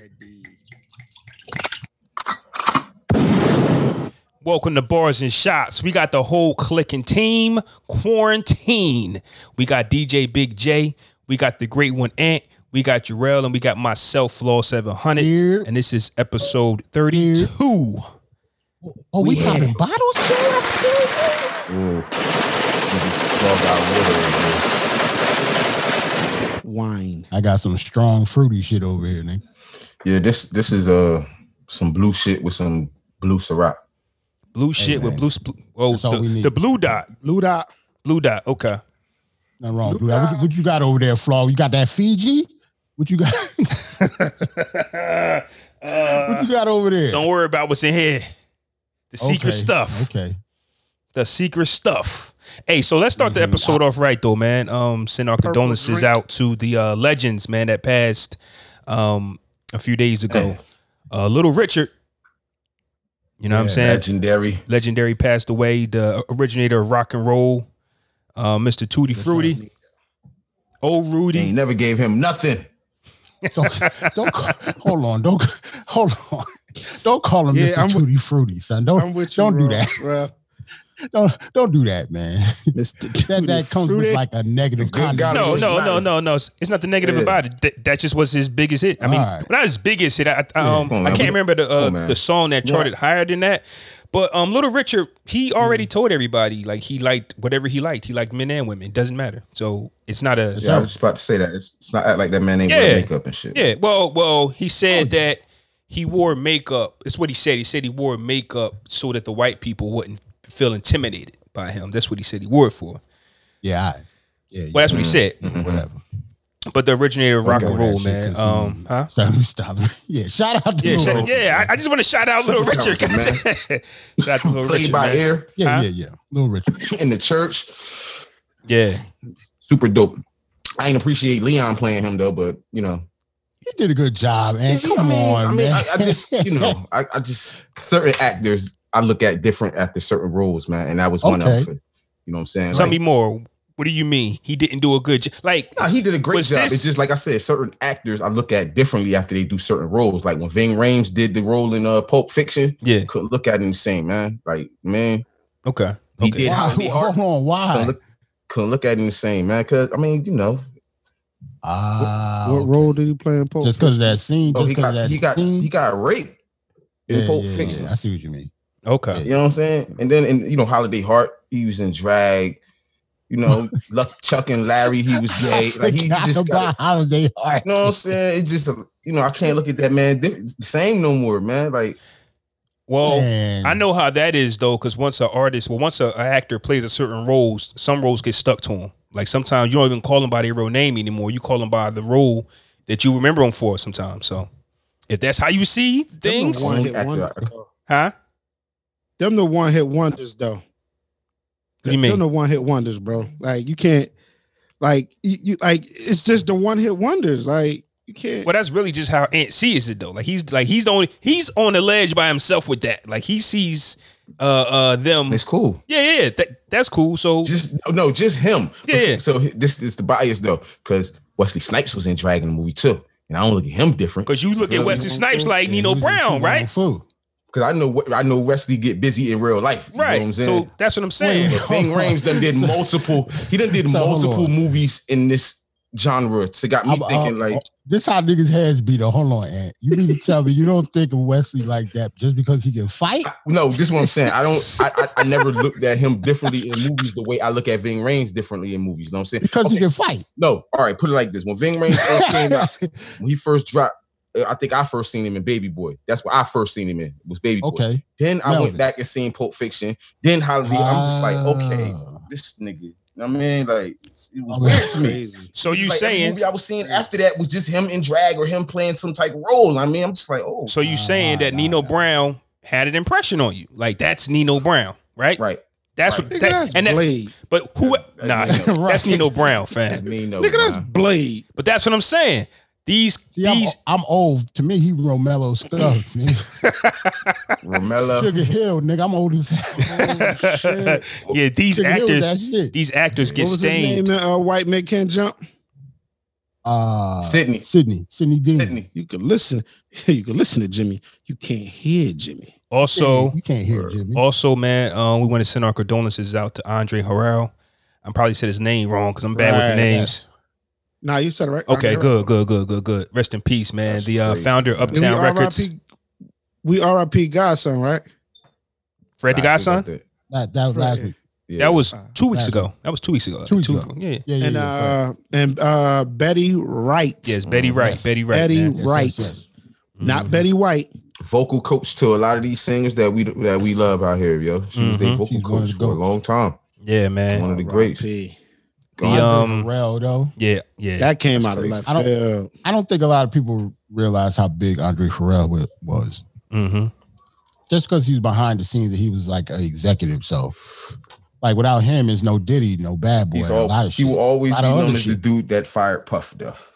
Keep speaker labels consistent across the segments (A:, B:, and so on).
A: Indeed.
B: Welcome to Bars and Shots. We got the whole clicking team quarantine. We got DJ Big J. We got the great one Ant. We got Jarrell and we got myself, Flaw 700.
A: Yeah.
B: And this is episode 32.
A: Oh, we
B: Yeah.
A: popping bottles too? That's too
C: Mm. Dog got water in
A: good. Wine.
D: I got some strong fruity shit over here, nigga.
C: there. Yeah, this this is uh some blue shit with some blue syrup.
B: Blue shit with
D: man.
B: blue. Sp- oh,
D: That's all we
B: the,
D: need.
B: the blue dot.
A: Blue dot.
B: Blue dot. Okay.
D: Nothing wrong. Blue. What, you- what you got over there, Flaw? You got that Fiji? What you got? what you got over there?
B: Uh, Don't worry about what's in here. The secret
D: Okay,
B: stuff.
D: Okay.
B: The secret stuff. Hey, so let's start the episode off right though, man. Um, send our condolences
A: drink.
B: out to the uh, legends, man, that passed um a few days ago. Uh, Little Richard. You know what I'm
D: Yeah,
B: saying?
C: Legendary.
B: Legendary passed away, the originator of rock and roll, uh, Mr. Tutti Frutti, old Rudy.
C: They never gave him nothing.
D: Don't, don't call, hold on. Don't hold on. Don't call him
A: Yeah,
D: Mr.
A: I'm with-
D: Tutti Fruity, son. Don't
A: I'm with you.
D: don't do
A: bro,
D: that.
A: bro.
D: don't don't do that, man.
A: Mr.
D: That that comes with
A: Fruity.
D: like a negative
C: Good God,
D: connotation.
B: No,
C: Absolutely
B: no,
C: not.
B: no, no, no. It's it's nothing negative
C: Yeah.
B: about it. That, that just was his biggest hit. I mean,
D: Alright.
B: not his biggest hit. I, I, um,
C: Come on,
B: I
C: man.
B: can't remember the uh,
C: Come on,
B: the
C: man.
B: song that charted higher than that. But um, Little Richard,
C: Mm.
B: he already told everybody like he liked whatever he liked. He liked men and women. It doesn't matter. So it's not a
C: Yeah, I was just about to say that. It's, it's not act like that man ain't
B: Yeah.
C: wearing makeup and shit.
B: yeah. Well, well, he said
C: Oh,
B: that he wore makeup. It's what he said. He said he wore makeup so that the white people wouldn't feel intimidated by him. That's what he said he wore it for.
D: Yeah, all right. yeah,
B: Well,
C: Mm.
B: that's what he said.
C: Mm-hmm.
D: yeah, whatever.
B: But the originator of rock
D: Okay.
B: and roll,
D: That shit
B: man.
D: is-
B: Um, huh?
D: So you stop. Yeah, shout out to
B: Yeah,
D: Lil
B: shout,
D: Richard.
B: yeah. I, I just want to shout out Little
C: Shout out
B: Richard.
C: to man.
B: shout out to Little
C: Played
B: Richard.
C: by
B: man.
C: ear
D: yeah,
B: Huh?
D: yeah, yeah. Little Richard.
C: in the church.
B: Yeah,
C: Super dope. I ain't appreciate Leon playing him though, but you know,
D: He did a good job, man.
C: Yeah,
D: Come
C: I mean,
D: on,
C: I mean,
D: man.
C: I, I just, you know, I, I just certain actors I look at different after certain roles, man, and that was one
D: Okay.
C: of them. You know what I'm saying?
B: tell me
C: Like,
B: more. What do you mean he didn't do a good job? Like,
C: nah, he did a great
B: Was
C: job.
B: this-
C: It's just like I said, certain actors I look at differently after they do certain roles. Like when Ving Rhames did the role in uh, Pulp Fiction,
B: yeah,
C: couldn't look at him the same, man. Like man,
B: okay,
C: he
B: okay.
C: did
D: Why?
C: how he
D: Hold
C: art-
D: on,
C: couldn't
D: why?
C: look, couldn't look at him the same, man. Because I mean, you know,
D: Ah,
A: What role did he play in Pope?
D: Just because of that scene.
C: oh,
D: Just
C: he
D: because of
C: got
D: that
C: he got
D: scene.
C: he got raped in
D: yeah,
C: Pulp
D: yeah,
C: Fiction.
D: yeah, I see what you mean.
B: Okay,
C: You know what I'm saying? And then, in, you know, Holiday Heart, he was in drag. You know, Luck Chuck and Larry, he was gay. Like he
D: Forgot
C: just,
D: about
C: got
D: holiday heart.
C: you know what I'm saying? It just, you know, I can't look at that man diff- same no more, man. Like
B: well.
D: Man.
B: Oh, I know how that is though, because once an artist, well, once an actor plays a certain roles, some roles get stuck to him. Like sometimes you don't even call them by their real name anymore. You call them by the role that you remember them for. Sometimes, so if that's how you see things,
A: one
C: only
A: hit
C: actor
A: wonder.
C: I can-
B: huh?
A: Them the one hit wonders though.
B: What do you
A: Them
B: mean?
A: the one hit wonders, bro. Like you can't, like you, you like it's just the one hit wonders. Like you can't.
B: Well, that's really just how Ant sees it though. Like he's like he's the only he's on the ledge by himself with that. Like he sees uh uh them.
C: It's cool.
B: Yeah, yeah, that, that's cool. So
C: Just no, just him.
B: Yeah.
C: So this is the bias though, because Wesley Snipes was in drag in the movie too, and I don't look at him different
B: because you look at Wesley Snipes like
D: Yeah,
B: Nino
D: he was a
B: Brown,
D: two-grown
B: right?
D: Fool.
C: because I know what I know. Wesley get busy in real life. You Know what I'm
B: Right.
C: saying?
B: So that's what I'm saying.
D: Wait,
C: But Ving
D: Hold on.
C: Rhames done did multiple. He done did
D: So, hold
C: multiple
D: on.
C: movies in this genre. So it got me
D: I'm- uh,
C: thinking
D: I'm-
C: like,
D: this how niggas heads be though. Hold on, Ant. You mean to tell me you don't think of Wesley like that just because he can fight?
C: I- no, this is what I'm saying. I don't. I, I, I never looked at him differently in movies the way I look at Ving Rhames differently in movies. You know what I'm saying?
D: Because he
C: Okay,
D: can fight.
C: no, all right. Put it like this: when Ving Rhames first came out, when he first dropped, uh, I think I first seen him in Baby Boy. That's what I first seen him in was Baby Boy.
D: okay.
C: Then I
D: Melvin.
C: went back and seen Pulp Fiction. Then Holiday. I'm just like, okay,
D: Ah. Oh,
C: this nigga. You know what I mean, like it was
D: Okay.
C: weird to me.
A: Crazy.
B: So you
C: like, every
B: saying
C: movie I was seeing after that was just him in drag or him playing some type of role. I mean, I'm just like, oh,
B: so you
D: Nah,
B: saying that
D: nah,
B: Nino
D: nah.
B: Brown had an impression on you? Like that's Nino Brown, right?
C: right.
B: That's
C: right.
B: what
A: Nigga,
B: that,
A: that's
B: and that,
A: Blade.
B: but who? e-, Nah,
C: That's Nino.
B: that's Nino Brown
C: That's
B: fan.
C: Nino,
A: Nigga, that's
C: man.
A: Blade.
B: But that's what I'm saying. These
D: See, I'm,
B: these
D: I'm old. To me, he Romelo Stubbs, nigga.
C: Romello.
D: Sugar Hill, nigga. I'm old as hell.
C: Oh,
B: yeah these
D: Sugar Hill
B: actors
D: was oh, that shit.
B: these actors get
A: what was
B: stained.
A: his name? that, Uh, White man can't jump.
D: uh
C: Sydney.
D: Sydney. Sydney Dean.
C: Sydney.
A: You can listen. You can listen to Jimmy. You can't hear Jimmy.
B: Also,
D: you can't hear Jimmy.
B: also, man, um, we want to send our condolences out to Andre Harrell. I probably said his name wrong because I'm bad with the
A: Right,
B: names.
A: Nah, you said it right.
B: Okay,
A: Andre
B: good, good, good, good, good. Rest in peace, man.
C: That's
B: the uh,
C: crazy.
B: founder of
C: And we
A: And
B: Uptown
A: we
B: Records,
A: RIP, we RIP Godson, right?
B: Fred the
C: Nah, I think
B: Godson.
C: about that.
D: that that was
A: Right.
D: last week.
C: Yeah.
B: That was
A: Uh,
B: two weeks
D: last
B: ago. That was two weeks ago.
D: Two weeks ago.
B: Yeah.
D: Yeah, yeah,
A: and
D: yeah, sorry.
A: uh, and uh, Betty Wright.
B: Yes, Betty
C: Mm-hmm.
B: Wright.
D: Yes.
B: Betty Wright.
A: Betty-
B: man.
D: Yes, yes,
A: right.
D: yes.
A: not
B: Mhm.
A: Betty White.
C: vocal coach to a lot of these singers that we that we love out here, yo. She was their
B: Mhm.
C: vocal
D: She's one of
C: coach
D: the
C: for a
D: GOATs.
C: long time.
B: Yeah,
C: One
B: man.
C: of the greats.
A: R.I.P..
B: The,
C: Gone.
B: um,
D: Rail though.
B: Yeah, yeah.
A: That came
C: That's
A: out
C: crazy.
A: of
D: I don't-
A: left field.
D: I don't think a lot of people realize how big Andre Pharrell wa- was.
B: mm-hmm.
D: Just because he was behind the scenes, and he was like an executive. So, like without him, it's no Diddy, no Bad Boy,
C: He's
D: a
C: all,
D: lot of
C: he
D: shit.
C: will always
D: A
C: be
D: lot of
C: known
D: other
C: as the
D: shit.
C: dude that fired Puff Duff.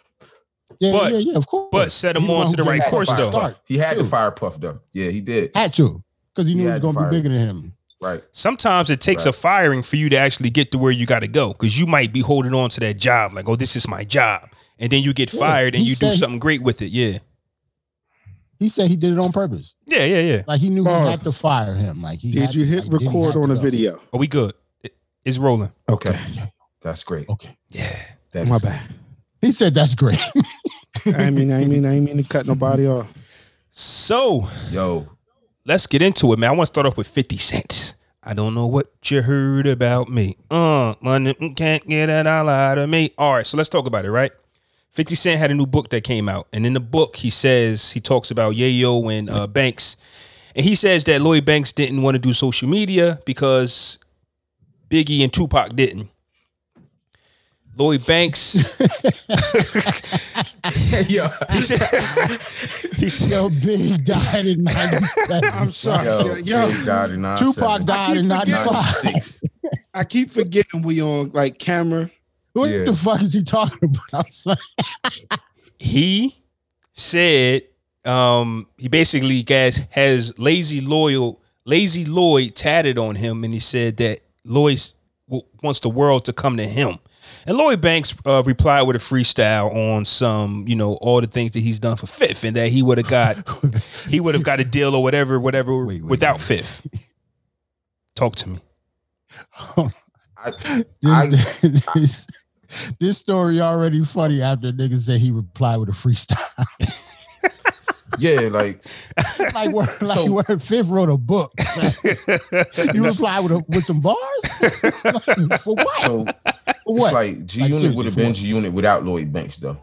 D: yeah,
B: but-
D: yeah, yeah, of course.
B: but set him
D: He's the
B: on
D: one
B: to the
D: who
B: right
D: gave him
B: course,
D: the
B: though.
D: start.
C: He had to
D: Dude.
C: fire Puff Duff. Yeah, he did.
D: Had to, because he
C: He
D: knew he
C: had
D: was
C: to
D: gonna
C: fire
D: be bigger than him.
C: Right.
B: Sometimes it takes
C: Right.
B: a firing for you to actually get to where you got to go because you might be holding on to that job, like, oh, this is my job. And then you get
D: Yeah,
B: fired and
D: he
B: you do
D: said-
B: something great with it. Yeah.
D: He said he did it on purpose.
B: Yeah, yeah, yeah.
D: Like he knew
A: Barb,
D: he had to fire him. Like he had
A: Did you
D: to-
A: hit
D: like, Diddy
A: record
D: had
A: on
D: to
A: a
D: go.
A: video?
B: Are we good? It- It's rolling.
C: Okay.
D: Okay,
C: That's great.
D: okay.
B: Yeah.
C: That
A: My
C: is-
A: bad.
D: He said that's great.
A: I mean, I mean, I mean to cut nobody off.
B: So
C: Yo,
B: let's get into it, man. I want to start off with 50 Cent. I don't know what you heard about me. Uh, money can't get it all out of me. All right, so let's talk about it, right? 50 Cent had a new book that came out. And in the book, he says, he talks about Yayo and uh, Banks. And he says that Lloyd Banks didn't want to do social media because Biggie and Tupac didn't. Lloyd Banks.
C: yo,
B: he said, he said-
D: Yo, Big died in 97.
A: I'm sorry.
C: yo,
A: Yo, yo.
C: Big died in
D: Tupac
C: 97,
D: died in
A: I keep forgetting.
D: 95.
C: 96.
A: I keep forgetting we on like camera.
D: What
C: Yeah.
D: the fuck is he talking about? son?
B: he said um he basically guys has lazy loyal lazy lloyd tatted on him and he said that lloyd s- w- wants the world to come to him and lloyd banks uh, replied with a freestyle on some you know all the things that he's done for fifth and that he would have got he would have got a deal or whatever whatever
D: Wait, wait,
B: without
D: wait.
B: fifth talk to me
C: I- I-
D: this, this- this story already funny after niggas said he replied with a freestyle.
C: yeah, like
D: like where, like
C: So-
D: where Fifth wrote a book. you reply with a, with some bars for what?
C: so
D: For
C: it's
D: what?
C: like G
D: Like,
C: Unit
D: seriously,
C: would have
D: for
C: been
D: what?
C: G Unit without Lloyd Banks though.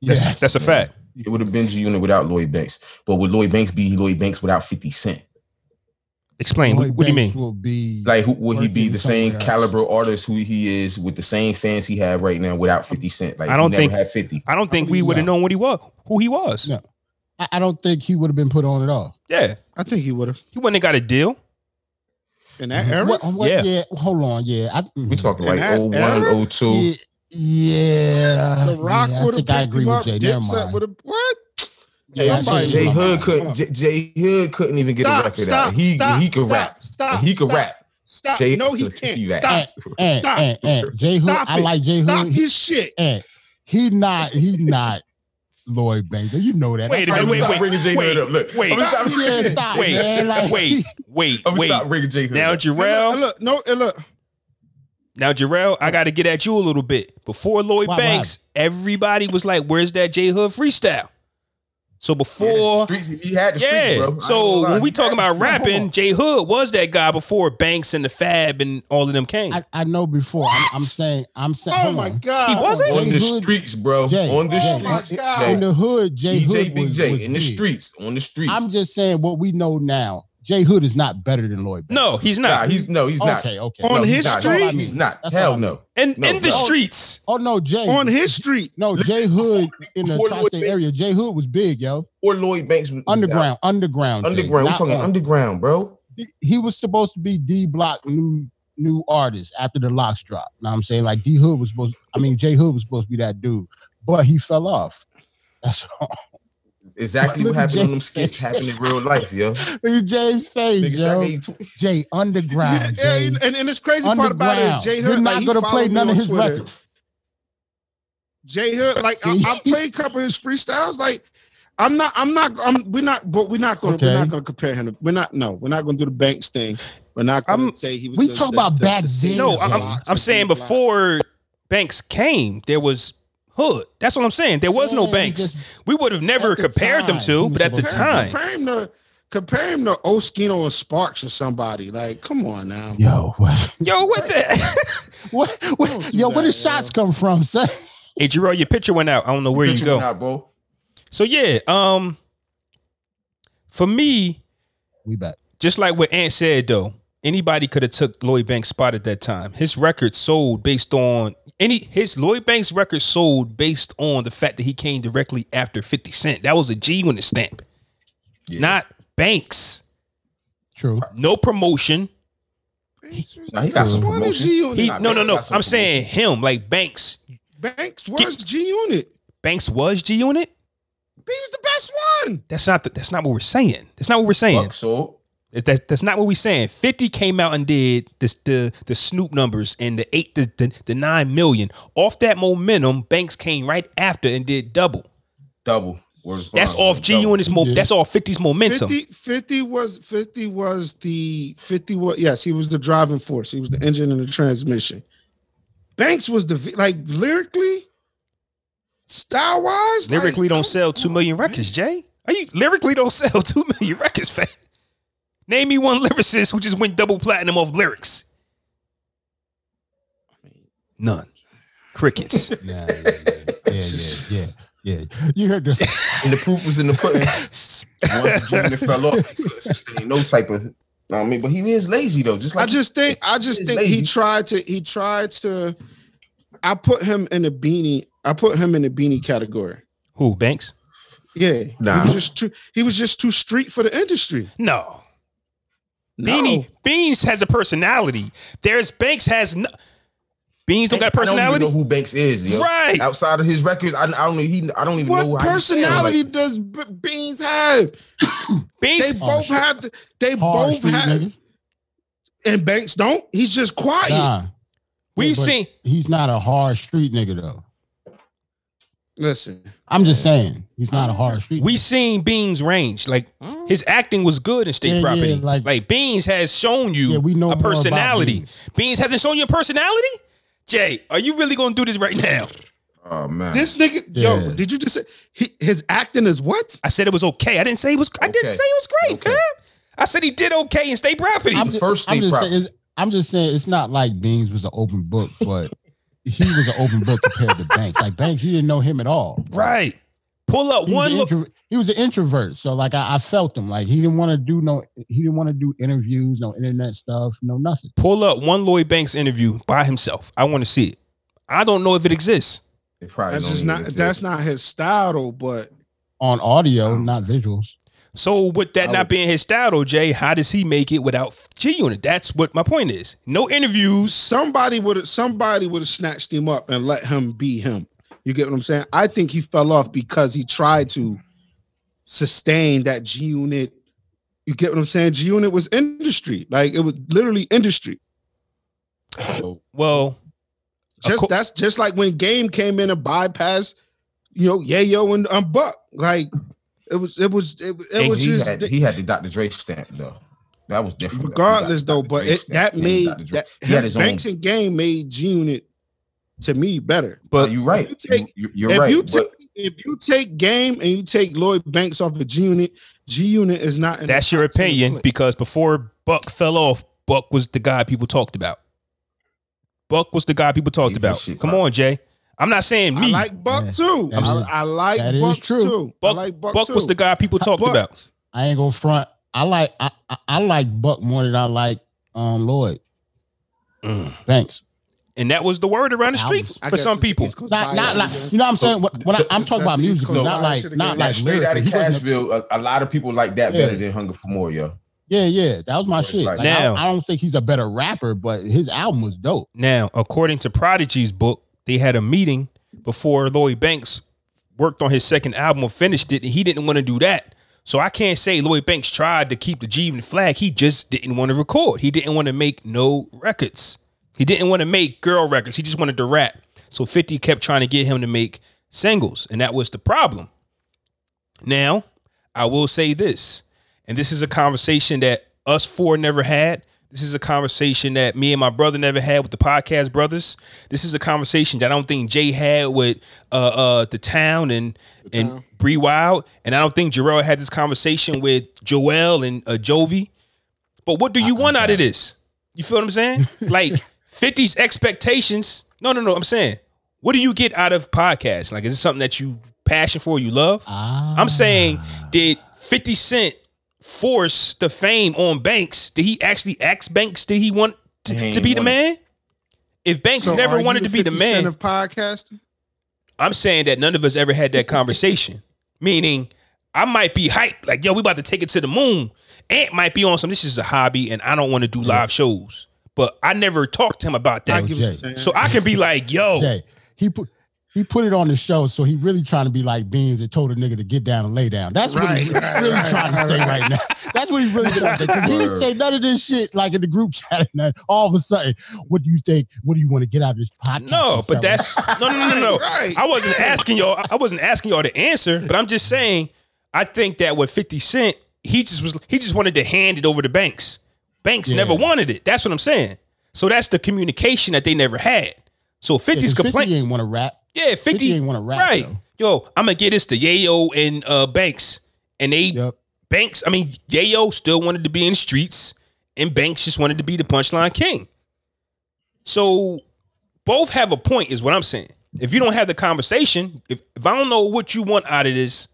B: that's,
D: Yes.
B: that's a fact
C: It would have been G Unit without Lloyd Banks. But would Lloyd Banks be Lloyd Banks without 50 Cent?
B: explain
D: Lloyd
B: what, what do you
D: Banks
B: mean
D: Will be
C: Like, who, would he be
D: Working
C: the same
D: somewhere else.
C: caliber artist who he is with the same fans he had right now without 50 Cent? Like,
B: I
C: he
B: don't
C: never
B: think-
C: had 50.
B: i don't think we
D: believe
B: would have
D: so.
B: known what he was who he was
D: No. I, I don't think he would have been put on at all.
B: yeah
A: I think he would have
B: he wouldn't have got a deal
A: in that era.
D: What- what-
B: Yeah.
D: yeah. Hold on. Yeah. I, mm-hmm.
C: We're talking
A: In
C: like
A: that
C: 01,
A: era?
C: 02.
D: Yeah. yeah
A: The Rock
D: yeah, I
A: would have
D: think I
A: picked
D: agree
A: him up.
D: with Jay. Never
A: Dipset would
D: mind.
A: have what?
D: Yeah, I
A: somebody-
D: changed
C: Jay
D: my
C: Hood
D: mind.
C: couldn't. J- Jay Hood couldn't even get a
A: Stop!
C: record
A: Stop!
C: out. He
A: stop!
C: he could
A: stop,
C: rap.
A: Stop!
C: he could
A: stop,
C: rap.
A: Stop!
C: Jay-
A: no, he
C: he
A: can't.
C: rap.
A: stop!
D: And,
A: Stop.
D: and, and Jay Hood,
A: Stop!
D: eh, I
A: it.
D: like Jay
A: Stop
D: Hood.
A: his shit.
D: And he not he not Lloyd Banks. You know that.
B: Wait a minute,
D: That's why
B: wait,
D: he-
C: stop
B: wait,
C: bringing Jay
B: wait,
C: Hood up. Look,
B: wait.
C: I'm gonna stop bringing
D: Yeah,
C: Jay Hood
D: stop,
C: up.
B: Wait,
D: man. Like,
B: wait, wait,
C: I'm gonna
B: wait.
C: Oh, stop bringing Jay Hood.
B: Now
C: up.
A: And
B: Jarrell,
A: look, and look, no, and look.
B: now Jarrell, I got to get at you a little bit. Before Lloyd
D: Why- why?
B: Banks, everybody was like, "Where's that J Hood freestyle?" So before,
C: Streets- he had the streets,
B: yeah.
C: bro. I ain't
B: So
C: gonna lie.
B: when we
C: He
B: talking
C: had
B: about
C: the streets.
B: rapping, J Hood was that guy before Banks and the Fab and all of them came.
D: I, I know before. I'm, I'm
A: What?
D: saying. I'm saying.
A: Oh
D: hold
A: my
D: on.
A: god!
B: He wasn't?
C: on the
D: Jay Hood-
C: streets, bro.
D: Jay,
C: on the
D: Jay,
A: Oh my
C: streets,
A: god!
D: In the hood, Jay
C: DJ
D: Hood
C: Big
D: was-
C: J
D: was
C: in the
D: big.
C: streets, on the streets.
D: I'm just saying what we know now. Jay Hood is not better than Lloyd Banks.
B: no, he's
C: nah,
B: not.
C: he's no, he's not.
D: Okay. Okay.
A: On
C: No, he's
A: his
C: not.
A: street?
C: he's not.
D: That's all
C: Hell
D: I
C: no.
B: and
C: No,
B: in the
C: no.
B: streets,
D: Oh no, Jay.
A: On his street,
D: no,
C: Listen,
D: Jay Hood in the
C: before Lloyd
D: tri-state
C: Banks-
D: area. Jay Hood was big, yo.
C: Or Lloyd Banks was was
D: Underground, underground,
C: out.
D: Jay,
C: Underground. We're
D: not
C: talking
D: on.
C: underground, bro.
D: he was supposed to be D Block new new artist after the locks drop. Know what I'm saying? Like D Hood was supposed I mean J Hood was supposed to be that dude, but he fell off. That's all.
C: Exactly
D: Look
C: what
D: at
C: happened on
D: Jay.
C: them skits happened in real life, yo.
D: Look at Jay's face,
C: Niggas, I
D: yo.
C: gave tw-
D: Jay
A: yeah,
D: underground.
A: yeah,
D: Jay.
A: and, and this crazy part about it is
D: Underground.
A: Jay Hood.
D: You're not
A: like, he
D: gonna
A: followed
D: play
A: me
D: none of
A: on
D: his
A: Twitter.
D: records.
A: Jay Hood, like I, I played a couple of his freestyles. Like I'm not, I'm not, I'm we're not, but we're not gonna,
D: Okay.
A: we're not gonna compare him. to- We're not, no, we're not gonna do the Banks thing. We're not gonna
B: I'm-
A: say he was.
D: We
A: the-
D: talk
A: the-
D: about
A: the-
D: back
A: the
D: then,
B: No, I'm,
D: Yeah.
B: I'm, I'm saying before Banks came, there was Hood. That's what I'm saying. There was no
D: Yeah,
B: Banks.
D: just-
B: We would have never
D: at the
B: compared them
D: time,
B: to,
D: he
B: but at the
D: was
A: compare,
B: time,
A: compare him to compare him to Oskino or Sparks or somebody. Like, come on now.
D: Yo, what?
B: yo, what the?
D: what, what
A: Don't do
D: yo, where
A: that,
D: the shots
A: yo.
D: come from, son?
B: hey, Jerome, your picture went out. I don't know where you
C: Picture
B: go.
C: went out, bro.
B: So yeah, um, for me,
D: We back.
B: just like what Ant said though, anybody could have took Lloyd Banks' spot at that time. His record sold based on any his Lloyd Banks record sold based on the fact that he came directly after 50 Cent. That was a G on the stamp.
C: Yeah.
B: Not Banks.
D: True.
B: No promotion.
A: Banks was,
C: Nah, he got some
A: was
C: promotion.
A: G Unit.
B: He
C: Nah,
B: no no
C: Banks
B: no.
C: got some
B: I'm saying him, like Banks.
A: Banks was G Unit.
B: Banks was G Unit.
A: He was the best one.
B: That's not the, that's not what we're saying. That's not what we're saying.
C: Fuck so.
B: That- That's, that's not what we're saying. 50 came out and did this, the the Snoop numbers and the eight the, the, the nine million. Off that momentum, Banks came right after and did double.
C: Double. Where's
B: That's
C: Bronson?
B: off G
C: Double.
B: Unit's mo-
D: Yeah.
B: that's off 50's momentum.
A: 50, 50 was 50 was the 50 was yes, he was the driving force. He was the engine and the transmission. Banks was the v- like lyrically, style wise,
B: lyrically don't sell two million records, Jay. Are you lyrically don't sell two million records, fam? Name me one lyricist who just went double platinum off lyrics. None. Crickets.
D: Yeah, yeah, yeah, yeah, yeah, yeah. You heard this?
C: And the proof was in the pudding. Once the unit fell off, it's just ain't no type of. Know what I mean, but he is lazy though. Just
A: I
C: like
A: just think I just think he
C: Lazy.
A: tried to he tried to I put him in the beanie. I put him in the beanie category.
B: who, Banks?
A: Yeah. He
C: Nah.
A: was just too he was just too street for the industry.
B: No.
A: No.
B: Beanie Beans has a personality. There's Banks has no Beans don't got
C: I don't even
B: personality.
C: know who Banks is, yo.
B: Right.
C: Outside of his records, I, I don't know. He, I don't even know
A: What
C: how he sound.
A: personality
C: Like,
A: does B- Beans have? They
B: Beans
A: both
D: shit.
A: have. the- They
D: Hard
A: both
D: street
A: have.
D: nigga.
A: And Banks don't. He's just quiet.
D: Nah,
B: we've
D: but
B: seen
D: he's not a hard street nigga though.
A: Listen,
D: I'm just saying he's not a hard street.
B: Uh-huh. we seen Beans range. Like his acting was good in state
D: Yeah, yeah,
B: property. like,
D: like-
B: Beans has shown you
D: yeah, we know
B: a
D: more about
B: personality.
D: Beans.
B: Beans hasn't shown you a personality? Jay, are you really gonna do this right now?
C: oh man,
A: this nigga. Yo,
D: Yeah.
A: did you just say he, his acting is what?
B: I said it was okay. I didn't say it was I didn't
C: Okay.
B: say it was great,
C: Okay.
B: fam. I said he did okay in state property.
D: I'm
C: The
D: just,
C: first
D: I'm
C: thing
D: just
C: prob-
D: saying, it's- I'm just saying it's not like Beans was an open book, but he was an open book compared to Banks. Like Banks, you didn't know him at all.
B: right. Pull up
D: He
B: one
D: was, an
B: look.
D: intro- he was an introvert, so like I, I felt him. Like he didn't want to do no, he didn't want to do interviews, no internet stuff, no nothing.
B: Pull up one Lloyd Banks interview by himself. I want to see it. I don't know if it exists.
C: They probably
A: That's
C: don't
A: just
C: even
A: not.
C: exist.
A: That's not his style, though. But
D: On audio,
A: Oh.
D: not visuals.
B: So with that
A: I
B: not
A: would-
B: being his style, though, Jay, how does he make it without G Unit? That's what my point is. No interviews.
A: somebody would. have Somebody would have snatched him up and let him be him. You get what I'm saying? I think he fell off because he tried to sustain that G unit. You get what I'm saying? G unit was industry. Like it was literally industry.
B: Well, Of
A: Just
B: cour-
A: that's just like when Game came in and bypassed, you know, Yayo and um, Buck. Like it was, it was, it, it
B: And
A: was
C: he,
A: just
C: had, he had the Dr. Dre stamp though. That was different.
A: regardless
C: He got
A: though.
C: the Dr.
A: But
C: Dre
A: it,
C: stamp.
A: that
C: Yeah,
A: made
C: Dr. Dre.
A: that
C: he had his
A: Banks
C: own.
A: and Game made G Unit to me better.
B: but
C: You're right.
A: you take-
C: You- You're
A: if
C: right.
A: you
C: but
A: take if you take Game and you take Lloyd Banks off of G Unit, G Unit is not. in the
B: that's your
A: top 10
B: opinion
A: clip.
B: because before Buck fell off, Buck was the guy people talked about. Buck was the guy people talked
C: Give me
B: about.
C: shit,
B: Come
C: bro.
B: on, Jay. I'm not saying
A: I
B: me.
A: like Buck
D: Yeah,
A: too.
D: that
A: I,
D: is-
A: I like
D: that is
A: Buck
D: true.
A: too.
B: Buck-
A: I like Buck.
B: Buck was
A: too.
B: the guy people talked
A: Buck.
B: about.
D: I ain't gonna front. I like I, I I like Buck more than I like um Lloyd.
B: Mm.
D: Thanks.
B: And that was the word around the
D: I
B: street
A: I
B: for
A: guess
B: some
A: it's the
B: people.
A: East Coast
D: Not
A: bias
D: not like
A: again.
D: you know what I'm saying. What, what
C: So-
D: I, am
A: so
D: talking about
A: that's
D: music,
A: East Coast
D: not
A: bias
D: like
A: shit
D: not
A: again.
D: like
C: that straight out of
D: lyrically. He wasn't-
C: Cashville, a, a lot of people like that better
D: Yeah.
C: than Hunger for More, yo.
D: Yeah, yeah, that was my
C: It's
D: shit.
C: like-
D: Like, I-
B: Now-
D: I, don't think he's a better rapper, but his album was dope.
B: Now, according to Prodigy's book, they had a meeting before Lloyd Banks worked on his second album or finished it, and he didn't want to do that. So I can't say Lloyd Banks tried to keep the G and the flag. He just didn't want to record. He didn't want to make no records. He didn't want to make girl records. He just wanted to rap. So 50 kept trying to get him to make singles, and that was the problem. Now, I will say this, and this is a conversation that us four never had. This is a conversation that me and my brother never had with the podcast brothers. This is a conversation that I don't think Jay had with uh, uh, the town and and
A: Town.
B: Bree Wild, and I don't think Jarrell had this conversation with Joel and uh, Jovi. But what do you want out of this? You feel what I'm saying? Like 50's expectations. No, no, no. I'm saying, what do you get out of podcasts? Like, is it something that you passion for, you love? I'm saying, did 50 Cent force the fame on Banks? Did he actually ask Banks? Did he want
C: He
B: to,
C: ain't
B: to be the
C: want it.
B: man? If Banks
A: So are
B: never
A: you
B: wanted to be the
A: 50 Cent
B: man,
A: of podcasting.
B: I'm saying that none of us ever had that conversation. Meaning, I might be hyped, like, yo, we about to take it to the moon. Ant might be on some, this is a hobby, and I don't want to do live shows. But I never talked to him about
A: I
B: that.
D: Like,
A: give it.
D: Jay.
B: so I can be like, yo,
D: Jay, he put he put it on the show, so he really trying to be like Beans and told a nigga to get down and lay down. That's what he's
A: Right, right,
D: really
A: right,
D: trying to say right, now. That's what he really trying to say. 'Cause He didn't
C: Word.
D: say none of this shit like in the group chat. And that. All of a sudden, what do you think? What do you want to get out of this podcast?
B: no, but
D: Something.
B: that's, no, no, no, no, no.
A: Right.
B: I wasn't asking y'all. I wasn't asking y'all to answer, but I'm just saying. I think that with 50 Cent, he just was. He just wanted to hand it over to Banks. Banks
D: Yeah.
B: never wanted it. That's what I'm saying. So that's the communication that they never had. So
D: Yeah, 'cause
B: 50's
D: 50
B: complaint.
D: ain't want to rap.
B: Yeah, 50,
D: 50 ain't want to rap.
B: right.
D: though.
B: Yo, I'm gonna get this to Yayo and uh, Banks, and they
D: Yep.
B: Banks. I mean, Yayo still wanted to be in the streets, and Banks just wanted to be the punchline king. So both have a point, is what I'm saying. If you don't have the conversation, if, if I don't know what you want out of this,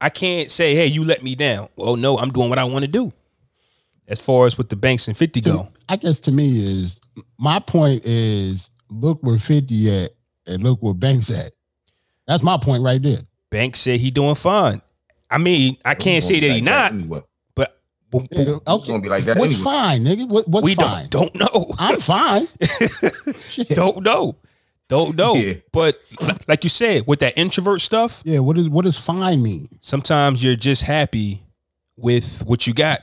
B: I can't say, hey, you let me down. Oh no, I'm doing what I want to do. As far as with the Banks and 50
D: to-
B: go.
D: I guess to me is my point is look where 50 at and look where Banks at. That's my point right there.
B: Banks said he doing fine. I mean, I can't say that he not,
C: Anyway.
B: but, but- but
D: Nigga,
C: It's
D: Okay.
C: gonna be like that.
D: What's
C: anyway.
D: fine, nigga? What, what's
B: we
D: fine?
B: don't don't know.
D: I'm fine. Shit.
B: don't know. Don't know.
C: Yeah.
B: But li- like you said, with that introvert stuff,
D: Yeah, what is what does fine mean?
B: sometimes you're just happy with what you got.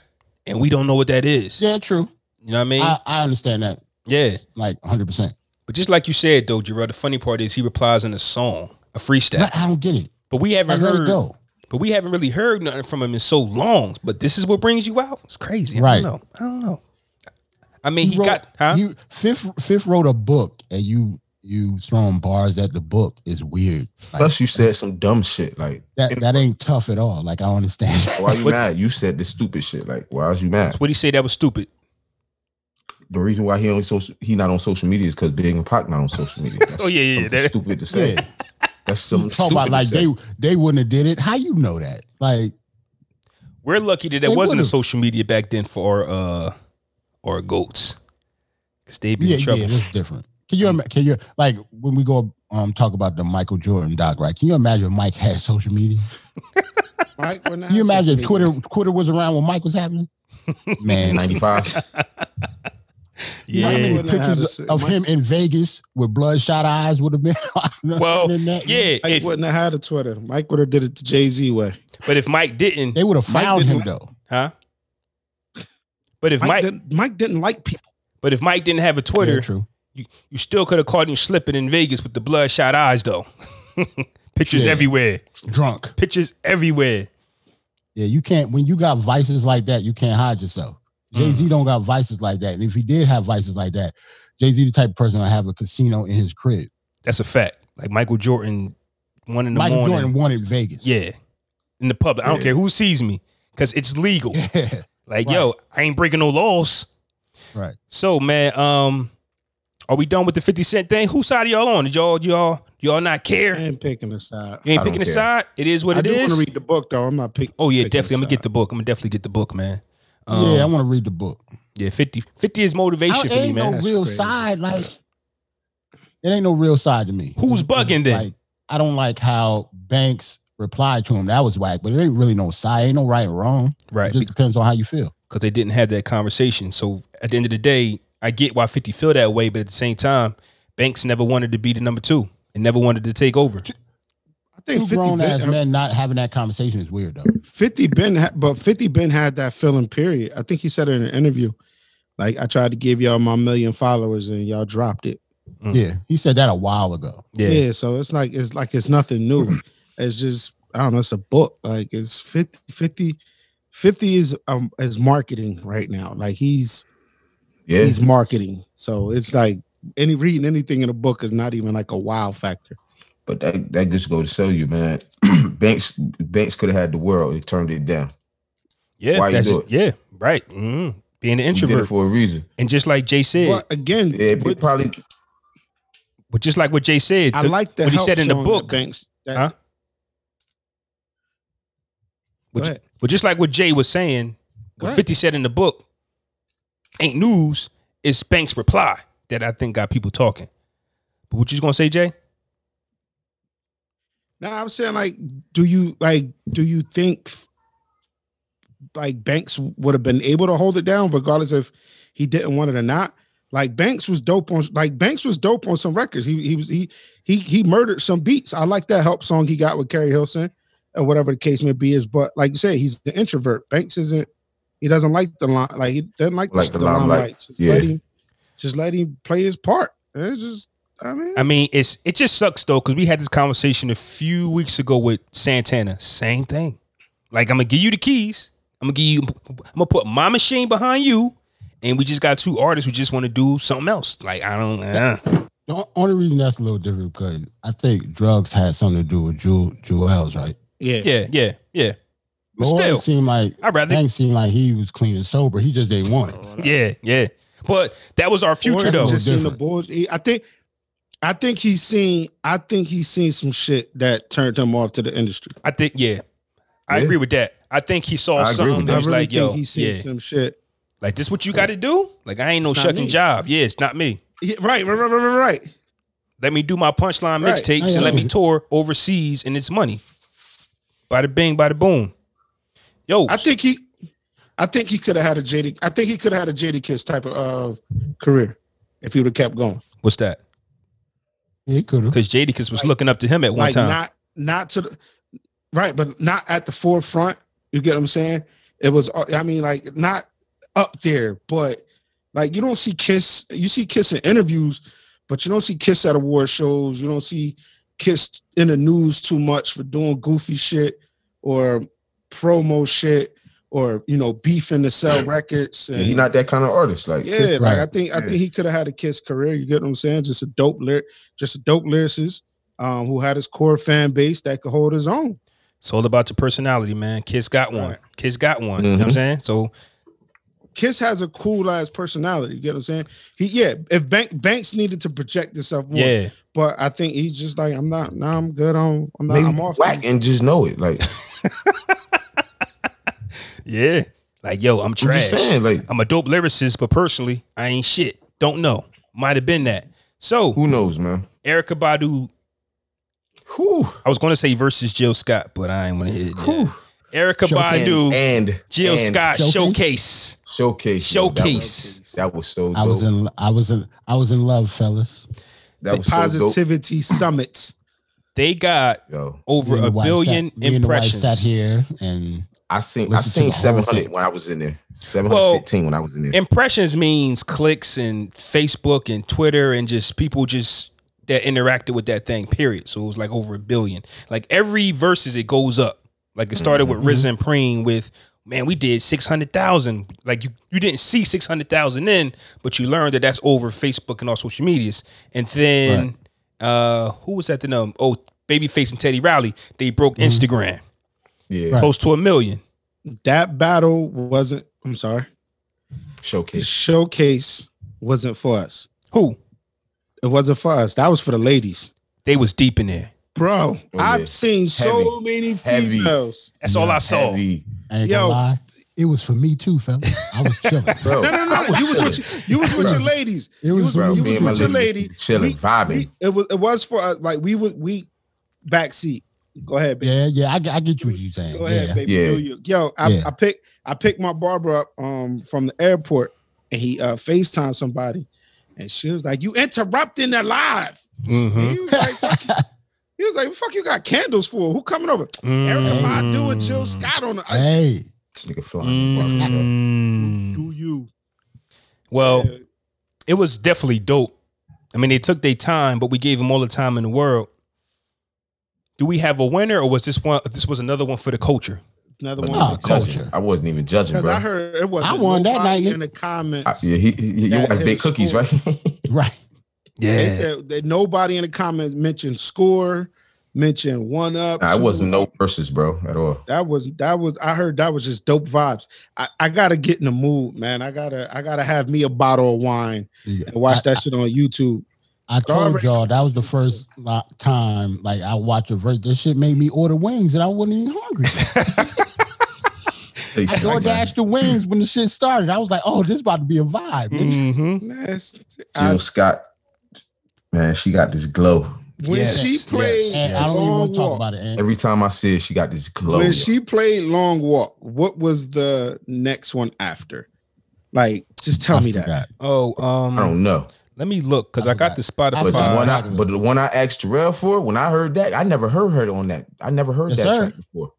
B: And we don't know what that is.
D: Yeah, Uh, true.
B: You know what I mean?
D: I, I understand that.
B: yeah.
D: Like 100 percent
B: But just like you said though, Jarrell, the funny part is he replies in a song, a freestyle.
D: But I don't get it.
B: But we haven't
D: Like, let it
B: heard
D: go.
B: but we haven't really heard nothing from him in so long. But this is what brings you out. It's crazy. I
D: Right.
B: don't know. I don't know. I mean he,
D: wrote-
B: got huh?
D: he- fifth fifth wrote a book and you you throwing bars at the book is weird. Like,
C: Plus, you said some dumb shit. Like,
D: that that ain't tough at all. Like I don't understand.
C: why you
B: What-
C: mad? You said this stupid shit. Like, why is you mad?
B: what he say that was stupid.
C: The reason why he only social he not on social media is because Big and Pac not on social media. That's
B: Oh, yeah, yeah,
C: something
B: that-
C: stupid to say.
D: Yeah.
C: That's something
D: talk
C: stupid
D: about like
C: to say.
D: they they wouldn't have did it. How you know that? Like
B: We're lucky that there
D: They
B: wasn't a
D: would've.
B: social media back then for our uh our goats. Cause they'd be
D: yeah,
B: in trouble.
D: yeah, that's different. Can you ima- can you like when we go um talk about the Michael Jordan doc, right? Can you imagine if Mike had social media?
A: Mike, we're not
D: Can you imagine if
A: social media.
D: Twitter Twitter was around when Mike was happening? Man, like
C: Ninety five.
D: you know how many
A: Yeah.
D: pictures of him in Vegas with bloodshot eyes would have been.
B: Well, Yeah,
A: Mike
B: if-
A: wouldn't have had a Twitter. Mike would have did it the Jay Z way.
B: but if Mike didn't,
D: they would have
A: Mike
D: found him
A: didn't-
D: though.
B: huh? But if
A: Mike,
B: Mike,
A: didn't, Mike didn't like people.
B: but if Mike didn't have a
D: Yeah,
B: Twitter,
D: true.
B: you, you still could have caught him slipping in Vegas with the bloodshot eyes, though. Pictures
D: Yeah.
B: everywhere.
D: Drunk.
B: Pictures everywhere.
D: Yeah, you can't. When you got vices like that, you can't hide yourself. Jay
B: Mm.
D: Z don't got vices like that, and if he did have vices like that, Jay Z the type of person to have a casino in his crib.
B: That's a fact. Like Michael Jordan, one in the
D: Michael
B: morning.
D: Jordan wanted Vegas.
B: Yeah, in the public. I don't
C: Yeah.
B: care who sees me because it's legal.
D: Yeah.
B: Like,
D: Right.
B: yo, I ain't breaking no laws.
D: Right.
B: So, man, um, are we done with the fifty cent thing? Whose side are y'all on? Did y'all y'all y'all not care?
A: I ain't picking a side.
B: You ain't
C: I
B: picking a
C: don't care.
B: side. It is what
A: I
B: it
A: do want
B: is.
A: to read the book though. I'm not picking.
B: oh yeah,
A: picking a
B: definitely. I'm gonna
A: side.
B: get the book. I'm gonna definitely get the book, man.
D: yeah, I
B: Um,
D: want to read the book.
B: yeah. 50, 50 is
D: I
B: motivation for me,
D: ain't
B: man.
D: no
A: That's
D: real
A: crazy.
D: side. Like, it ain't no real side to me.
B: Who's
D: It's- it's
B: bugging then?
D: Like, I don't like how Banks replied to him. That was whack, but it ain't really no side. Ain't no right or wrong.
B: right,
D: It just depends on how you feel.
B: because they didn't have that conversation. So at the end of the day, I get why Fifty feel that way, but at the same time, Banks never wanted to be the number two and never wanted to take over.
A: I think
D: Two
A: 50
D: grown ass
A: been,
D: men not having that conversation is weird though.
B: Mm-hmm.
A: 50 Ben, ha- but 50 Ben had that feeling. Period. I think he said it in an interview. Like I tried to give y'all my million followers and y'all dropped it.
B: Mm.
D: Yeah, he said that a while ago.
A: Yeah.
B: Yeah.
A: so it's like it's like it's nothing new. It's just I don't know. It's a book. Like it's 50, 50, 50 is um is marketing right now. Like he's
C: Yeah.
A: he's marketing. So it's like any reading anything in a book is not even like a wow factor.
C: But that, that just go to show you, man. Banks Banks could have had the world. He turned it down.
B: Yeah,
C: Why you
B: that's
C: do
B: it. Yeah, right. Mhm. Being an
C: He did it
B: introvert,
C: for a reason.
B: and just like Jay said,
A: But again,
C: Yeah, but
A: what-
C: probably
B: but just like what Jay said,
A: I
B: the-
A: like that
B: what he said in the book.
A: Banks. That,
B: Huh?
A: Go
B: Which-
A: ahead.
B: but just like what Jay was saying,
A: Go
B: what
A: ahead.
B: Fifty said in the book, ain't news. It's Banks' reply that I think got people talking. But what you gonna say, Jay?
A: No, I'm saying like, do you like, do you think like Banks would have been able to hold it down regardless if he didn't want it or not? Like Banks was dope on like Banks was dope on some records. He he was he he he murdered some beats. I like that help song he got with Carrie Hilson or whatever the case may be is. But like you say, he's an introvert. Banks isn't. He doesn't like the line. Like he doesn't like,
C: Like
A: the,
C: the
A: limelight.
C: limelight.
A: Just
C: Yeah.
A: let him, just let him play his part. It's just I mean,
B: I mean, it's it just sucks though because we had this conversation a few weeks ago with Santana. Same thing. Like I'm gonna give you the keys. I'm gonna give you. I'm gonna put my machine behind you, and we just got two artists who just want to do something else. Like I don't. Uh,
D: The o- only reason that's a little different because I think drugs had something to do with Jewel Jewel's, right?
A: yeah,
B: yeah, yeah, yeah. But
D: Lord
B: still,
D: seemed like
B: I'd rather.
D: Banks seemed like he was clean and sober. He just didn't want it.
B: Yeah, yeah. But that was our future
A: Or
B: though.
A: he's Just seen the
D: Different.
A: Bulls. He- I think, I think he's seen. I think he's seen some shit that turned him off to the industry.
B: I think. Yeah, I
C: Yeah.
B: agree with that. I think he saw
C: I agree
B: something
C: with
B: that
A: I
B: was
A: really
B: like,
A: think
B: yo,
A: he's seen
B: yeah,
A: some shit.
B: like this what you got to do. Like I ain't no
A: It's not
B: shucking
A: me.
B: job. Yeah, it's not me.
A: Yeah, right, right, right, right, right, right.
B: Let me do my punchline
A: Right.
B: mixtapes
D: Yeah.
B: and let me tour overseas and it's money. Bada bing, bada boom. Yo,
A: I think he, I think he could have had a JD. I think he could have had a JD Kiss type of uh, career if he would have kept going.
B: what's that?
D: He could have.
B: Because Jadakiss was
A: Like-
B: looking up to him at one
A: like
B: time.
A: not not to the right, but not at the forefront. You get what I'm saying? It was. uh, I mean, like not up there, but like you don't see Kiss. You see Kiss in interviews, but you don't see Kiss at award shows. You don't see Kiss in the news too much for doing goofy shit or promo shit or you know beefing to sell records. And,
C: he's not that kind of artist. Like
A: yeah, like
D: Right.
A: I think I
C: Yeah.
A: think he could have had a Kiss career. You get what I'm saying? Just a dope lyric, just a dope lyricist um, who had his core fan base that could hold his own.
B: it's all about your personality, man. Kiss got one.
A: Right.
B: Kiss got one. You know what I'm
C: Mhm.
B: saying? So
A: Kiss has a cool ass personality. You get what I'm saying? He yeah. If Bank, Banks needed to project himself more,
B: yeah.
A: but I think he's just like I'm not. Now I'm good on. I'm not.
C: maybe
A: I'm off.
C: whack and just know it. Like
B: Yeah. Like, yo, I'm
C: I'm
B: trash.
C: just saying, like
B: I'm a dope lyricist, but personally, I ain't shit. Don't know. Might have been that. So
C: who knows, man?
B: Erica Badu,
C: Who
B: I was gonna say versus Jill Scott, but I ain't wanna hit it. yet. Erica
D: Showcase.
B: Badu,
C: and
B: Jill
C: and
B: Scott
D: Showcase?
B: showcase.
C: showcase. yo, that was-
B: Showcase.
C: That was so dope.
D: I was in I was in I was in love, fellas.
C: that was so dope.
A: Positivity summit.
B: They got
C: Yo,
B: over
D: Me and
B: a
D: the wife
B: billion
D: sat, me and the wife
B: impressions.
D: sat here and
C: I seen
D: Listen
C: I
D: to
C: seen
D: the whole
C: seven
D: thing.
C: hundred when I was in there. Seven hundred fifteen when I was in there.
B: Impressions means clicks and Facebook and Twitter and just people just that interacted with that thing, period. So it was like over a billion. Like every verses it goes up. Like it started
D: Mm-hmm.
B: with Riz and Preen with man, we did six hundred thousand. Like you, you didn't see six hundred thousand in, but you learned that that's over Facebook and all social medias. And then uh who was that the um oh Babyface and Teddy Riley, they broke
D: Mm-hmm.
B: Instagram
C: Yeah,
D: Right.
B: close to a million.
A: That battle wasn't. I'm sorry. The
C: showcase.
A: showcase wasn't for us.
B: Who?
A: It wasn't for us. That was for the ladies.
B: They was deep in there.
A: Bro,
C: Oh,
A: I've
C: yeah.
A: seen so
C: Heavy.
A: many
C: Heavy.
A: females.
B: That's all I saw.
C: Heavy.
D: I ain't
A: Yo.
D: gonna lie. It was for me too, fellas. I was chilling.
C: Bro,
A: No, no, no,
C: I
A: no. You was
C: chilling.
A: with your, you was with
C: Bro.
A: your ladies.
D: It
A: You
D: was,
A: was-
D: for
C: Bro,
D: me
A: you
C: me
A: was
C: and my
A: with your
C: lady
A: lady.
C: chilling,
A: We-
C: vibing.
A: We- it was it was for us. Like we would we backseat. Go ahead, baby.
D: Yeah, yeah, I, get- I get you what you're saying.
A: Go
D: yeah.
A: ahead, baby.
C: Yeah.
A: Do you- Yo, I,
D: Yeah.
A: I pick I picked my barber up um from the airport and he uh FaceTimed somebody and she was like, You interrupting the live.
C: Mm-hmm.
A: And
B: Mhm.
A: he was like, fuck- He was like, fuck you got candles for? Who coming over? Mm-hmm. Erica Badu and Jill Scott on the ice.
D: Hey,
C: This nigga flying. bro.
B: Mm.
C: Mm-hmm.
A: Do you? Oh.
B: Well, it was definitely dope. I mean, they took their time, but we gave them all the time in the world. Do we have a winner, or was this one? This was another one for the culture.
A: Another
C: Wasn't
A: one.
D: Nah,
C: even judging.
D: culture.
C: I wasn't even judging,
A: Because
C: bro.
A: I heard it was.
D: I won that night,
A: in the comments.
C: I- yeah, he, he, he, you
A: That
C: want
A: his
C: baked cookies,
A: score.
C: right?
D: Right.
A: They said that nobody in the comments mentioned score, mentioned one up.
C: nah,
A: two
C: it wasn't
A: up.
C: no verses, bro, at all.
A: That was that was I heard that was just dope vibes. I, I gotta get in the mood, man. I gotta I gotta have me a bottle of wine
D: Yeah.
A: and watch that shit on YouTube.
D: I told
A: Already-
D: y'all that was the first lo- time like I watched a verse. This shit made me order wings and I wasn't even hungry.
C: They
D: I
C: shit
D: door
C: like that.
D: dashed the wings when the shit started. I was like, oh, this about to be a vibe. bitch.
B: hmm
A: That's- I-
C: Jill Scott, man, she got this glow.
A: when
B: Yes,
A: she
B: yes,
A: played
D: And I don't even
A: Long
D: want to talk
A: Walk,
D: about it. And
C: Every time I see it, she got this glow.
A: when
C: yo.
A: she played Long Walk, what was the next one after? Like, just tell
D: I
A: me that.
D: forgot.
B: Oh, um,
C: I don't know,
B: let me look because I,
D: I
B: got the
C: but the
D: forgot.
B: Spotify.
C: one, I, but the one I asked Terrell for, when I heard that, I never heard her on that. I never heard
D: Yes,
C: that
D: sir.
C: track before.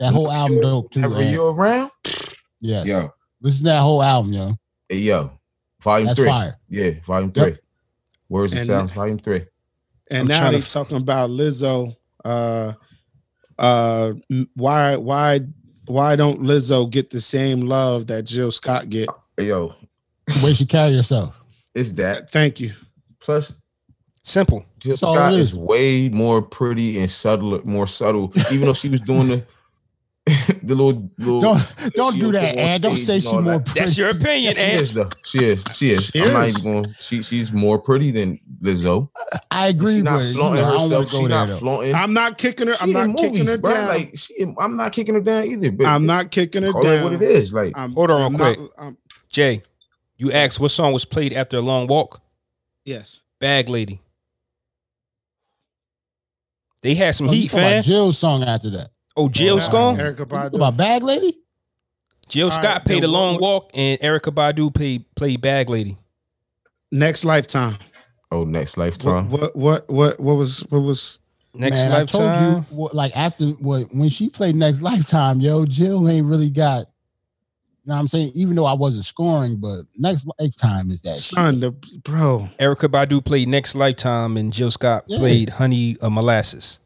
D: That whole album dope too.
C: Every
D: Man.
C: year around,
D: Yes.
C: yo,
D: Listen to that whole album, yo.
C: hey, yo, volume
D: That's
C: three,
D: fire.
C: yeah, volume three. Words and,
A: And-
C: sounds, volume three.
A: And
B: I'm
A: now
B: trying to
A: they
B: f-
A: talking about Lizzo. Uh, uh, m- why, why, why don't Lizzo get the same love that Jill Scott get?
C: Hey, yo,
D: The way she carry herself.
C: it's that.
A: Thank you.
C: Plus,
B: Simple.
C: Jill
D: That's all
C: Scott
D: it
C: is
D: is.
C: way more pretty and subtle, more subtle. Even though she was doing the the little little.
D: Don't don't
C: she
D: do
C: was
D: that,
C: on
D: and don't
C: stage
D: say
C: and
D: she
C: all
D: more.
C: that.
D: Pretty.
B: That's your opinion,
C: She
B: and
C: is though. She is. She is.
A: She
C: I'm not
A: is.
C: even going. She she's more pretty than Lizzo.
D: I agree
C: She's
D: with
C: not
D: you.
C: flaunting
D: know, I don't
C: herself.
D: want to
C: She's
D: go there
C: not
D: though.
C: flaunting.
A: I'm not kicking her.
C: She
A: I'm
C: in
A: not kicking
C: movies,
A: her
C: bro.
A: down.
C: Like she, in- I'm not kicking her down either. But
A: I'm not kicking her
C: call
A: down.
C: it what it is. Like
A: I'm,
B: Hold on real
A: I'm
B: quick.
A: not- I'm-
B: Jay, you asked what song was played after a long walk.
A: yes.
B: Bag Lady. They had some
D: Oh, you
B: heat,
D: talking about
B: fam.
D: Jill's song after that.
B: Oh, Jill
A: Uh,
B: Scone.
A: Erica
D: You talking
A: Badu.
D: About Bag Lady.
B: Jill
A: All
B: Scott
A: right,
B: played a
A: then what
B: long
A: would-
B: walk, and Erica Badu played played Bag Lady.
A: Next lifetime.
C: oh, next
A: What,
C: lifetime.
A: what what what what was what was
B: Next
D: Man, I
B: lifetime.
D: told you, what, like after what when she played Next Lifetime, yo, Jill ain't really got. You know what I'm saying? Even though I wasn't scoring, but Next Lifetime is that. shit.
A: son the bro?
B: Erica Badu played Next Lifetime, and Jill Scott
D: Yeah.
B: played Honey uh, Molasses.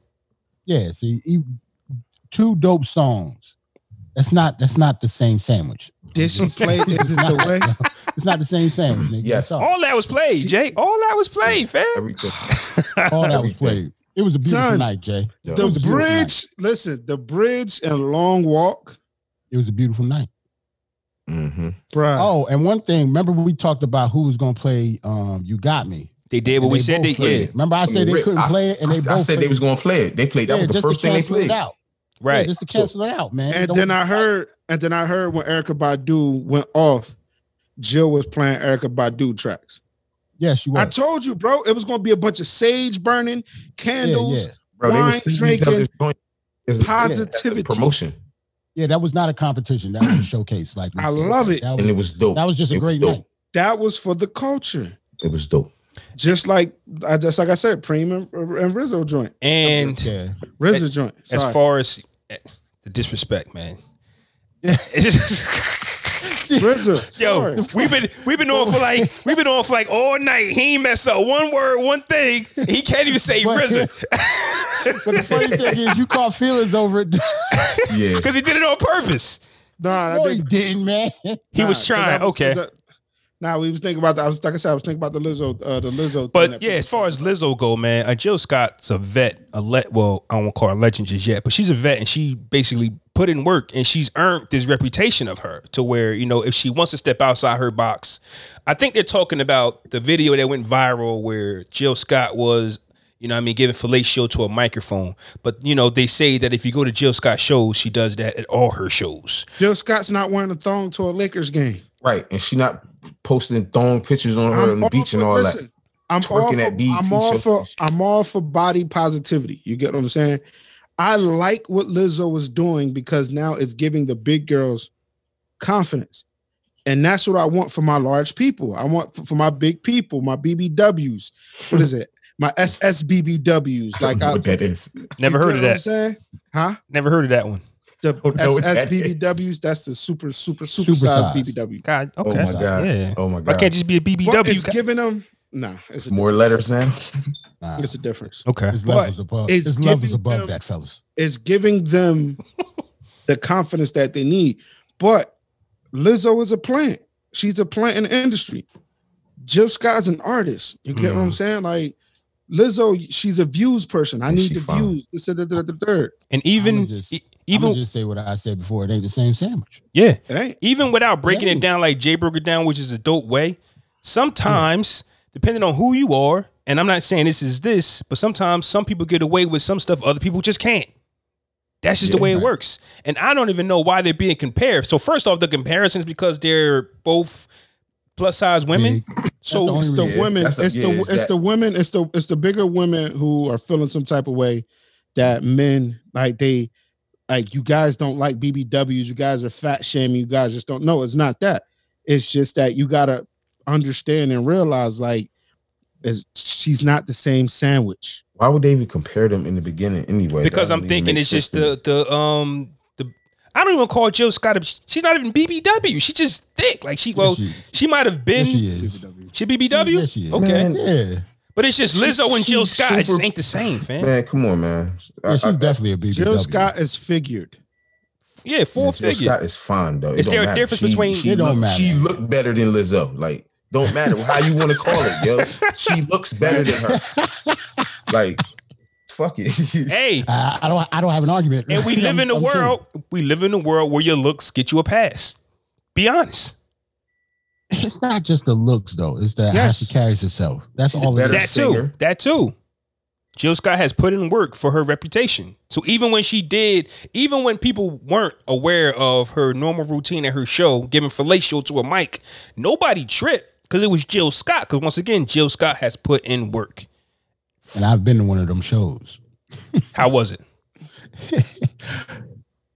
D: Yeah, see, e- two dope songs. That's not that's not the same sandwich.
A: Did she play? Is it the way?
D: It's not the same sandwich. Nigga.
C: Yes.
D: That's all.
B: All that was played,
A: She-
B: Jay. All that was played, fam.
C: Everything.
D: all that was played. It was a beautiful
A: Son.
D: night, Jay.
C: Yo,
A: The
D: was a beautiful
A: bridge. Listen, the bridge and long walk,
D: It was a beautiful night.
C: mhm.
A: bro.
D: Oh, and one thing, remember we talked about who was gonna play um You Got Me.
B: They did what
D: And
B: we
D: they
B: said they
D: both played
B: yeah,
D: it. Remember I
C: I
D: said
C: mean,
D: they
C: Rick,
D: couldn't
C: I-
D: play it and
C: I,
D: they
C: I
D: both
C: said they
D: played
C: was
D: it.
C: gonna play it. They played. That
D: Yeah,
C: was the
D: just to
C: first thing they
D: cancel it
C: played.
D: out. Yeah,
B: right.
D: just to cancel it out, man.
A: And
D: Don't-
A: then I heard, and then I heard when Erica Badu went off, Jill was playing Erica Badu tracks.
D: Yes, you
A: I
D: were.
A: told you, bro, it was gonna be a bunch of sage burning,
D: Yeah, yeah.
A: candles,
C: Bro, they
A: Wine,
C: was singing each
A: drinking,
C: other's joint. It's-
A: positivity.
C: promotion,
D: Yeah, that was not a competition. That was a showcase. Like we
A: I
D: said.
A: love it.
D: That
C: and it
D: was,
C: was dope.
D: that was just a
C: It was
D: great
C: dope.
D: night.
A: That was for the culture.
C: It was dope.
A: Just like I just like I said, Preem and, and Rizzo joint.
B: And
D: Yeah.
A: Rizzo joint.
B: as
A: Sorry.
B: far as eh, the disrespect, man. It's just-
A: Rizzo.
B: Yo,
A: sorry.
B: we've been we've been on for like we've been on for like all night. He ain't mess up one word, one thing. He can't even say
D: But-
B: RZA
D: But the funny thing is, you caught feelings over it.
C: Yeah,
B: because he did it on purpose.
A: nah, that
D: no, he
A: didn't-
D: didn't, man.
B: He
A: nah,
B: was
A: 'cause
B: trying.
A: I was-
B: okay,
A: 'cause I- Nah, we was thinking about that. I was like I said, I was thinking about the Lizzo, uh, the Lizzo. thing
B: But
A: that
B: yeah,
A: people-
B: as far as Lizzo go, man, uh, Jill Scott's a vet, a let well, I won't call her a legend just yet, but she's a vet and she basically put in work and she's earned this reputation of her to where, you know, if she wants to step outside her box, I think they're talking about the video that went viral where Jill Scott was, you know, what I mean, giving fellatio to a microphone. But you know, they say that if you go to Jill Scott shows, she does that at all her shows.
A: Jill Scott's not wearing a thong to a Lakers game.
C: right. And she not posting thong pictures on her on the
A: all
C: beach and
A: for-
C: all that.
A: listen, I'm
C: Twerking
A: all for,
C: at BET
A: I'm all
C: shows
A: for
C: and shit.
A: I'm all for body positivity. You get what I'm saying? I like what Lizzo was doing because now it's giving the big girls confidence. And that's what I want for my large people. I want for, for my big people, my BBWs. What is it? My SSBBWs.
C: I don't
A: Like
C: know
A: I
C: what that is.
B: Never
A: you
B: heard
A: get
B: of
A: what I'm
B: that.
A: saying? Huh?
B: Never heard of that one.
A: The
C: don't know what that
A: SSBBWs, that's the super, super, super,
D: Super
A: sized
D: size.
A: BBW.
B: God, okay.
C: Oh my god.
B: Yeah.
C: Oh my
B: Why
C: god.
B: can't it just be a BBW?
A: But it's
B: guy?
A: giving them Nah, it's a
C: More letters now.
D: Nah,
A: It's a difference.
B: Okay.
D: his
A: But
D: levels above.
A: it's
D: His levels
A: giving
D: above
A: them-
D: that, fellas.
A: It's giving them the confidence that they need. But Lizzo is a plant. She's a plant in the industry. Jill Scott's an artist. You get what I'm
B: Mhm.
C: Mm.
A: saying? Like Lizzo, she's a views person. I
C: Yeah,
A: need
C: she
A: the
C: fine.
A: views. This, that, that, that, that, that.
B: And even
D: I'ma just-
B: e-
D: Even
B: even
D: just say what I said before. It ain't the same sandwich.
B: yeah,
A: It ain't.
B: even without breaking
D: Right.
B: it down like Jay broke it down, which is a dope way, sometimes, depending on who you are, and I'm not saying this is this, but sometimes some people get away with some stuff other people just can't. That's just the
C: Yeah,
B: way it
D: right.
B: works. And I don't even know why they're being compared. So, first off, the comparisons because they're both plus size women.
D: the
A: So
D: only
A: it's the
C: reason.
A: women,
C: That's
A: it's
C: the-
A: the it's,
C: yeah, it's
A: the,
C: that.
A: women, it's the it's the bigger women who are feeling some type of way that men like they like you guys don't like BBWs, you guys are fat shaming, you guys just don't know. It's not that. It's just that you gotta understand and realize like is she's not the same sandwich.
C: Why would they even compare them in the beginning anyway?
B: because
C: That
B: I'm
C: doesn't
B: thinking
C: even make
B: it's
C: sense
B: just
C: to me.
B: the the um the I don't even call Jill Scott. A, she's not even BBW. She's just thick. Like she well,
D: Yes, she-
B: she, might have been
D: yes, she
B: she,
D: is.
B: BBW.
D: Yes, she is.
B: Okay.
C: Man,
D: Yeah,
B: But it's just
C: She-
B: Lizzo and
C: she
B: Jill Scott. It just
C: super-
B: ain't the same, fam.
C: man. Come on, man. I-
D: yeah, she's
C: I- I-
D: definitely a BBW.
A: Jill Scott is figured.
B: Yeah, four
C: man, Jill
B: figure.
C: Scott is fine though. It
B: Is
C: don't
B: there a
C: matter.
B: difference
C: She-
B: between-
C: She
D: It don't
C: look,
D: matter.
C: She looked better than Lizzo. Like, don't matter how you want to call it, yo. She looks better than her. Like, fuck it.
B: Hey,
D: I, I don't. I don't have an argument.
B: and we live
D: I'm-
B: in a
D: I'm chill.
B: world. We live in a world where your looks get you a pass. Be honest.
D: It's not just the looks though. It's that how
A: Yes.
D: she carries herself. That's
C: She's
D: all.
C: better
D: It
B: That
D: is.
B: too.
C: singer.
B: That too. Jill Scott has put in work for her reputation. So even when she did, even when people weren't aware of her normal routine at her show, giving fellatio to a mic, nobody tripped because it was Jill Scott. Because once again, Jill Scott has put in work.
D: And I've been to one of them shows.
B: How was it?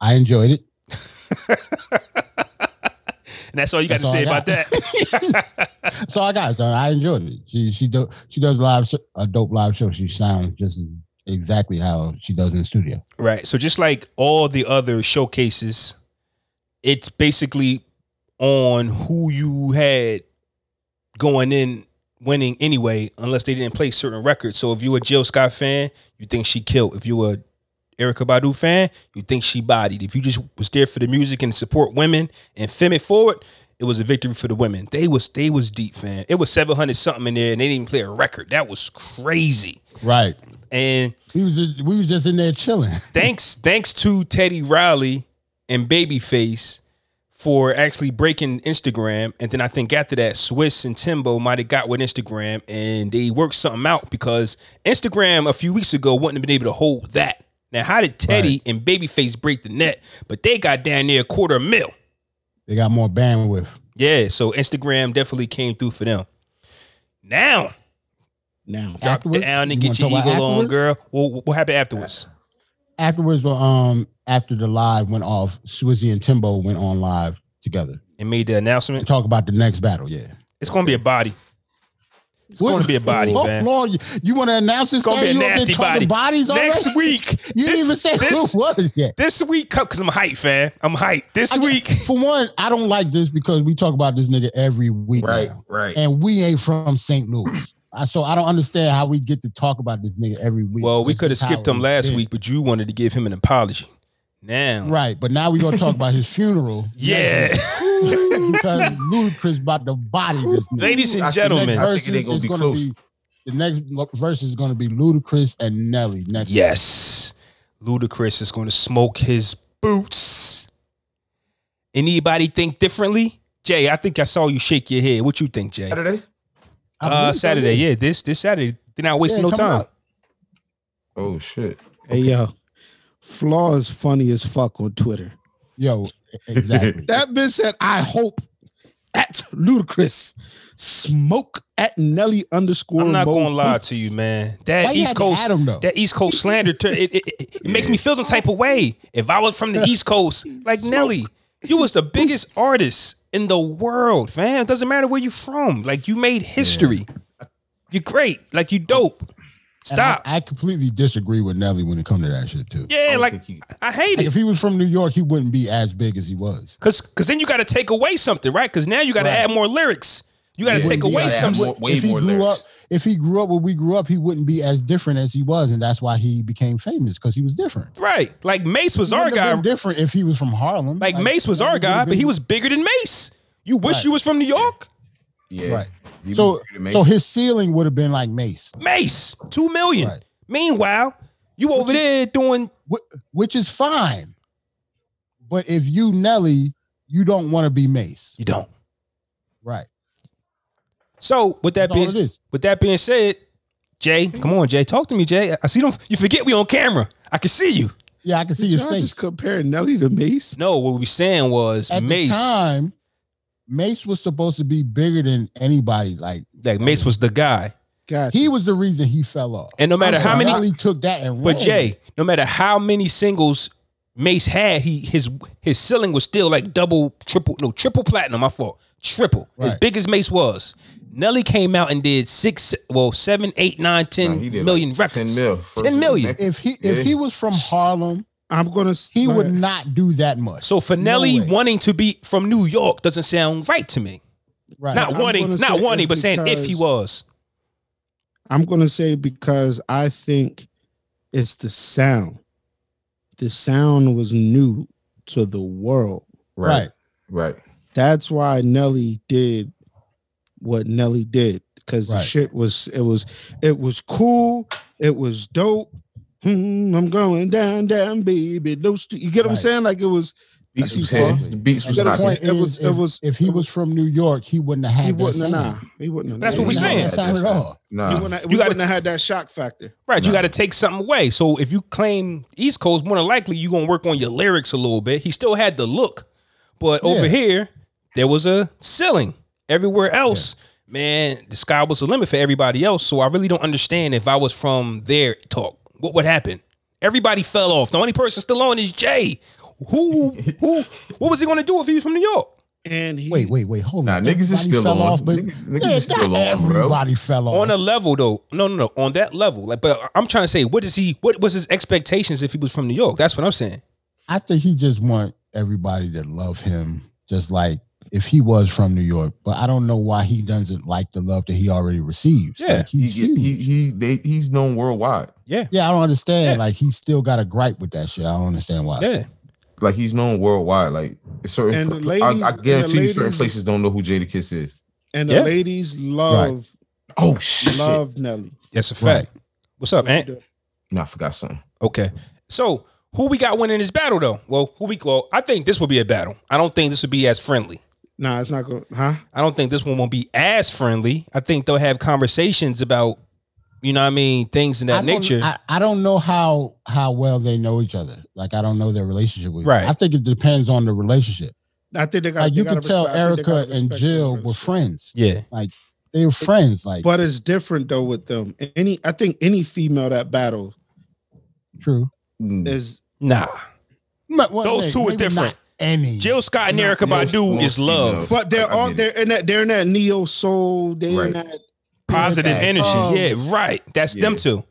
D: I enjoyed it.
B: And that's all you got
D: That's
B: to say
D: all I
B: about that.
D: got. So I got it. So I enjoyed it. She she do, she does live sh- a dope live show. She sounds just exactly how she does in the studio.
B: Right. So just like all the other showcases, it's basically on who you had going in winning anyway, unless they didn't play certain records. So if you a Jill Scott fan, you think she killed. If you a Erica Badu fan, you think she bodied. If you just was there for the music and support women and femme it forward, it was a victory for the women. They was they was deep, fan. It was seven hundred something in there, and they didn't even play a record. That was crazy.
D: Right.
B: And
D: We was just, we was just in there chilling.
B: thanks thanks to Teddy Riley and Babyface for actually breaking Instagram. And then I think after that, Swiss and Timbo might have got with Instagram and they worked something out because Instagram a few weeks ago wouldn't have been able to hold that. Now, how did Teddy and Babyface break the net? But they got down there a quarter mil.
D: They got more bandwidth.
B: Yeah, so Instagram definitely came through for them. Now,
A: Now
B: drop
D: Afterwards?
B: down
D: You
B: and get your
D: wanna talk about
B: eagle on,
D: afterwards?
B: girl. What, what happened afterwards?
D: Afterwards, well, um, after the live went off, Swizzy and Timbo went on live together
B: And made the
D: and
B: announcement.
D: talk about the next battle. Yeah.
B: It's gonna be a body. It's gonna be a body,
D: Lord,
B: man.
D: Lord, you, you want to announce this?
B: It's gonna
D: sir?
B: be a
D: You up there
B: nasty
D: talking
B: body.
D: Bodies
B: Next
D: already?
B: week.
D: You
B: this,
D: didn't even say
B: this,
D: who it was yet.
B: this week because I'm hyped, fam. I'm hyped. This
D: I get-
B: week.
D: For one, I don't like this because we talk about this nigga every week,
C: right,
D: now,
C: right.
D: and we ain't from St. Louis. I, so I don't understand how we get to talk about this nigga every week.
B: Well, we
D: This
B: could have
D: is how
B: skipped him
D: it's
B: last
D: been.
B: week, but you wanted to give him an apology. Now,
D: right? But now we gonna talk about his funeral.
B: yeah,
D: because Ludacris about to body this nigga.
B: ladies
C: I
B: and
C: think
B: gentlemen,
C: I think it ain't gonna
D: is
C: be
D: gonna
C: close.
D: be- the next lo- verse is gonna be Ludacris and Nelly next.
B: yes, Ludacris is going to smoke his boots. Anybody think differently? Jay, I think I saw you shake your head. What you think, Jay?
C: Saturday?
D: I
B: Uh,
D: believe so,
B: Saturday, yeah. This this Saturday. They're not wasting
D: Yeah,
B: no
D: coming
B: time.
D: up.
C: Oh shit.
A: hey yo, Flaw is funny as fuck on Twitter.
D: Yo, e-, exactly.
A: That bitch said, I hope at ludicrous smoke at Nelly underscore.
B: I'm not
A: Mo
B: gonna lie
A: Beats."
B: to you, man.
D: Why
B: That
D: you had
B: East
D: to
B: Coast,
D: add him, though?
B: that East Coast slander, tur- it, it, it, it makes me feel some type of way. If I was from the East Coast, like Nelly, you was the biggest artist in the world, fam. It doesn't matter where you from. Like you made history. You're great. Like you dope.
D: And I-
B: Stop.
D: I, completely disagree with Nelly when it comes to that shit too.
C: I
B: yeah,
C: don't
B: like
C: think he-
B: I hate
D: Like,
B: it.
D: if he was from New York, he wouldn't be as big as he was.
B: Cause, cause then you got to take away something, right? Cause now you got to
D: Right.
B: add more lyrics. You got to
C: Yeah.
B: take
D: Wouldn't be
B: away
D: as-
C: gotta add
B: some.
C: more- way
D: if he
C: more
D: grew
C: lyrics.
D: up, if he grew up where we grew up, he wouldn't be as different as he was, and that's why he became famous because he was different.
B: Right. Like Mace was
D: He
B: our
D: wouldn't have
B: guy.
D: been different if he was from Harlem.
B: Like Mace was our
D: would've
B: guy, but
D: been-
B: he was bigger than Mace. You wish
D: Right.
B: you was from New York?
C: Yeah.
D: Right.
C: He
D: So-
C: was great at
D: So
C: Mason.
D: his ceiling would have been like Mace,
B: Mace, 2 million.
D: Right.
B: Meanwhile, you over there doing
D: which is fine. But if you Nelly, you don't want to be Mace,
B: you don't.
D: right?
B: So, with that
D: That's all
B: being
D: it is.
B: with that being said, Jay, come on, Jay, talk to me, Jay. I see them. You forget we on camera. I can see you.
D: Yeah, I can see your
A: Did y'all
D: face.
A: just compare Nelly to Mace?
B: No, what we saying was
D: At
B: Mace.
D: the time, Mace was supposed to be bigger than anybody. Like
B: like Mace was the guy,
A: God,
D: he was the reason he fell off.
B: and no matter
D: I'm
B: how
D: sorry,
B: many,
D: Nelly took that and
B: but
D: ran.
B: Jay, no matter how many singles Mace had, he his his ceiling was still like double, triple, no triple platinum. My fault, triple. As
D: Right.
B: big as Mace was, Nelly came out and did six, well, seven, eight, nine, ten
C: Nah,
B: million
C: he did like
B: records.
C: 10 mil. First
B: Ten million.
C: week.
D: if he
C: Yeah.
D: if he was from Harlem,
A: I'm gonna.
D: he
A: like,
D: would not do that much.
B: So Finelli
D: No way.
B: wanting to be from New York doesn't sound right to me.
D: right.
B: Not
A: I'm
B: wanting,
A: gonna
B: not
A: say
B: wanting,
A: it's
B: but saying if he
A: because-
B: was.
A: I'm gonna say because I think it's the sound. The sound was new to the world.
D: right.
C: Right. Right.
A: That's why Nelly did what Nelly did because the
D: Right.
A: shit was it was it was cool. It was dope. Hmm, I'm going down, down, baby. Those two, you get what I'm
D: Right.
A: saying? Like it was.
C: Beats
A: see
C: was
A: far.
C: heavy. The beats
D: And
C: was
A: You
D: the
A: gotta
C: not
D: point
A: say, it
D: is,
A: was- it
D: if,
A: was-
D: if he was from New York, he wouldn't have had.
A: He
D: that
A: wouldn't have.
D: sound.
A: Nah, he wouldn't. have-
B: That's what we
A: he
D: He wouldn't
A: wouldn't
B: saying.
D: have
C: Yeah,
D: That sound
C: that's
D: at all.
A: have-
C: Nah.
A: He wouldn't, have,
B: You
A: we
B: gotta-
A: wouldn't have had that shock factor.
B: Right, you
C: Nah.
B: got to take something away. So if you claim East Coast, more than likely you gonna work on your lyrics a little bit. He still had the look, but over
D: Yeah.
B: here there was a ceiling. Everywhere else, man, the sky was the limit for everybody else. So I really don't understand if I was from their talk, what would happen? Everybody fell off. The only person still on is Jay. Who, who, what was he gonna do if he was from New York?
A: And he,
D: Wait, wait, wait. Hold
C: Nah,
D: on.
C: niggas is
D: Everybody
C: still
D: fell
C: on.
D: Off, but
C: Niggas- niggas
D: yeah,
C: is still
D: not
C: on, bro.
D: everybody fell off.
B: on a level though. No, no, no. On that level, like, but I'm trying to say, what is he? What was his expectations if he was from New York? That's what I'm saying.
D: I think he just want everybody to love him, just like if he was from New York. But I don't know why he doesn't like the love that he already receives.
B: Yeah,
D: Like,
C: He
D: he's
C: get-
D: huge.
C: he he they, he's known worldwide.
B: Yeah,
D: yeah, I don't understand.
B: Yeah.
D: Like he still got a gripe with that shit. I don't understand why.
B: yeah.
C: Like he's known worldwide. Like certain,
A: And the ladies-
C: I, I
A: and the
C: guarantee you, certain
A: ladies-
C: places don't know who Jada Kiss is.
A: and the
B: Yeah.
A: ladies love
C: Oh shit!
A: love Nelly.
B: That's a
D: Right.
B: fact. What's up, Ant?
C: Nah, I forgot something.
B: Okay. So who we got winning this battle though? Well, who we well, I think this will be a battle. I don't think this will be as friendly.
A: Nah, it's not going. Huh?
B: I don't think this one won't be as friendly. I think they'll have conversations about, you know what I mean, things in that
D: I don't-
B: nature.
D: I, I don't know how how well they know each other. Like I don't know their relationship with.
B: Right.
D: I think it depends on the relationship.
A: I think they got.
D: Like
A: they
D: you
A: gotta
D: could tell
A: respect- I think they gotta
D: Erica and
A: respect the
D: Jill were
A: friendship.
D: friends.
B: yeah.
D: They were friends. Like
A: But it's different though with them. Any, I think any female that battle
D: true.
C: Mm.
A: is
B: Nah.
D: But- well,
B: Those
D: may-
B: two are
D: maybe
B: different.
D: not Any
B: Jill Scott and
C: No,
B: Erica
C: no,
B: Badu
C: no,
B: is love.
C: no.
A: But they're
C: I- I
A: all
C: get
A: they're in that they're in that neo soul. They in
C: Right.
A: that
B: Positive
D: Okay.
B: energy.
A: Um,
B: yeah, right. That's them
C: yeah.
B: two.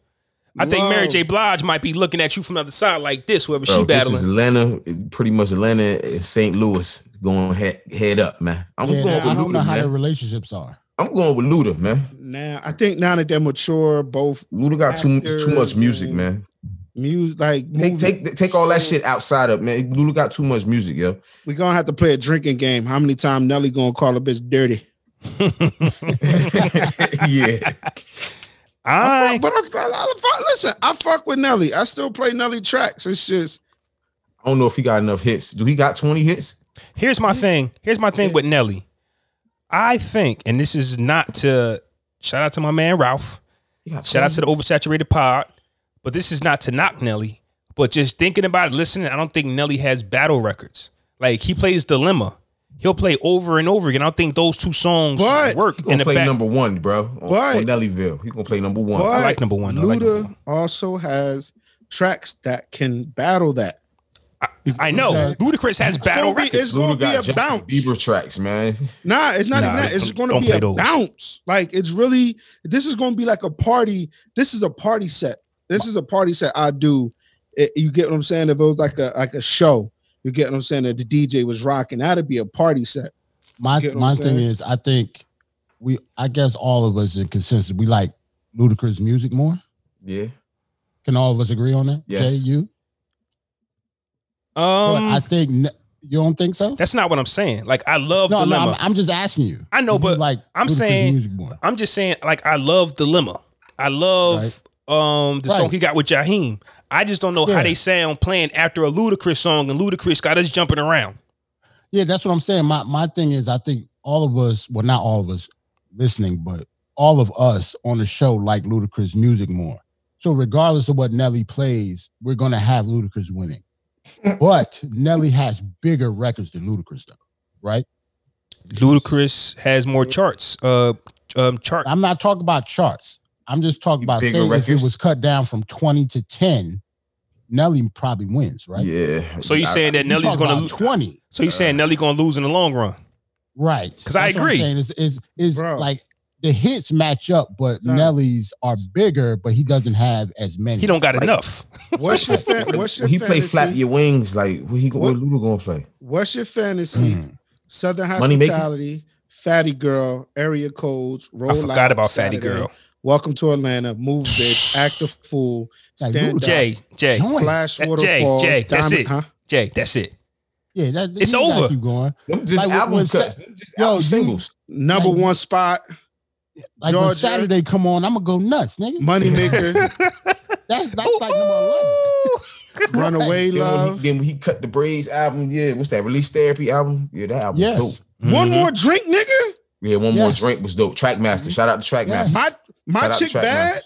B: I think Mary
A: love.
B: J. Blige might be looking at you from the other side like this, whoever
C: Bro,
B: she
C: this is
B: battling.
C: Atlanta, pretty much Atlanta and St. Louis going head head up, man. I'm
D: Yeah,
C: going
D: I
C: with
D: don't know
C: Luda,
D: how their
C: man.
D: relationships are.
C: I'm going with Luda, man.
A: Now I think now that they're mature, both
C: Luda got too too much
A: Actors
C: music,
A: and-
C: man.
A: music like
C: Take
A: movie,
C: take take all that shit outside of man. Luda got too much music, yo.
A: we're gonna have to play a drinking game. How many times Nelly gonna call a bitch dirty?
C: yeah,
B: I
A: But I, I, I fuck, listen, I fuck with Nelly. I still play Nelly tracks. It's just
C: I don't know if he got enough hits. Do he got 20 hits?
B: Here's my thing. Here's my thing with Nelly. I think, and this is not to shout out to my man Ralph.
C: He got
B: Shout out to the
C: 20
B: oversaturated pod. But this is not to knock Nelly. But just thinking about it, listening, I don't think Nelly has battle records. Like he plays Dilemma. He'll play over and over again. I don't think those two songs
A: But-
B: work
C: He
B: in
C: gonna
B: the
C: play
B: back.
C: number one, bro. On,
A: But-
C: on Nellyville, he gonna play number one.
A: But-
B: I like number
C: Oh,
B: one. though. I like number
A: Luda
B: one.
A: also has tracks that can battle that.
B: I know.
D: Okay.
B: Ludacris has battle
A: gonna be-
B: records.
A: it's gonna
C: Luda
A: be a
C: got Justin
A: bounce.
C: Bieber tracks, man.
A: Nah, it's not
B: Nah,
A: even that. It's
B: don't-
A: going to
B: don't
A: be
B: play
A: a
B: those.
A: bounce. Like it's really this is going to be like a party. This is a party set. This is a party set I do. It- you get what I'm saying? If it was like a like a show, you get what I'm saying? That the DJ was rocking, that'd be a party set.
D: My
A: Get what I'm
D: my thing
A: saying?
D: is, I think we I guess all of us in consensus we like Ludacris music more.
C: Yeah.
D: Can all of us agree on that?
C: Yes.
D: Jay, you? But
B: Um,
D: I think ne- you don't think so.
B: that's not what I'm saying. Like I love
D: No, no,
B: dilemma.
D: I'm, I'm just asking you.
B: I know,
D: Do you
B: but
D: like
B: I'm
D: Ludacris
B: saying-
D: music more.
B: I'm just saying, like, I love Dilemma. I love um the song
D: Right.
B: he got with Jaheim. I just don't know how
D: Yeah.
B: they sound playing after a Ludacris song, and Ludacris got us jumping around.
D: Yeah, that's what I'm saying. My my thing is, I think all of us, well, not all of us listening, but all of us on the show like Ludacris music more. So regardless of what Nelly plays, we're gonna have Ludacris winning. But Nelly has bigger records than Ludacris, though, right?
B: Ludacris has more charts. Uh, um, chart.
D: I'm not talking about charts. I'm just talking about
C: Bigger
D: saying if
C: records?
D: it was cut down from 20 to 10, Nelly probably wins, right?
C: Yeah.
B: So you
C: I-
B: saying that
D: We're
B: Nelly's
D: talking
B: gonna?
D: about 20,
B: so you saying Nelly gonna lose in the long run?
D: right?
B: 'Cause I
D: That's what I'm
B: agree.
D: saying. Is is is
A: Bro.
D: like the hits match up, but
A: No.
D: Nelly's are bigger, but he doesn't have as many.
B: He don't got
C: Like-
B: enough.
A: What's your fa- what's your
C: When he play
A: fantasy?
C: flap your wings like what he what
A: What?
C: Luda gonna play?
A: What's your fantasy?
B: Hmm.
D: Mm.
A: Southern
C: Money making?
A: hospitality, fatty girl, area codes. Roll
B: I forgot
A: Out,
B: about Fatty
A: Saturday,
B: Girl.
A: Welcome to Atlanta. Move bitch. Act a fool.
D: Like,
A: Stand
D: Luda.
A: up.
B: Jay, Jay,
D: Joint.
A: Flash
B: That- Jay,
A: waterfalls.
B: Jay, that's
A: diamond-
B: it.
A: Huh?
B: Jay. That's it.
D: Yeah, that,
B: It's
D: you gotta
B: over.
D: Keep going.
C: Them just
D: Like,
C: album
D: when Sa-
C: cuts. Them just
D: Yo,
C: album
D: you-
C: singles.
A: Number
D: Like-
A: one spot.
D: Like when
A: Georgia.
D: Saturday come on, I'm gonna go nuts, nigga.
A: Money maker.
D: That's that's like number eleven.
A: runaway
C: Then when,
A: love.
C: he, then when he cut the braids album, yeah, what's that? Release therapy album? Yeah, that album was
D: Yes,
C: dope.
A: One
B: Mhm.
A: more drink, nigga.
C: Yeah, one more
D: Yes. Mm-hmm.
C: drink was dope. Trackmaster, shout out to Trackmaster.
A: My my
C: Shout out to
A: chick
C: Track
A: bad.
C: Masters.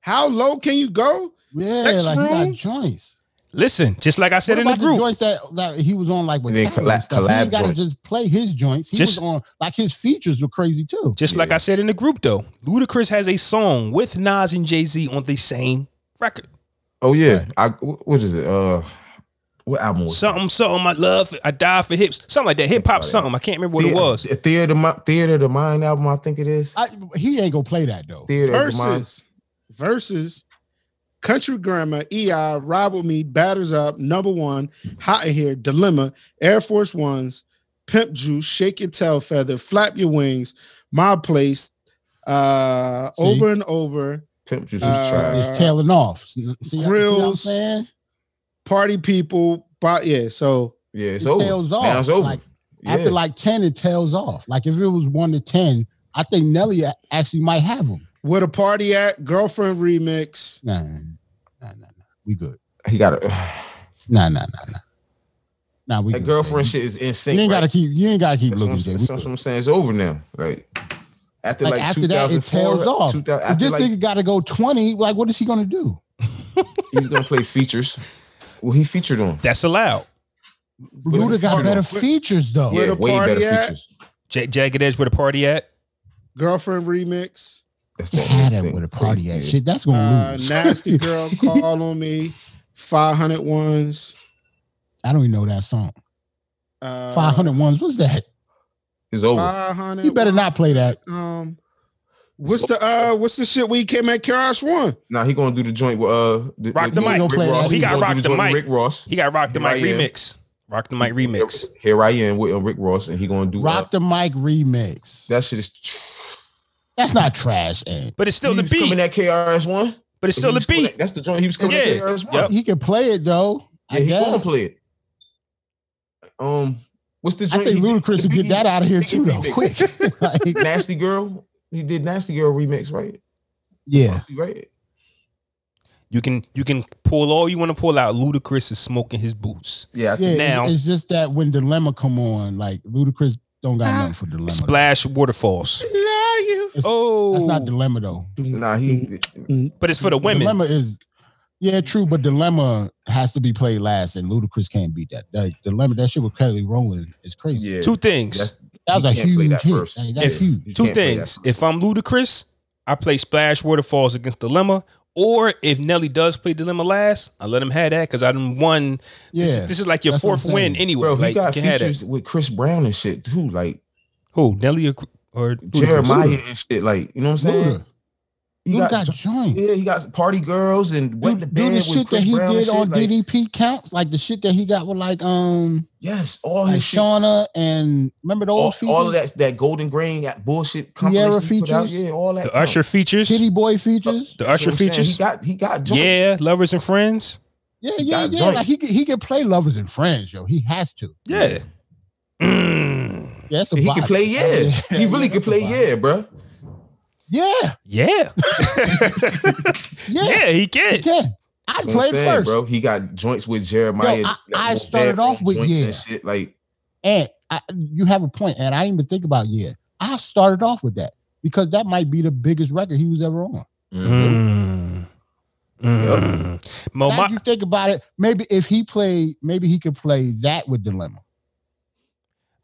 A: How low can you go?
D: yeah,
A: Sex
D: like he
A: room?
D: got joints.
B: Listen, just like I said
D: What
B: in the
D: about
B: group.
D: joints that, that he was on like with
C: And then
D: Tyler and
C: collab-
D: stuff? He
C: collab
D: ain't gotta
C: joints.
D: just play his joints. He
B: Just-
D: was on like his features were crazy too.
B: Just like
C: Yeah.
B: I said in the group, though, Ludacris has a song with Nas and Jay Z on the same record.
C: Oh yeah, I wh- what is it? Uh, what album? Was it?
B: Something, something, I love, I die for hips, something like that. Hip hop,
C: about it.
B: something. I can't remember what it
C: Thea-
B: was.
C: Theater of the Mi- Theater of the Mind album, I think it is.
D: I, he ain't gonna play that though.
C: Theater of the Mind.
A: Versus versus country grammar, E EI, rival me, batters up, number one, hot in here, dilemma, Air Force Ones, pimp juice, shake your tail feather, flap your wings, my place, uh,
D: See?
A: over and over,
C: Pimp Juice
A: Uh,
C: was trash.
D: It's tailing off. See, see what I'm
A: Grills.
D: saying?
A: party people, but yeah, so
C: Yeah, it's
D: it
C: over.
D: tails
C: Now
D: off,
C: it's over.
D: like,
C: yeah.
D: After like 10, it tails off. Like if it was one to 10, I think Nelly a- actually might have him.
A: where the party at, girlfriend remix.
D: Nah, nah, nah, nah, nah. We good.
C: he got a
D: Nah, nah, nah, nah. Nah, we
C: that
D: good,
C: girlfriend
D: baby.
C: shit is in sync.
D: You ain't
C: right?
D: gotta keep you ain't gotta keep
C: That's what
D: looking,
C: I'm
D: Jay.
C: saying.
D: We
C: That's what
D: good.
C: I'm saying. It's over now. Like after
D: Like,
C: like,
D: after that, it
C: 2004,
D: tails off.
C: 2000
D: If
C: after
D: this
C: like
D: nigga gotta go 20, like what is he gonna do?
C: he's gonna play features. Well, he featured on.
B: That's allowed.
C: is
D: Luda
C: his
D: got
C: future
D: better
C: though?
D: features though.
A: Where
C: Yeah,
A: the
C: way
A: party
C: better
A: at?
C: features.
B: J- Jagged Edge, where the party at?
A: Girlfriend remix,
C: That's
D: He
C: what
D: had
C: I'm
D: that
C: saying.
D: with a party at
C: Yeah.
D: shit. That's gonna
A: uh,
D: lose.
A: nasty girl, call on me, 500 ones,
D: I don't even know that song.
A: uh,
D: 500 ones. What's that?
C: It's
B: Oh.
C: over.
A: 500
D: He better not play that.
A: Um, what's the uh, what's the shit we came at Karis one?
C: Now he gonna do the joint with uh the,
B: Rock
C: with
B: the mic.
C: Rick
D: He got
C: Ross. gonna do
B: Rock the
C: joint with
B: mic.
C: Rick Ross.
B: He got Rock the
C: Here I
B: Mic
C: am.
B: remix. Rock the Mic remix.
C: Here I am with uh, Rick Ross, and he gonna do
D: Rock
C: uh,
D: the mic remix.
C: that shit is tr-
D: That's not trash, and
B: But it's still the
C: he was coming
B: beat.
C: at KRS One.
B: But it's still the beat.
C: That's the joint he was coming
B: Yeah.
C: at KRS One.
B: Yep.
D: he can play it though.
C: Yeah,
D: I
C: he gonna
D: guess.
C: play it. Um, what's the
D: I
C: joint?
D: think
C: he did-
D: Ludacris
C: the
D: would get
C: beat-
D: that out of here
C: the
D: too,
C: beat
D: though.
C: remix.
D: Quick, Like,
C: Nasty Girl. He did Nasty Girl remix, right?
D: yeah.
C: Right.
B: You can you can pull all you want to pull out. Ludacris is smoking his boots.
C: Yeah. I
D: Yeah,
C: think
D: it-
B: Now-
D: it's just that when dilemma come on, like Ludacris don't got nothing for dilemma.
B: Splash waterfalls.
A: you.
D: That's not
B: Oh,
D: dilemma though.
C: Nah,
D: Mm.
C: he.
B: but it's for the women.
D: Dilemma is yeah, true, but dilemma has to be played last, and Ludacris can't beat that. Like, dilemma, that shit with Kelly Rowland is crazy.
C: Yeah.
B: Two things.
C: That's-
D: That was
C: he
D: a
C: can't
D: huge
C: play
D: hit.
C: that first.
D: Like,
B: If-
D: that's huge.
C: You
B: Two
C: can't play
B: things.
C: that.
B: If I'm ludicrous, I play Splash Waterfalls against Dilemma. Or if Nelly does play Dilemma last, I let him have that because I done won.
D: Yeah,
B: This, is, this is like your
D: that's what I'm
B: fourth win
D: saying.
B: anyway.
C: Bro, he
B: like,
C: got
B: you can have that.
C: features with Chris Brown and shit too, like
B: Who Nelly or, or Ludacris?
C: Jeremiah and shit. Like you know what I'm saying?
D: Luda.
C: He
D: Dude
C: got,
D: got, joints.
C: yeah, he got party girls and went
D: Dude, dude,
C: the bed
D: the
C: with
D: shit that
C: Chris
D: he
C: Brown and
D: did
C: shit,
D: on
C: like,
D: DDP counts, like the shit that he got with like um
C: Yes, all
D: like
C: his shit,
D: Shauna and remember the
C: all,
D: old
C: Oh, all of
D: features?
C: that that golden grain, that bullshit. compilation he put out,
D: features?
C: yeah, all that.
B: The Usher features,
D: Kitty
C: Uh,
D: Boy features.
B: Uh, the
C: That's
B: Usher
C: what I'm saying.
B: features.
C: He got he got joints.
B: Yeah, lovers and friends.
D: Yeah,
C: he
D: yeah,
C: got
D: yeah.
C: joints.
D: Like he could, he could play lovers and friends, yo. He has to.
B: Yeah. Mm.
D: Yeah, that's a
C: He
D: vibe.
C: could play, yeah. He really could
D: that's a
C: play,
D: vibe.
C: yeah, bruh.
D: Yeah,
B: Yeah.
D: yeah,
B: yeah, he
D: he
B: can.
D: can. I
C: That's what I'm
D: played
C: saying,
D: first,
C: bro. He got joints with Jeremiah.
D: Yo, I-
C: like,
D: I
C: little
D: started
C: bedroom
D: off with
C: joints and
D: yeah.
C: shit, Like,
D: and I, you have a point. And I didn't even think about yeah. I started off with that because that might be the biggest record he was ever on.
B: Mm-hmm.
C: Mm-hmm.
B: Mm. Mm. Mo,
D: now
B: my-
D: if you think about it, maybe if he played, maybe he could play that with Dilemma.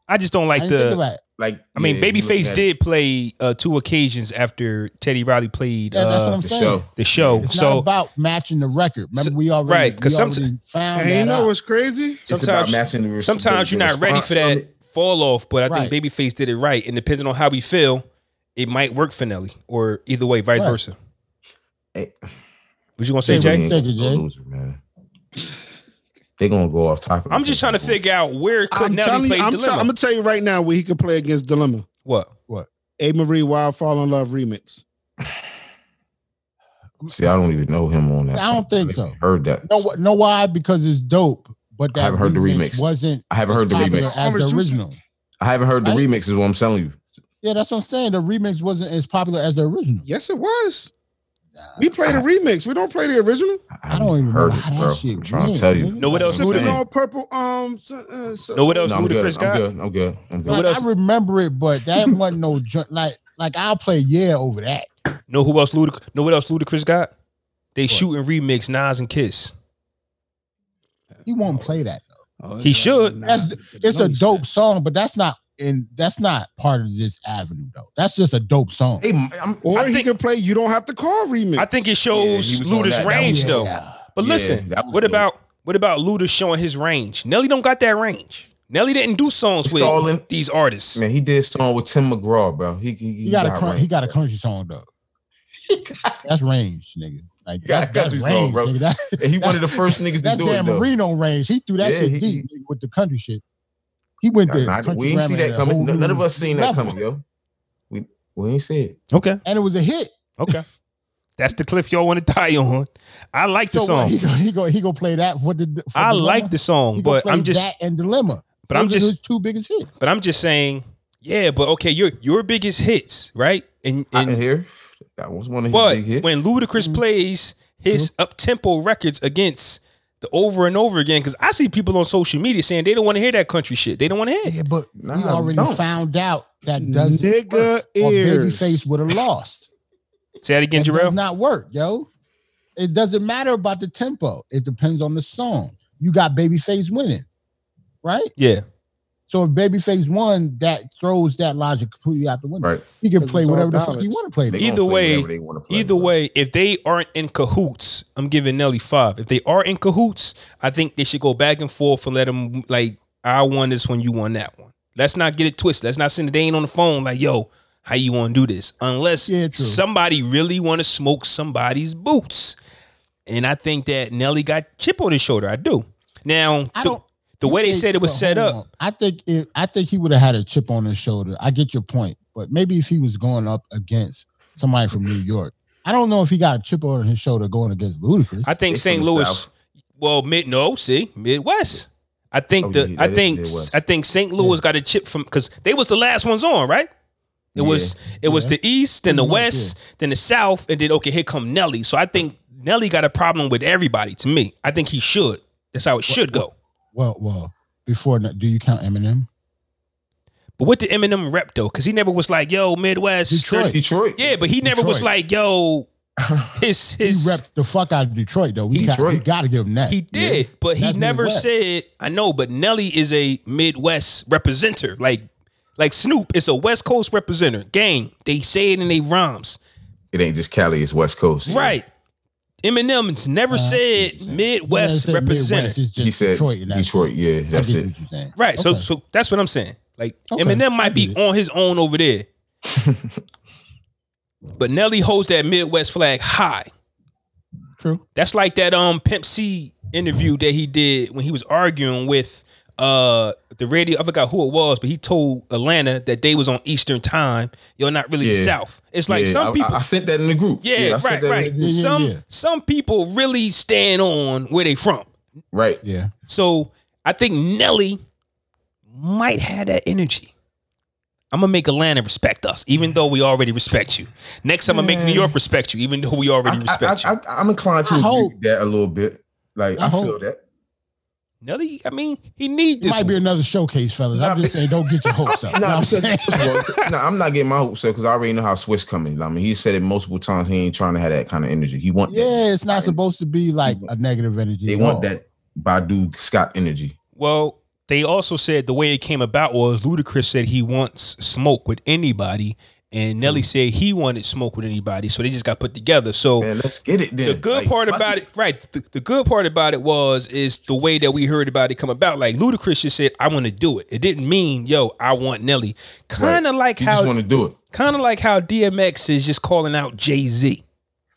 B: I just don't
D: I
B: like
D: didn't think
B: the.
D: about it.
C: like
B: I mean,
C: yeah, you looking
B: Babyface
C: at
B: did play uh, two occasions after Teddy Riley played
D: Yeah, that's what
B: uh,
D: I'm
C: the
D: saying.
C: show.
B: the show.
D: It's not
B: So
D: about matching the record. Remember,
B: So-
D: we already
B: right,
D: we
B: 'cause somet-
D: already found
A: And you
D: that
A: know
D: out.
A: what's crazy?
C: It's about
B: sometimes,
C: matching the res-
B: sometimes
C: the
B: you're not ready
C: response
B: for
C: from
B: that
C: it.
B: fall off. But I
D: Right.
B: think Babyface did it right, and depending on how we feel, it might work for Nelly or either way, vice
D: Right.
B: versa.
C: Hey.
B: What you gonna say,
D: Hey,
B: Jay?
D: Jay. Take it,
C: They're
D: Jay.
C: gonna lose it, man. They gonna go off topic.
B: I'm just trying to figure out where could
A: I'm
B: Nelly
A: telling
B: play
A: you, I'm,
B: Dilemma.
A: tell- I'm gonna tell you right now where he could play against Dilemma.
B: what?
A: A Marie Wild Fall in Love remix.
C: See, I don't even know him on that.
D: I don't
C: song.
D: think so.
C: Heard that?
D: No, wh- know why? Because it's dope. But that
C: I haven't heard the remix.
D: Wasn't
C: I haven't heard the
D: popular
C: remix.
D: as the original.
C: I haven't heard the
D: Right?
C: remix. Is what I'm telling you.
D: Yeah, that's what I'm saying. The remix wasn't as popular as the original.
A: Yes, it was. We
D: Uh,
A: played a remix. We don't play the original.
D: I don't even
C: heard
D: know
C: it,
D: how that
C: bro.
D: shit
C: I'm trying
D: went,
C: to tell you.
D: nigga.
B: Know what else
C: I'm
B: Ludacris-
A: Sipping
C: saying.
A: on purple. Um. so- uh, so-
B: Know what else
C: No, I'm
B: Ludacris
C: good.
B: got?
C: I'm good. I'm good. I'm good.
D: Like,
B: What else?
D: I remember it, but that wasn't no jo- like like I'll play yeah over that.
B: Know who else? Ludic- know what else Ludacris got? They shoot and remix Nas and Kiss.
D: He won't play that.
A: Oh,
B: He should.
A: nah,
D: That's It's
A: no
D: a dope
A: shit.
D: song, but that's not and that's not part of this avenue though. That's just a dope song.
C: Hey, I'm,
A: Or
B: I
A: he
B: think-
A: could play. You don't have to call remix.
B: I think it
C: Yeah, he
B: shows
C: was on
B: Luda's
C: that. That
B: range
C: was-
B: though. But
C: Yeah,
B: listen,
C: that was
B: what
C: dope.
B: about what about Luda showing his range? Nelly don't got that range. Nelly didn't do songs
C: It's
B: with
C: all in-
B: these artists.
C: man, he did song with Tim McGraw, bro. He he,
D: He got, a crun- he
C: range,
D: got a
C: bro.
D: country song though. that's range, nigga. Like
C: He
D: that's, that's
C: got a country song,
D: range,
C: bro.
D: nigga. That's,
C: And he one of the first niggas to
D: that's
C: do it
D: Dan
C: though.
D: Marino range. He threw that
C: Yeah,
D: shit
C: he-
D: deep nigga, with the country shit. He went there.
C: Nah, nah, we ain't see that coming. None none of us seen that coming, yo. We we ain't see it.
B: Okay,
D: And it was a hit.
B: okay. That's the cliff y'all want to die on. I like the
D: So
B: song.
D: what, he go he go he go play that for the. For
B: I
D: Dilemma?
B: like the
D: He
B: song,
D: gonna
B: but
D: play
B: I'm just
D: that and dilemma.
B: but I'm
D: Those are
B: just
D: his two biggest hits.
B: but I'm just saying, yeah, but okay, your your biggest hits, right? And
C: I didn't
B: and
C: hear. That was one of his
B: but
C: big hits.
B: when Ludacris
D: Mm-hmm.
B: plays his up tempo records against the over and over again, because I see people on social media saying they don't want to hear that country shit. They don't want to hear. it.
D: Yeah, but
C: Nah,
D: we
C: we
D: already
C: don't.
D: found out that doesn't
A: Nigga
D: work, or
A: ears.
D: Babyface would have lost.
B: Say that again,
D: It does
B: Jarrell.
D: not work, yo. It doesn't matter about the tempo. It depends on the song. You got Babyface winning, right?
B: yeah,
D: So if Babyface won, that throws that logic completely out the window.
C: right.
D: He can
A: 'Cause
D: play
A: it's all
D: whatever the fuck he
A: ballads.
D: want to play. though.
C: They gonna
B: Either
C: play
B: way-
C: whatever they wanna play,
B: Either
C: bro.
B: way, if they aren't in cahoots, I'm giving Nelly five. If they are in cahoots, I think they should go back and forth and let them like I won this one, you won that one. Let's not get it twisted. Let's not send it. They ain't on the phone like yo, how you want to do this? Unless
D: Yeah, true.
B: somebody really want to smoke somebody's boots, and I think that Nelly got chip on his shoulder. I do. Now
D: I
B: the,
D: don't
B: the way they said it was
D: But
B: set
D: hold
B: up,
D: on. I think it, I think he would have had a chip on his shoulder. I get your point, but maybe if he was going up against somebody from New York, I don't know if he got a chip on his shoulder going against Ludacris.
B: I think
C: They from
B: St.
C: the
B: Louis.
C: South.
B: Well, mid no, see Midwest. I think
C: Oh,
B: the
C: yeah,
B: I
C: that is
B: think
C: Midwest.
B: I think St. Louis got a chip from because they was the last ones on, right? It was it was
D: Yeah.
B: the East, then the
D: Pretty much,
B: West, then the South, and then okay, here come Nelly. So I think Nelly got a problem with everybody. To me, I think he should. That's how it should go.
D: well, well, before that, do you count Eminem?
B: But what the Eminem rep though? Because he never was like, "Yo, Midwest."
D: Detroit.
C: Detroit.
B: Yeah, but he never was
D: Detroit.
B: like, "Yo, his
D: He
B: his."
D: repped the fuck out of Detroit though. We got,
C: Detroit.
D: we got to give him that.
B: He did, but he
D: That's
B: never
D: Midwest.
B: said. I know, but Nelly is a Midwest representer. Like, like Snoop is a West Coast representer. Gang, they say it in their rhymes,
C: It ain't just Cali, it's West Coast.
B: right? Eminem's never
D: Uh,
B: said Midwest
D: Yeah, I said Midwest,
B: representer,
D: it's just
C: He said
D: Detroit. and
C: Detroit,
D: that's-
C: yeah,
D: I
C: that's
D: get
C: it.
D: what you're saying.
B: right? So,
D: Okay.
B: so that's what I'm saying. Like
D: Okay,
B: Eminem
D: I
B: might be
D: get
B: on his own over there. But Nelly holds that Midwest flag high.
D: True.
B: That's like that um Pimp C interview that he did when he was arguing with uh the radio. I forgot who it was, but he told Atlanta that they was on Eastern time. You're not really
C: Yeah.
B: South. It's like
C: Yeah,
B: some
C: I-
B: people.
C: I, I sent that in the group.
B: yeah,
C: I
B: right,
C: sent that in
B: right.
C: the group.
D: Yeah, yeah,
B: some
D: yeah.
B: some people really stand on where they from.
C: Right.
D: Yeah.
B: So I think Nelly might have that energy. I'm gonna make Atlanta respect us, even though we already respect you. Next, I'm gonna make New York respect you, even though we already respect you.
C: Hmm. I, am inclined to
D: I
C: agree
D: hope-
C: with that a little bit. Like
D: I
C: I, feel
D: hope.
C: that.
B: Nelly, I mean, he need
D: It
B: this.
D: might be
B: one.
D: another showcase, fellas. I'm
C: Nah,
D: just saying, don't get your hopes up. You know
C: Nah,
D: what I'm
C: because,
D: saying?
C: first of all, nah, I'm not getting my hopes up because I already know how Swiss coming. I mean, he said it multiple times. He ain't trying to have that kind of energy. He want that.
D: Yeah, it's not supposed to be like
C: They
D: a negative energy.
C: They
D: at
C: want
D: all.
C: that Badu Scott energy.
B: Well, they also said the way it came about was Ludacris said he wants smoke with anybody, and
C: Hmm.
B: Nelly said he wanted smoke with anybody. So they just got put together. So
C: Man, let's get it then.
B: Oh. the good part about it, right? The, the good part about it was is the way that we heard about it come about. Like Ludacris just said, "I want to do it." It didn't mean, "Yo, I want Nelly." Kind of like
C: You
B: how,
C: just want to do it.
B: kind of like how DMX is just calling out Jay Z,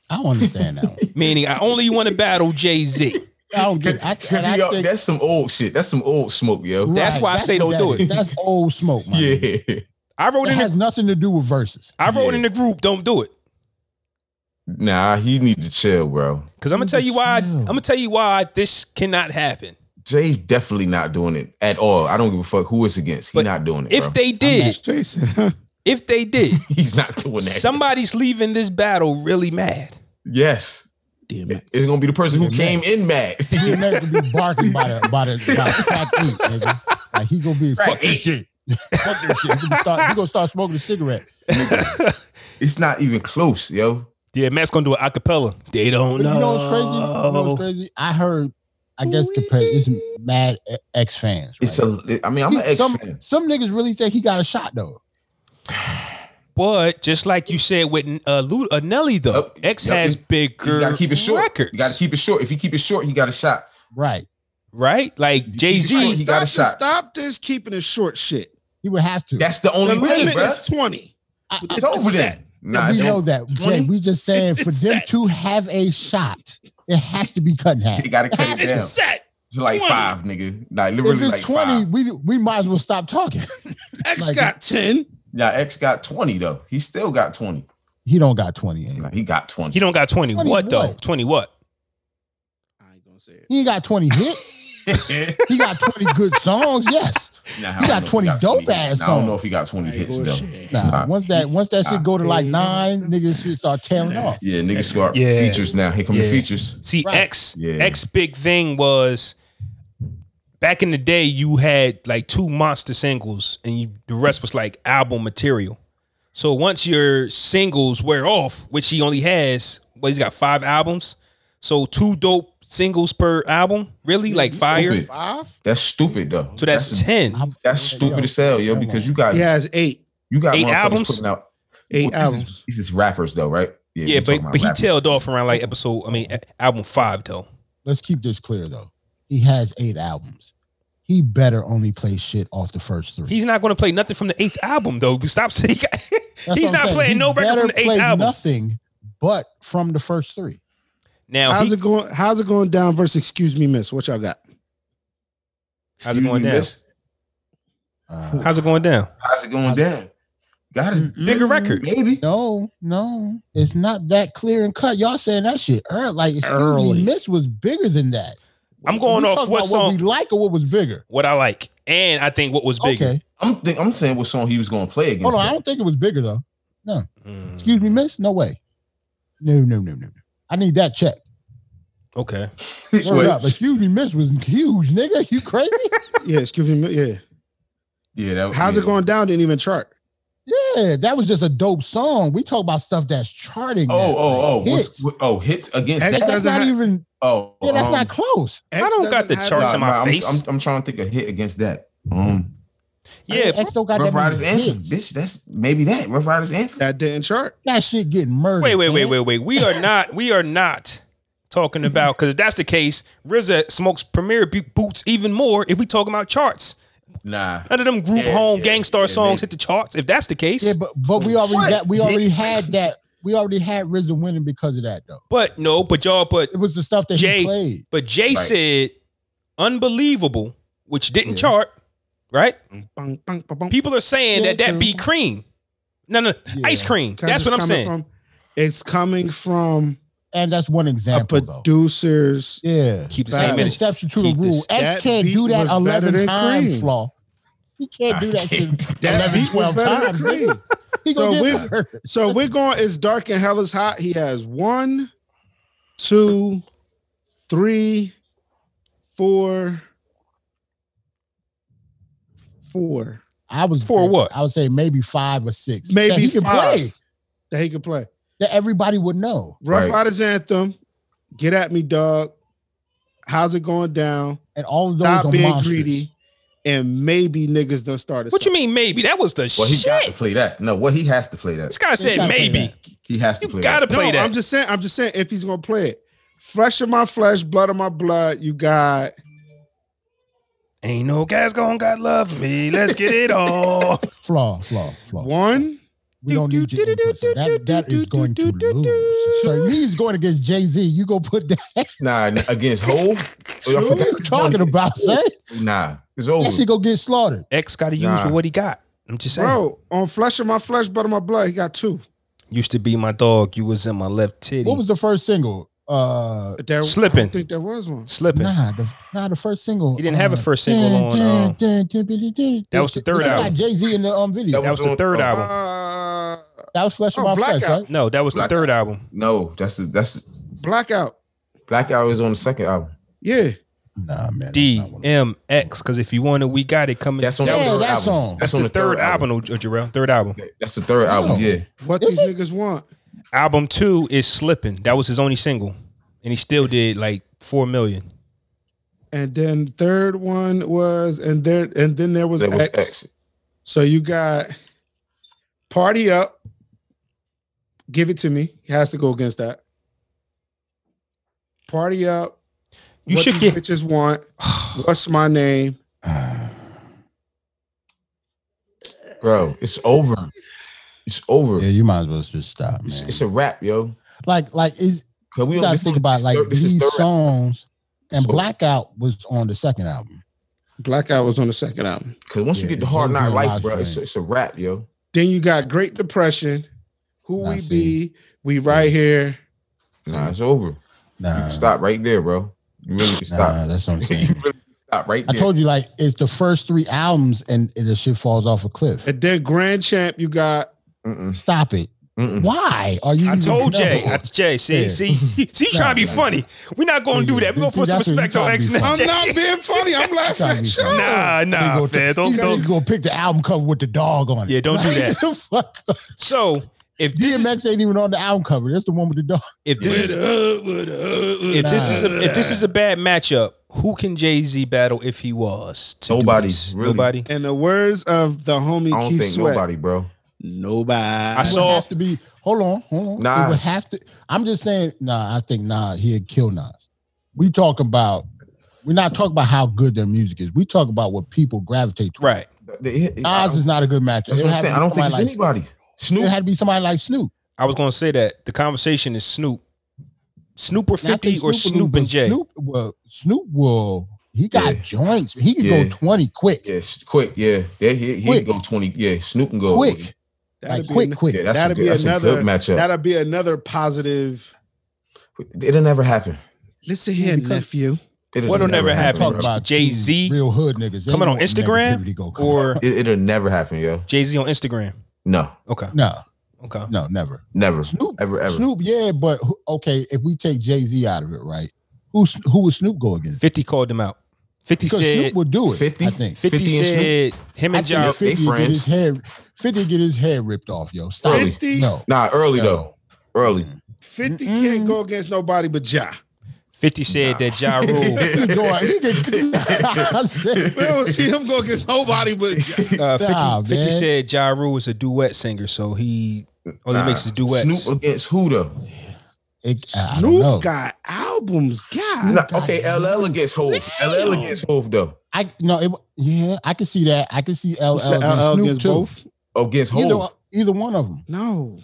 D: I don't understand that. One.
B: meaning I only want to battle Jay Z.
D: I don't get. I,
C: Because
D: and I think,
C: that's some old shit. That's some old smoke, yo.
B: that's why I say don't
D: what
B: do
D: that
B: it.
D: is. That's old smoke, man. Yeah.
C: Yeah.
B: I wrote
D: It
B: in, the,
D: has nothing to do with verses.
B: I wrote
C: yeah.
B: in the group, "Don't do it."
C: Nah, he need to chill, bro.
B: Because I'm gonna
D: Dude,
B: tell you why.
D: chill.
B: I'm gonna tell you why this cannot happen.
C: Jay's definitely not doing it at all. I don't give a fuck who it's against. He's
B: But
C: not doing it. bro.
B: If they did,
A: It's Jason.
B: if they did,
C: he's not doing that.
B: somebody's leaving this battle really mad.
C: yes,
A: Damn
C: It- it's gonna be the person who
D: DMX.
C: came in mad.
D: He never be barking by the by the by the crack eight, nigga. Like he gonna be fuck this shit. fuck this shit. He gonna, start, he gonna start smoking a cigarette.
C: it's not even close, yo.
B: Yeah, Matt's gonna do an acapella. They
D: But
B: don't
D: you
B: know.
D: know what's crazy? You know what's crazy? I heard. I guess compared, it's mad e, X fans. Right?
C: It's a. I mean, I'm an
D: He-
C: ex
D: some,
C: fan.
D: some niggas really think he got a shot though.
B: But just like you said with uh, Lu- uh Nelly though,
C: Yup,
B: X
C: yup,
B: has
C: you-
B: bigger
C: You gotta keep it short.
B: records,
C: You gotta keep it short. If you keep it short, he got a shot.
D: Right.
B: right? Like
C: keep
B: Jay
C: it short,
B: Z,
C: he got a
A: Stop-
C: shot.
A: Stop this keeping it short shit.
D: He would have to.
C: That's the
A: The
C: only way,
A: limit
C: bro.
A: is 20.
D: I- I-
C: It's over
A: set.
C: there. Nah,
D: we
A: don't-
D: know that. Jay,
A: 20?
D: we just saying
A: It's-
D: for
A: it's
D: them
A: set.
D: to have a shot, it has to be cut in half.
C: they gotta cut it
A: It's
C: down
A: set.
C: to like
A: 20.
C: five, nigga. Like
D: If
C: literally
D: it's
C: like
D: 20,
C: five.
D: we we might as well stop talking.
A: X
D: Like-
A: got 10.
C: Now X got twenty though. He still got twenty.
D: He don't got 20 in.
C: Nah, he got twenty.
B: he don't got twenty.
D: 20
B: what though?
D: what?
B: Twenty what?
A: I ain't gonna say it.
D: He ain't got 20 hits.
C: nah,
D: He got 20 good songs. Yes.
C: I
D: He got
C: don't know if
D: 20 dope
C: hits.
D: ass
C: Nah, I don't know
D: songs.
C: if he got twenty
A: I ain't
C: hits
A: gonna
C: though.
A: share.
D: Nah,
C: Nah.
D: once that once that
C: Nah.
D: shit go to like nine, niggas shit start tailing off.
C: Yeah, niggas start
B: Yeah.
C: features now. Here come
B: Yeah.
C: the features.
B: See,
D: Right.
B: X
C: Yeah.
B: X big thing was back in the day. You had like two monster singles, and you, the rest was like album material. So once your singles wear off, which he only has, well, he's got five albums. So two dope singles per album, really, like fire.
C: Stupid.
A: Five?
C: That's stupid though.
B: So that's, ten.
D: I'm-
C: that's
D: yo,
C: stupid as hell, yo.
D: come
C: Because
D: on.
C: you got
A: He has eight.
C: you got
B: Eight
C: motherfuckers
B: albums?
C: putting out
A: Eight
C: Well, this is-
A: albums.
C: These is rappers though, right?
B: yeah,
C: we're
B: but
C: talking about
B: but he
C: rappers.
B: tailed off around like episode. I mean, a- album five though.
D: let's keep this clear though. He has eight albums. He better only play shit off the first three.
B: He's not going to play nothing from the eighth album though. Stop saying.
D: That's
B: he's
D: what I'm
B: not playing no record from
D: better
B: the eighth
D: play
B: album.
D: Nothing but from the first three.
B: now
A: How's
B: he,
A: it going? How's it going down versus excuse me, miss? What y'all got?
B: How's it
C: Excuse
B: going
C: me,
B: down?
C: miss.
D: Uh,
B: how's it going down?
C: How's it going down? Got it.
B: Bigger record.
C: Maybe.
D: No, no, it's not that clear and cut. Y'all saying that shit early. Like, excuse
A: Early.
D: me, Miss was bigger than that.
B: I'm going
D: We
B: off
D: talking
B: what
D: about
B: song-
D: we like or what was bigger.
B: what I like, and I think what was bigger.
D: Okay,
C: I'm think, I'm saying what song he was going to play against.
D: hold on. I
C: that.
D: don't think it was bigger though.
B: Mm,
D: Excuse me, Miss. No way. No, no, no, no, no. I need that check.
B: Okay,
D: Word
C: Wait.
D: up. Excuse me, Miss was huge, nigga. You crazy?
A: Yeah, excuse me. mi- Yeah.
C: Yeah. That,
A: How's
C: yeah.
A: it going down? Didn't even chart.
D: yeah, that was just a dope song. We talk about stuff that's charting. now,
C: Oh, oh, oh,
D: like
C: what's-
D: hits.
C: what- oh, hits against
A: X
D: That's
C: that.
A: doesn't
D: not
A: have-
D: even.
C: Oh,
D: Yeah, that's
C: um,
D: not close.
B: I don't got the
C: nah,
B: charts in my
C: nah, I'm-
B: face.
C: I'm, I'm trying to think of hit against that. Um,
B: yeah,
D: X don't got
C: Rough
D: that
C: Riders
D: many
C: anthem,
D: hits.
C: bitch. That's maybe that Rough Riders anthem.
A: That didn't chart.
D: That shit getting murdered.
B: Wait, wait, wait,
D: man.
B: wait, wait. We are not. We are not talking about because if that's the case, RZA smokes Premier Bo- boots even more. If we talking about charts,
C: Nah,
B: none of them group
C: Yeah,
B: home
C: yeah,
B: gangstar
C: yeah,
B: songs hit
C: maybe.
B: the charts. If that's the case,
D: Yeah, but but we already
C: What?
D: that we already had that we already had RZA winning because of that, though.
B: But no, but y'all, but
D: It was the stuff that
B: Jay.
D: he played.
B: but Jay
C: Right.
B: said unbelievable, which didn't
D: Yeah.
B: chart, right?
A: Bang, bang, bang, bang.
B: People are saying that
D: Yeah,
B: that be
D: true.
B: cream. No, no,
D: Yeah.
B: ice cream.
A: Because
B: That's
A: it's
B: what I'm
A: coming
B: saying.
A: From, it's coming from
D: And that's
C: Uh,
D: one
A: a
D: example, though.
A: producer's
D: Yeah.
B: Keep the
A: Facts.
B: same
D: That's an
B: energy.
D: exception to the
B: Keep this-
D: rule. X
A: that
D: can't
A: beat
D: do that
A: was better
D: 11
A: than
D: times,
A: Cream.
D: Flaw. He can't do that shit
A: That
D: 11,
A: beat was
D: 12
A: better than
D: times.
A: Cream.
D: nigga. He gonna
A: So
D: get hurt.
A: So we're going. It's dark and hell is hot. He has one, two, three, four, four
D: I was
B: For what?
D: I would say maybe five or six.
A: Maybe
D: that he could
A: five.
D: play
A: that he could play.
D: that everybody would know.
A: Rough
C: Right.
A: Riders anthem. Get at me, dog. How's it going down?
D: And all of those
A: Stop
D: are
A: being
D: monsters.
A: greedy. And maybe niggas done started.
B: What you mean, maybe? That was the
C: Well, he
B: shit.
C: got to play that. No, what he has to play that.
B: this guy said
D: gotta play
B: maybe.
D: that.
C: He has to
B: You
C: play
B: gotta
C: that.
B: play
A: no,
B: that.
A: I'm just saying. I'm just saying. If he's gonna play it, flesh of my flesh, blood of my blood. You got
B: Ain't no guys gonna got love for me. Let's get it on.
D: Flaw, flaw, flaw.
A: one.
D: We don't need your input. sir. That, that is going to lose. Sir, he's going against Jay Z. You go put that.
C: Nah, n- against Hove. Oh, y'all
D: What are
C: forgot
D: you
C: this
D: talking
C: one.
D: about, son?
C: Nah, it's
D: That
C: over.
D: shit go get slaughtered.
B: X gotta use
C: Nah.
B: for what he got. I'm just saying.
A: Bro, on flesh of my flesh, blood of my blood, he got two.
B: Used to be my dog. You was in my left titty.
D: What was the first single? Uh,
A: There, I
B: Slipping.
A: don't think there was one.
B: Slipping.
D: nah, the, nah, the first single.
B: He didn't have a
D: uh,
B: first single
D: dun,
B: on,
D: dun,
B: um,
D: dun, dun, dun, dun, dun,
B: that was the
D: dun,
B: third
D: dun. They
B: album.
D: Got Jay Z in the um video.
B: That was the third
C: Oh,
B: album.
A: Uh,
D: That was Flesh of
A: Oh,
D: My Flesh,
A: Blackout.
D: right?
B: No, that was the
C: Black-
B: third album.
C: No, that's that's
A: Blackout.
C: Blackout is on the second album.
A: Yeah.
D: Nah, man. that's
B: D
D: not one of-
B: M X. Because if you want it, we got it coming.
C: That's on
D: Yeah,
C: the third
D: that
C: album.
D: song.
B: That's, the, third, album, album oh, Jarrell. Third album.
C: That's the third album.
D: No.
C: Yeah,
A: What
D: Is
A: these
D: Oh, it?
A: niggas want.
B: Album two is Slipping. That was his only single, and he still did like four million.
A: And then third one was and there and then there was,
C: that was
A: X.
C: X.
A: So you got Party Up. Give it to me. He has to go against that. Party Up.
B: You
A: what
B: should
A: these
B: get.
A: bitches want. What's my name?
C: Bro, it's over. It's over.
D: Yeah, you might as well just stop,
C: It's,
D: man.
C: it's a wrap, yo.
D: Like, like is
C: Cause we
D: you
C: don't
D: gotta
C: this
D: think
C: one-
D: about like
C: third- this is
D: these
C: third-
D: songs, and
C: So-
D: Blackout was on the second album.
A: Blackout was on the second album.
C: Cause once
D: Yeah,
C: you get the
D: it's
C: hard
D: over
C: knock
D: in
C: life,
D: live
C: bro, it's,
D: stream.
C: it's a wrap, yo.
A: Then you got Great Depression. Who
D: I
A: we
D: see.
A: be? We right here.
C: Nah, it's over. You
D: Nah,
C: stop right there, bro. You really can
D: nah,
C: stop.
D: that's what I'm
C: you
D: saying.
C: really can stop right
D: I
C: there.
D: told you, like, it's the first three albums, and it- the shit falls off a cliff.
A: And then Grand Champ, you got
C: Mm-mm,
D: Stop it.
C: mm-mm.
D: Why are you?
B: I told
D: no.
B: Jay. I, Jay, see,
D: Yeah.
B: see, he, see, you
D: Nah,
B: trying to be
D: nah.
B: funny. We're not going to do
D: Yeah,
B: that. We're going to
D: see,
B: put some
D: that's what
B: respect on
D: you trying
B: X
D: to be
B: now.
A: I'm
D: funny.
A: not being funny. I'm laughing
D: Trying to be
A: at you.
D: funny.
B: Nah,
D: They
B: nah,
D: go
B: fair. Don't,
D: you know,
B: don't.
D: you gonna pick the album cover with the dog on it.
B: Yeah, don't do
D: Like,
B: that.
D: get the fuck up.
B: So if this is,
D: DMX ain't even on the album cover. That's the one with the dog.
B: if this is if
A: If
B: this is
D: Nah.
B: a, if this is a bad matchup, who can Jay Z battle if he was? to do
C: Nobody,
B: this?
C: really.
B: Nobody.
A: in the words of the homie
C: I don't
A: Keith
C: think
A: Sweat,
C: nobody, bro.
A: nobody.
B: I
D: It
B: saw-
D: would have to be. Hold on, hold on. It would
C: Nas.
D: have to. I'm just saying. Nah, I think Nas. He'd kill Nas. We talk about. We're not talking about how good their music is. We talk about what people gravitate to.
B: Right.
C: They- I
D: Nas
C: don't-
D: is not a good matchup.
C: That's
D: It
C: what I'm
D: had to
C: saying.
D: be
C: I don't think it's
D: somebody like,
C: anybody. Snoop.
D: It had to be somebody like Snoop.
B: I was gonna say that the conversation is Snoop, Snoop or
D: And I
B: Fifty
D: think
B: or
D: will lose,
B: Snoop
D: but
B: and Jay.
D: Snoop will. Snoop will. He got
C: Yeah.
D: joints. He could
C: Yeah.
D: go twenty quick,
C: Yes, quick. Yeah, yeah. He, he
D: Quick.
C: go twenty. Yeah, Snoop can go
D: quick, like
A: That'd be,
D: quick,
A: an-
D: quick.
C: Yeah, that's, a
A: That'd
C: good,
A: be
C: that's a
A: another-
C: good matchup.
A: that'd be another positive.
C: It'll never happen.
A: Listen here,
D: Because-
A: nephew.
C: It'll
B: What'll never happen?
D: Talk
C: bro.
D: about
B: Jay Z
D: real hood niggas. They
B: coming on
D: know
B: Instagram
D: negativity gonna come.
B: or
C: It, it'll never happen, yo.
B: Jay Z on Instagram.
C: No,
B: Okay.
D: no,
B: Okay.
D: no, never.
C: never,
D: Snoop,
C: ever, ever.
D: Snoop, yeah, but who- okay, if we take Jay Z out of it, right? Who who would Snoop go against?
B: Fifty called him out. Fifty
D: Because
B: said.
D: Snoop would do it.
C: 50?
D: I think.
B: 50,
C: 50 and
B: said him
D: I
B: and Ja.
D: think
C: Yup, they
D: 50 get
C: friends.
D: his hair. Fifty get his hair ripped off, yo. Stop it.
A: 50?
D: No,
C: Nah, early
D: No.
C: though. Early.
B: Mm.
A: 50
D: Mm-mm.
A: can't go against nobody but Ja.
B: Fifty said that Ja Rule.
D: he going. He can, I said,
A: We don't see him go against nobody but Ja.
B: Uh, 50,
D: Nah,
B: 50
D: man.
B: said Ja Rule is a duet singer, so he only
C: Nah.
B: makes his duets.
C: Snoop against who though?
D: it, I don't know.
A: Snoop got albums. God.
C: Nah,
D: got
C: okay, LL against Hove. LL against Hove though.
D: I no, it, yeah, I can see that. I can see LL,
A: You said
D: against
A: LL
D: Snoop
A: against
D: too.
A: both?
C: Oh, Against
D: Either,
C: Hove.
D: either one of them.
A: No.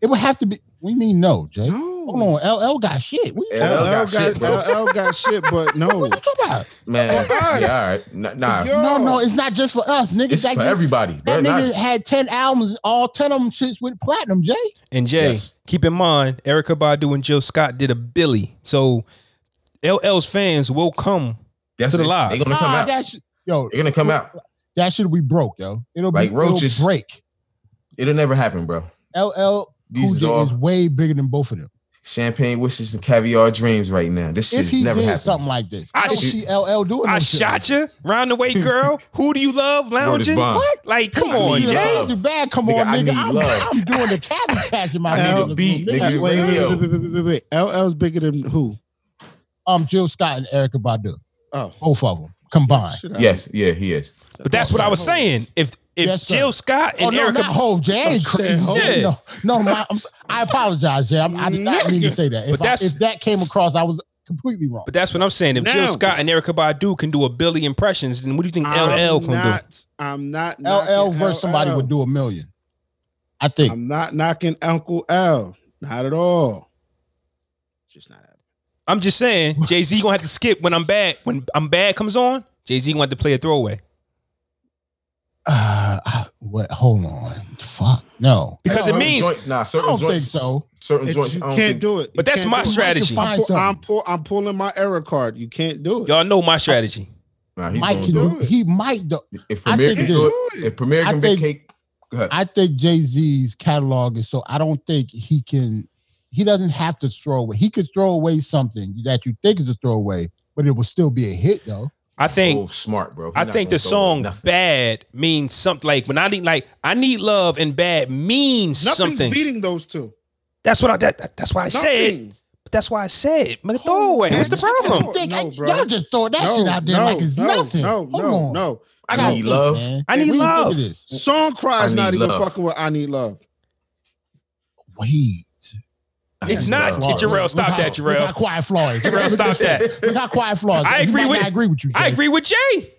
D: It would have to be. We mean no, Jay. Hold on, LL got shit. What you
C: LL
D: talking
A: LL
C: got
A: got,
C: shit, bro.
A: LL got shit, but no.
D: what you talking about?
C: man.
A: For us.
C: Yeah, all right. Nah, nah.
A: Yo.
D: No, no, it's not just for us, nigga.
C: it's
D: that
C: for
D: nigga,
C: everybody, bro.
D: that nigga
C: Not-
D: had ten albums, all ten of them shits with platinum. Jay,
B: And Jay,
C: Yes.
B: keep in mind, Erica Badu and Jill Scott did a Billy. So LL's fans will come.
C: that's
B: to the
C: it.
B: live.
C: They gonna come
D: Nah,
C: out.
D: Ah, that shit, yo,
C: They're gonna come out.
D: that shit we broke, yo. It'll
C: Like
D: be it'll
C: roaches.
D: break.
C: It'll never happen, bro.
D: LL
C: These
D: Cool
C: is
D: J
C: all
D: is way bigger than both of them.
C: champagne wishes and caviar dreams right now. This shit
D: If he
C: never
D: did
C: happened.
D: something like this, I,
B: I
D: don't
B: shoot-
D: see LL doing.
B: I shot you, round the way girl. Who do you love,
C: Word is
B: lounging?
C: bond.
D: What?
B: Like, come on,
C: need
B: Jay.
C: love.
D: You bad? Come
C: Nigga,
D: on,
C: I
D: nigga.
C: need
D: I'm,
C: love.
D: I'm doing the cabbage patch in my
A: I need
D: nigga.
A: a
D: Look,
C: beat,
D: look,
C: nigga.
A: Wait,
D: look.
A: wait,
C: Radio.
A: wait, wait, wait, wait, wait. LL's bigger than who?
D: Um, Jill Scott and Erica Badu,
A: Oh,
D: both of them combined.
A: shit, I-
C: Yes, yeah, he is.
B: But that's what I was saying. If if
D: Yes, sir.
B: Jill Scott
D: oh
B: and
D: no,
B: Erica,
D: not whole Jay. I ain't
A: Thought you
D: crazy.
A: said Hov.
B: Yeah.
D: No, no, my, I'm, so- I apologize, Jay. I'm, I did not mean to say that. If,
B: But that's-
D: I, if that came across, I was completely wrong.
B: but that's what I'm saying. If Jill
A: Now-
B: Scott and Erica Badu can do a Billy impressions, then what do you think LL
A: I'm
B: can do?
A: not, I'm not
D: LL
A: knocking
D: versus somebody
A: LL.
D: would do a million. I think.
A: I'm not knocking Uncle L. Not at all. Just not happening.
B: I'm just saying, Jay Z gonna have to skip when I'm bad. When I'm bad comes on, Jay Z gonna have to play a throwaway
D: Uh, I- what? Hold on. Fuck. No.
B: because it
C: Certain
B: means.
C: joints, nah,
D: I
C: certain
D: don't think
C: joints,
D: so.
C: certain
A: It's-
C: joints.
A: You
C: I don't
A: can't
C: think,
A: do it. You
B: But that's
A: can't
B: my
A: do it.
B: strategy.
D: Mike can
A: I'm,
D: find
A: pull- I'm,
D: something.
A: pull- I'm pulling my error card. You can't do it.
B: Y'all know my strategy.
C: Nah, he's
D: Mike
C: gonna
D: can
C: do
D: do.
A: do it.
D: He might do.
C: it. If
D: I
C: Premier
D: think
C: can
D: it
C: do
D: is.
C: it, if Premier
D: I
C: can
D: think-
C: make cake, go ahead.
D: I think Jay Z's catalog is so. I don't think he can. He doesn't have to throw away. He could throw away something that you think is a throwaway, but it will still be a hit though.
B: I think
C: Wolf's smart, bro. He
B: I
C: Oh, not
B: think
C: gonna
B: the
C: throw
B: song
C: nothing.
B: "Bad" means something. Like when I need, like I need love and "Bad" means
A: Nothing's
B: something.
A: beating those two.
B: that's what I. That, that's why I said.
A: Nothing.
B: But that's why I said. Make a throwaway. What's the
A: man, I
B: problem?
A: Oh,
D: Think-
A: no,
D: I-
A: bro.
D: Y'all just throwing that shit out there like it's
A: no,
D: nothing.
A: No,
D: Hold
A: no,
D: on.
A: no.
C: I
D: don't
C: need
D: think,
C: love.
D: man.
B: I need
D: What do you think
B: love.
D: of this?
A: Song cries
C: I
A: not
C: need
A: even
C: love.
A: fucking with I need love.
D: Wait.
C: I
B: It's
C: need
B: not-
C: love.
B: Jarrell,
D: Look
B: stop
D: how-
B: that,
D: Look
B: Jarrell.
D: how quiet Flores.
B: Jarrell, stop that.
D: Look how quiet Flores.
B: I
D: He
B: agree
D: might
B: with-
D: not agree with you.
B: I
D: Jay.
B: agree with Jay.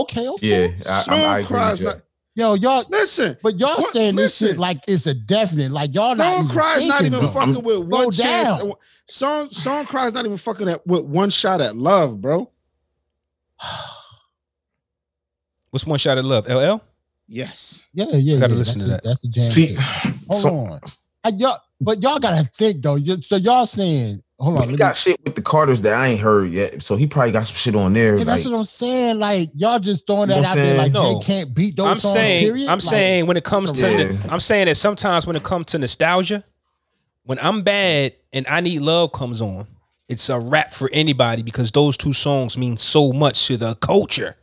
D: Okay. okay.
C: Yeah, I,
A: Song
C: I, I agree with
A: cries
C: you.
A: not.
D: Yo, y'all.
A: Listen,
D: But y'all
A: What-
D: saying this shit
A: listen.
D: like it's a definite. Like y'all not.
A: Song
D: even
A: Cry's not
D: Oh, thinking,
A: even
D: bro.
A: fucking with one chance.
D: down.
A: Song Song Cry's not even fucking at, with one shot at love, bro.
B: What's one shot at love? LL.
A: Yes.
D: Yeah, yeah.
B: Gotta
D: yeah.
B: listen to
D: that's a-
B: that.
D: That's the jam.
C: See,
D: shit. Hold
C: so-
D: on. I, y'all, but y'all gotta think though. You- so y'all saying, hold on.
C: He
D: let
C: got shit with the Carters that I ain't heard yet, so he probably got some shit on there.
D: me, yeah,
C: like,
D: that's what I'm saying. Like y'all just throwing
C: You know
D: that
C: what
D: out
C: I'm
D: there. Like
B: saying?
D: Jay can't beat those
B: I'm
D: songs.
B: saying.
D: period.
B: I'm
D: Like,
B: saying when it comes to.
C: Yeah.
B: the- I'm saying that sometimes when it comes to nostalgia, when I'm bad and I need love comes on, it's a rap for anybody because those two songs mean so much to the culture.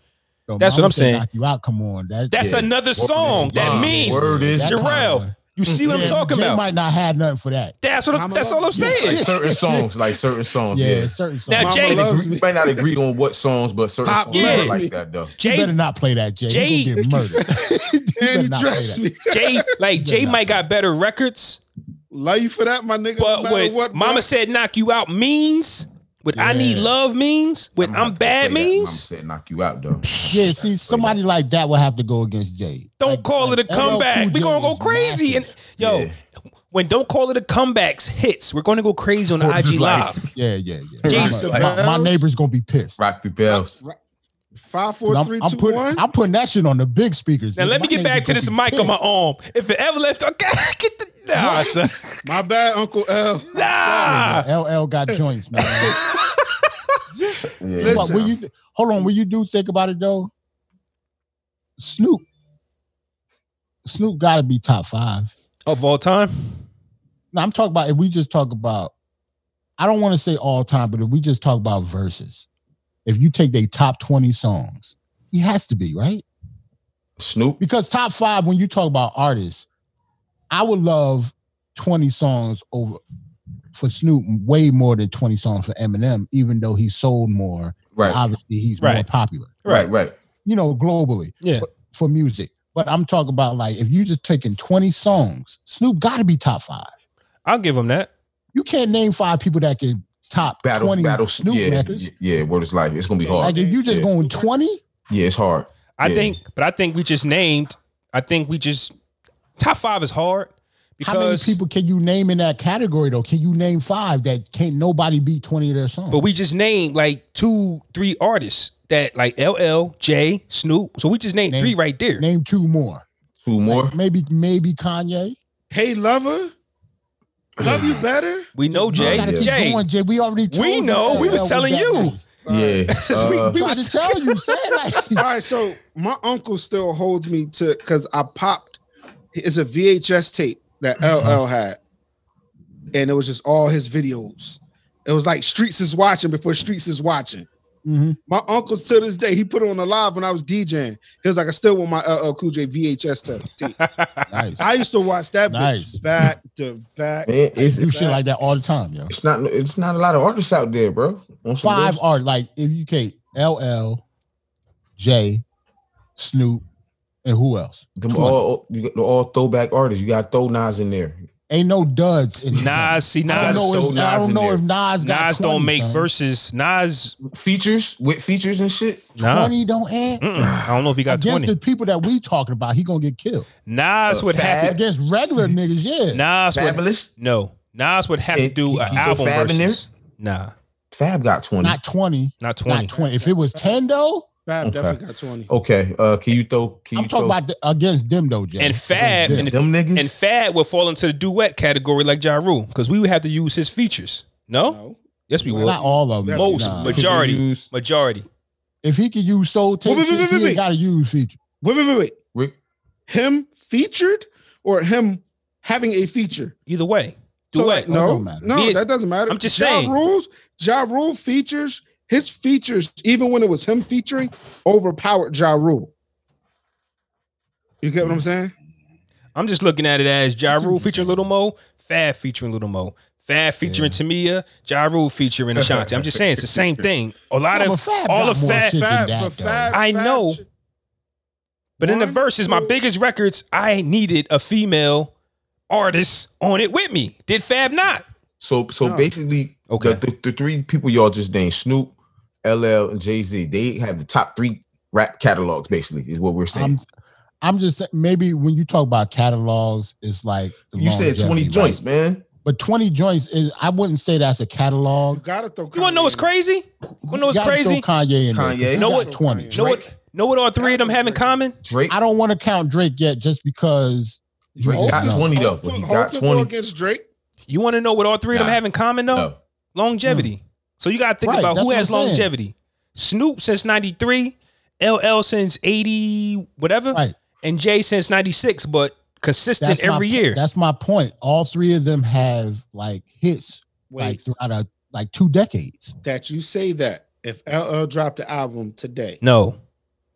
D: yo,
B: that's what
D: Mama
B: I'm
D: said
B: saying.
D: Knock you out. Come on. That,
B: That's
C: Yeah.
B: another
C: Word
B: song
C: is
B: that
C: bond.
B: means.
C: Word is
D: That
C: bond.
D: kinda
B: Jarrell,
D: one.
B: you see what I'm
D: Yeah,
B: talking
D: Jay
B: about?
D: might not have nothing for that.
B: That's what. I'm,
A: Mama
B: that's all I'm
A: Love. Yeah.
B: saying.
C: like certain songs, like certain
A: Oh,
C: songs.
D: Yeah,
C: Yeah,
D: certain songs.
B: Now,
A: Mama
B: Jay-
A: loves
C: we
A: me.
C: might not agree on what songs, but certain
A: Pop
C: songs are
B: Loves Me.
C: like that though.
D: you better
B: Jay,
D: not play that, Jay.
B: Jay-
D: Jay. You gonna get murdered. You better
A: And you
D: not play
A: dress
D: that.
A: me.
B: Jay, like Jay
D: Yeah, nah.
B: might got better records,
A: Love you for that, my nigga.
B: but
A: no matter
B: what,
A: what
B: Mama
A: bro.
B: said "knock you out" means, what I need
D: Yeah.
B: love means, what
C: gonna
B: I'm,
C: have to
B: bad
C: play that. Mama
B: means.
C: said knock you out though.
D: Yeah, see, somebody like that would have to go against Jay.
B: Don't
D: Like-
B: call
D: like
B: it a
D: LL Cool
B: comeback. we
D: J
B: gonna go
D: is
B: crazy
D: massive.
B: and yo.
C: Yeah.
B: When don't call it a comebacks hits, we're gonna go crazy on the
C: Well, just
B: IG
C: like-
B: live.
D: Yeah, yeah, yeah.
B: Jay-Z.
D: My- my, my neighbor's gonna be pissed.
C: Rock the bells.
A: Five, four,
D: I'm,
A: three,
D: I'm
A: two,
D: putting,
A: one.
D: I'm putting that shit on the big speakers.
B: Now
D: nigga.
B: let me
D: My
B: get back
D: neighbor's
B: to
D: gonna
B: this
D: be
B: mic on my
D: pissed.
B: arm. If it ever left, okay, get the nah, son.
A: My bad, Uncle L.
B: nah.
D: LL got joints, man.
C: Yeah.
D: But
A: Listen.
D: when you th- hold on, when you do think about it though, Snoop, Snoop got to be top five.
B: Of all time,
D: Now I'm talking about if we just talk about, I don't want to say all time, but if we just talk about verses, if you take their top twenty songs, he has to be right.
C: Snoop.
D: because top five when you talk about artists i would love 20 songs over for snoop way more than 20 songs for eminem even though he sold more
C: Right.
D: obviously he's more
B: Right.
D: popular
C: Right. Right.
D: you know globally
B: Yeah.
D: for, for music but i'm talking about like if you just taking 20 songs snoop gotta be top five
B: I'll give him that.
D: you can't name five people that can top
C: Battle.
D: 20
C: battle.
D: snoop
C: yeah.
D: records
C: y- Yeah. Word is life. It's gonna be hard.
D: like if you just
C: Yeah.
D: going 20
C: Yeah. It's hard.
B: I
C: Yeah.
B: think, but I think we just named. I think we just top five is hard
D: How many
B: Because
D: people can you name in that category though? Can you name five that can't nobody beat twenty of their songs?
B: But we just named like two, three artists that like LL, J, Snoop. So we just named
D: Name-
B: three right there.
D: name two more.
C: Two more.
D: Like, maybe maybe Kanye.
A: Hey, lover, love you better.
B: We know
D: You
B: Oh, Jay.
D: gotta keep
B: Jay.
D: going, Jay. We already told
B: We
D: you
B: know.
D: that
B: We was
D: that
B: telling
D: that
B: you.
D: nice.
C: Yeah.
B: we-
C: uh,
B: we-
D: Tried to tell you, say it
A: All
D: like
A: right, so my uncle still holds me to because I popped. It's a VHS tape that LL had, and it was just all his videos. It was like Streets is watching before Streets is watching.
D: Mhm.
A: My uncle to this day, he put it on the live when I was DJing. He was like, I still want my LL Cool J VHS tape.
D: nice.
A: I used to watch that bitch
D: Nice.
A: back to back.
C: man, it's,
D: do
C: it's,
D: shit like that all the time, yo.
C: it's not it's not a lot of artists out there, bro. On some
D: Five
C: real-
D: are like if you can't LL, Jay, Snoop, and who else?
C: them all you got all throwback artists. You got throw Nas in there.
D: Ain't no duds in
B: Nas, see
D: I don't
B: Nas.
D: know, if, I
C: so Nas
D: don't
C: in
D: know
C: there.
D: if Nas got
B: Nas
D: 20,
B: don't make
D: son.
B: verses. Nas,
C: Features with features and shit.
B: nah.
D: Twenty don't add.
B: Mm-mm. I don't know if he got
D: Against
B: twenty.
D: the people that we talking about, he gonna get killed.
B: Nas
C: Uh,
B: would have
D: Against regular niggas, yeah.
B: to. Nas would
C: Fabulous.
B: no. Nas would have to
C: Can-
B: do
C: can-
B: an
C: can you throw
B: album
C: Fab in there?
B: verses. Nah,
C: Fab got 20.
D: not twenty.
B: not twenty.
D: Not twenty. If it was ten though,
A: Fab
C: Okay.
A: definitely got 20.
C: okay. Uh can you throw can
D: I'm
C: you
D: talking
C: throw
D: about the, against them though, Jay.
B: And Fab
D: Against them.
B: and
C: them niggas?
B: And Fad would fall into the duet category like Ja Rule because we would have to use his features. No,
A: No.
B: yes, we would.
D: not all of them.
B: Most,
D: nah.
B: but- majority.
C: Use
B: Majority.
D: if he could use soul tape,
A: wait, wait,
D: shit,
A: wait,
D: he
A: wait.
D: ain't gotta use feature.
A: Wait, wait, wait, wait.
C: Rick
A: Him featured or him having a feature?
B: Either way,
A: So
B: duet.
A: like, no,
D: That don't matter.
A: no,
B: Me-
A: that doesn't matter.
B: I'm just
A: Ja
B: saying.
A: Rules, Ja Rule features, his features, even when it was him featuring, overpowered Ja Rule. You get what I'm saying?
B: I'm just looking at it as Ja Rule featuring Little Mo, Fab featuring Little Mo, Fab featuring Tamia, Ja Rule featuring Ashanti. I'm just saying it's the same thing. A lot
D: No, but
B: of
D: Fab
B: all
D: got
B: of
D: more
B: Fab,
D: shit.
A: Fab,
D: that,
A: but
D: though.
A: Fab,
B: I
A: Fab-
B: know. but in the
A: One,
B: verses, my
A: two.
B: biggest records, I needed a female artist on it with me. Did Fab not?
C: so so
A: No.
C: basically
B: Okay.
C: the, the, the three people y'all just named Snoop, LL, and Jay-Z, they have the top three rap catalogs, basically, is what we're saying.
D: I'm, I'm just saying, maybe when you talk about catalogs, it's like the
C: you said 20
D: longevity, right?
C: joints, man.
D: but 20 joints is I wouldn't say that's a
A: You
D: catalog.
A: gotta throw.
B: You wanna know what's
A: Kanye
B: crazy? You wanna know what's
D: You gotta
B: crazy?
D: Throw Kanye in there, 'cause
C: Kanye.
D: he
C: Know
D: got
B: what-
D: 20.
B: Know what?
C: Drake.
B: Know what? All three of them have in common?
C: Drake.
D: I don't want to count Drake yet, just because. he
C: Drake
A: in
D: old
A: there.
C: got
D: enough.
C: 20 though.
A: Hov-
C: But he
A: Hov
C: got
A: can go
C: 20.
A: against Drake.
B: You want to know what all three of them
C: Nah.
B: have in common though?
C: No.
B: Longevity. So you got to think
D: Mm. Right,
B: about
D: that's
B: who
D: what
B: has
D: I'm saying.
B: longevity. Snoop since 93, LL since 80 whatever,
D: Right.
B: and Jay since 96 but consistent
D: That's my
B: every
D: po-
B: year.
D: That's my point. All three of them have like hits, like
A: Wait,
D: throughout a, like two decades.
A: that you say that if LL dropped the album today,
B: No.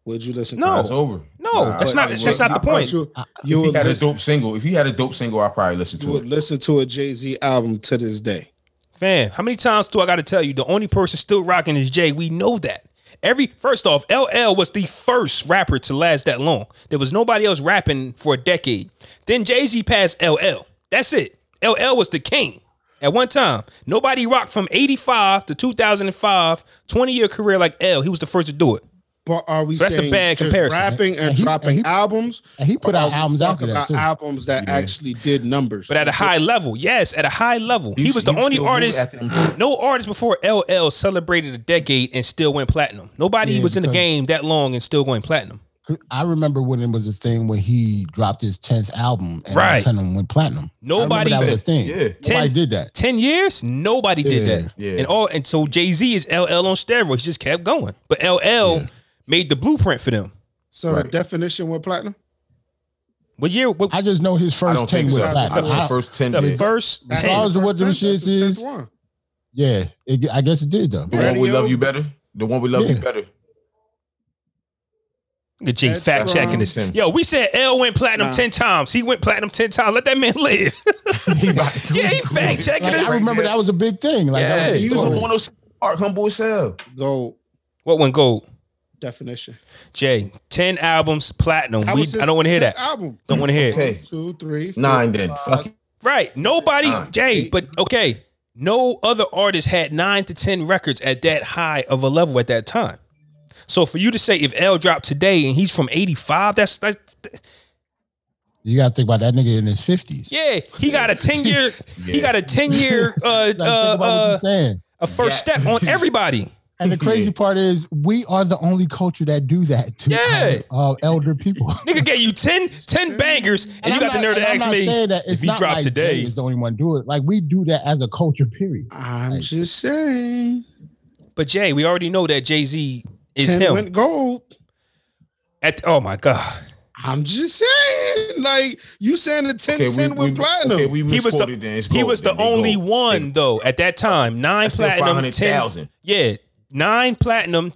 A: would you listen?
B: No.
A: to
C: That's
A: it?
C: over.
B: No,
C: Nah,
B: that's not
C: I probably
B: that's
C: would.
B: not the
A: But
B: point.
A: You, you
C: If he
A: would
C: had a
A: listen,
C: dope single, if he had a dope single, I probably listen
A: you
C: to
A: would
C: it.
A: listen to a Jay Z album to this day.
B: Fam, how many times do I got to tell you the only person still rocking is Jay? We know that. Every first off, LL was the first rapper to last that long. There was nobody else rapping for a decade. Then Jay Z passed LL. That's it. LL was the king at one time. Nobody rocked from 85 to 2005, 20 year career like L. He was the first to do it.
A: But are we
B: So that's a
A: saying
B: bad
A: just
B: comparison.
A: rapping and
D: And he- and
A: dropping
D: he-
A: albums?
D: And he put
A: or
D: out
A: are we
D: albums
A: talking
D: after that
A: about
D: too.
A: albums that
C: Yeah.
A: actually did numbers.
B: But at a high level, yes, at a high level. He was the only
C: still
B: artist
C: good at them.
B: No artist before LL celebrated a decade and still went platinum. Nobody
D: Yeah,
B: was in the
D: because-
B: game that long and still going platinum.
D: 'Cause I remember when it was a thing when he dropped his tenth album and
B: Right.
D: ten of them went platinum. I remember
B: Nobody-
D: that was a thing.
C: Yeah.
D: Nobody
B: Ten-
D: did that.
B: Ten years, nobody did
D: Yeah.
B: that.
C: Yeah.
B: And all and so Jay Z is LL on steroids. He just kept going. But LL made the blueprint for them.
A: so the
C: Right.
A: definition went platinum.
B: What year? What,
D: I just know his
C: I
D: first
C: don't
D: ten
C: think
D: was
C: so.
A: went
C: I
D: platinum.
C: think
D: I-
C: the first 10
B: the
C: did.
B: first
A: That's
B: ten.
D: all- Regardless of what them
A: first ten,
D: shits
A: that's his tenth
D: is.
A: one.
D: yeah, it, I guess it did though.
C: The one we
A: Radio.
C: love you better. The one we love
D: Yeah.
C: you better.
B: Look at Jay
A: That's
B: fact checking
A: from-
B: this. Yo, we said L went platinum
A: Nah.
B: ten times. He went platinum ten times. Let that man live.
C: He about to
B: yeah, he
C: come on.
B: fact checking
D: Like, I
B: this.
D: remember that was a big thing. Like that
B: Yeah.
D: was a
C: He was on
D: story.
C: 107 Park, humble as hell.
A: Go
B: What went gold?
A: definition.
B: Jay, ten albums platinum.
A: That
B: We,
A: was his
B: I don't want to hear
A: tenth
B: that.
A: Album.
B: Don't want to hear it.
C: Okay.
A: Two, three, four,
C: Nine then. Fuck
A: five,
C: it.
B: Right. Nobody,
C: Nine.
B: Jay, but okay. No other artist had nine to 10 records at that high of a level at that time. So for you to say if L dropped today and he's from 85, that's, that's
D: You gotta think about that nigga in his fifties.
B: Yeah, he got a ten year. He got a ten year uh, uh, uh,
D: saying.
B: a first
C: Yeah.
B: step on everybody.
D: And the crazy
C: Yeah.
D: part is, we are the only culture that do that to
B: Yeah.
D: our, uh, elder people.
B: Nigga gave you 10, 10 bangers, and, you
D: I'm
B: got the
D: not-
B: nerve
D: Mm. and
B: to
D: I'm
B: ask
D: not
B: me.
D: saying that
B: if he dropped today-
D: Jay is the only one do it. Like we do that as a culture. Period.
A: I'm just saying.
B: But Jay, we already know that Jay Z is
A: 10
B: him.
A: went gold.
B: At oh my god,
A: I'm just saying. Like you saying the 10
C: Okay,
A: 10
C: we,
A: went
C: we,
A: platinum.
C: okay, we
B: was the-
C: misquoted then. It's
B: he
C: gold
B: was
C: then.
B: the
C: They gold.
B: only one
C: They-
B: though at that time. Nine
C: That's still
B: platinum, ten.
C: 500,000.
B: Yeah, nine platinum,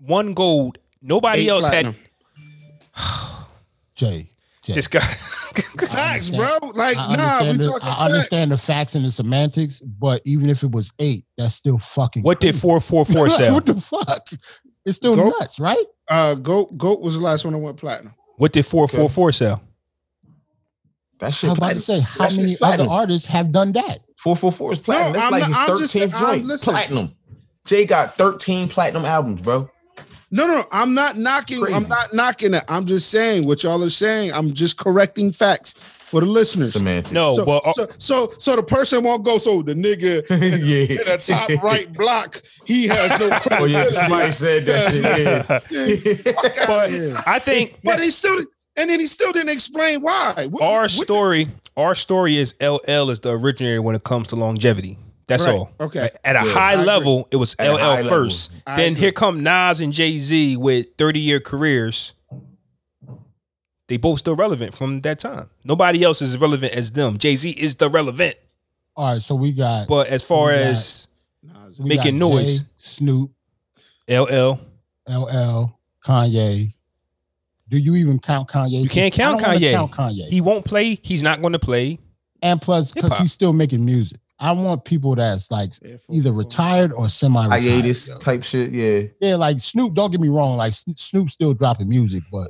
B: one gold. Nobody
A: Eight
B: else
A: platinum.
D: Jay. Jay.
B: had this guy.
A: facts, bro.
D: understand.
A: Like,
D: I
A: nah, we
D: understand the-
A: talking
D: I
A: facts.
D: understand the facts and the semantics, but even if it was eight, that's still fucking.
B: what did four four four
D: Like,
B: sell?
D: What the fuck? It's still
A: Go-
D: nuts, right?
A: Uh Goat Goat was the last one that went platinum.
B: What did four four four sell?
C: That
D: I
C: shit.
D: was about to
C: platinum.
D: say, how
C: That shit's
D: many
C: platinum.
D: other artists have done that?
C: Four four four is platinum.
A: No,
C: That's
A: I'm
C: like
A: not-
C: his
A: I'm just saying-
C: thirteenth
A: I'm
C: joint.
A: listening.
C: platinum. Jay got thirteen platinum albums, bro.
A: No, no, I'm not knocking. I'm
C: Crazy.
A: not knocking it. I'm just saying what y'all are saying. I'm just correcting facts for the listeners.
C: Semantics.
B: No,
A: so,
B: well, uh,
A: so, so, so the person won't go. So the nigga
C: yeah.
A: in the top right block, he has no credibility.
C: Oh yeah, somebody said that shit. Yeah.
B: but
A: Yeah.
B: I think
A: But he still, and then he still didn't explain why. What-
B: our
A: what-
B: story, our story is LL is the originator when it comes to longevity. That's
A: Right.
B: all.
A: Okay.
B: At a
C: Yeah.
B: high
A: I agree.
B: level, it was
C: At a high
B: LL
C: level.
B: first.
A: I
B: Then
A: agree.
B: here come Nas and Jay Z with thirty year careers. They both still relevant from that time. Nobody else is relevant as them. Jay Z is the relevant,
D: All right, so we got
B: but as far
D: Yeah.
B: as
A: Nah, it's-
D: we
B: making
D: got Jay,
B: noise.
D: Snoop,
B: LL,
D: LL, Kanye. Do you even count Kanye?
B: You can't count
D: I don't wanna
B: Kanye.
D: Count Kanye.
B: he won't play. He's not going to play.
D: and plus, because
B: Hip-hop.
D: he's still making music. I want people that's like
A: Yeah, for-
D: either
A: for-
D: retired or semi-retired.
C: hiatus
D: yo.
C: type shit. Yeah.
D: Yeah, like Snoop. Don't get me wrong. Like Sn- Snoop still dropping music, but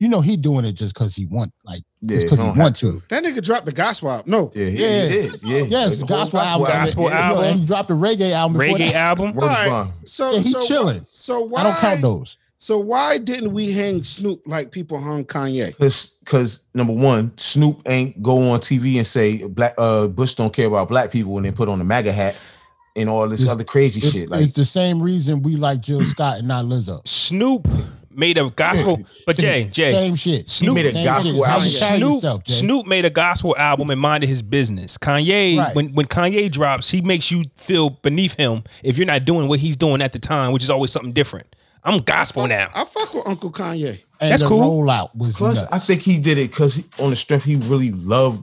D: you know he doing it just because he want, like
C: Yeah.
D: just because
C: don't
D: he want to.
A: That nigga dropped the gospel album. No,
C: Yeah,
D: Yeah.
C: he, he did. Yeah,
D: Yes,
C: the whole
D: gospel album.
B: Gospel
D: Yo,
B: album.
D: and he dropped a reggae album. before
B: Reggae
D: that.
B: album.
C: Word is
A: Alright.
C: bond.
A: so
D: Yeah, he
A: so,
D: chilling.
A: So why?
D: I don't count those.
A: So why didn't we hang Snoop like people hung Kanye?
C: Cause, cause number one, Snoop ain't go on TV and say black uh Bush don't care about black people and then put on the MAGA hat and all this
D: It's-
C: other crazy
D: It's,
C: shit. Like
D: it's the same reason we like Jill Scott and not Lizzo.
B: Snoop made a gospel, but Jay, Jay,
D: Same shit.
B: Snoop
C: made a
D: Same
C: gospel
D: shit. How
C: album.
D: you carry
B: Snoop,
D: yourself, Jay.
B: Snoop made a gospel album and minded his business. Kanye,
D: Right.
B: when when Kanye drops, he makes you feel beneath him if you're not doing what he's doing at the time, which is always something different. I'm gospel now.
A: I fuck with Uncle Kanye.
D: And
B: That's
D: the
B: cool.
D: Rollout was
C: plus
D: nuts.
C: I think he did it because on the strength he really loved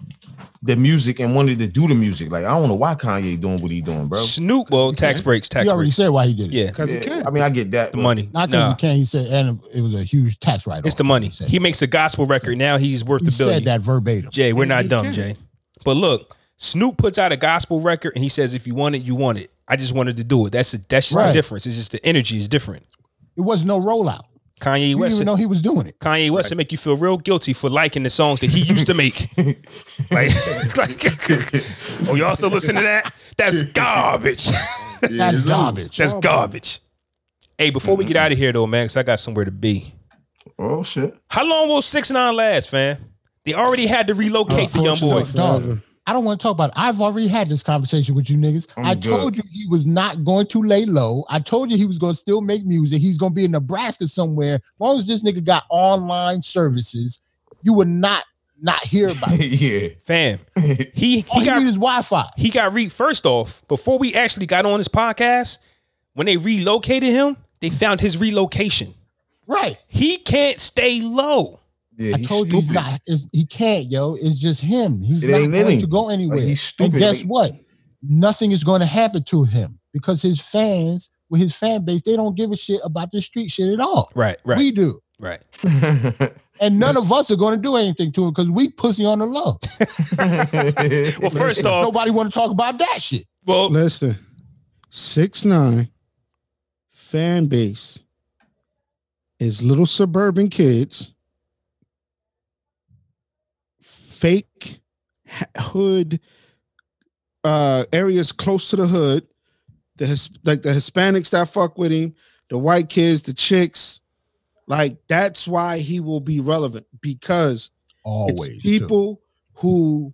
C: the music and wanted to do the music. Like I don't know why Kanye doing what he doing, bro.
B: Snoop, well, tax breaks, tax
D: he already
B: breaks.
D: said why he did it.
B: Yeah,
A: Cause he
C: Yeah,
A: can.
C: I mean I get that.
B: the
C: but
B: money.
D: Not because
B: Nah,
D: he can't. He said, and it was a huge tax write-off.
B: it's the money.
D: said.
B: He makes a gospel record now. He's worth
D: He
B: a billion.
D: said that verbatim.
B: Jay, we're not
A: he
B: dumb,
A: can.
B: Jay. But look, Snoop puts out a gospel record and he says, "If you want it, you want it." I just wanted to do it. That's a, that's just the
D: Right.
B: difference. It's just the energy is different.
D: It was no rollout.
B: Kanye
D: You didn't
B: West.
D: even know he was doing it.
B: Kanye West to make you feel real guilty for liking the songs that he used to make. like, like, oh, y'all still listen to that? That's garbage.
D: That's garbage.
B: That's garbage. Hey, before we get out of here though, man, because I got somewhere to be.
C: Oh shit.
B: How long will Six Nine last, fam? They already had to relocate the young boy.
A: Unfortunately,
D: Dog,
A: forever.
D: I don't want to talk about it. I've already had this conversation with you niggas.
C: I'm
D: I
C: good.
D: told you he was not going to lay low. I told you he was going to still make music. He's going to be in Nebraska somewhere. As long as this nigga got online services, you would not not hear about it.
C: yeah.
B: Fam, he
D: All
B: he
D: he, need
B: got
D: is Wi-Fi.
B: he got re first off before we actually got on this podcast. When they relocated him, they found his relocation.
D: Right.
B: He can't stay low.
C: Yeah,
D: I
C: he's
D: told you
C: stupid.
D: he's not. It's, he can't, yo. It's just him. He's
C: It
D: not
C: ain't
D: going
C: in him.
D: to go anywhere.
C: Like, he's
D: And
C: stupid.
D: guess
C: Like-
D: what? Nothing is going to happen to him because his fans, with his fan base, they don't give a shit about this street shit at all.
B: Right, right,
D: We do,
B: right.
D: and none of us are going to do anything to him because we pussy on the low.
B: Well, first
A: Oh.
B: off,
D: Nobody want to talk about that shit.
B: well,
A: Listen, six nine fan base is little suburban kids, fake h- hood uh areas close to the hood, the His- like the Hispanics that fuck with him, the white kids, the chicks. Like that's why he will be relevant because It's
D: always too.
A: people who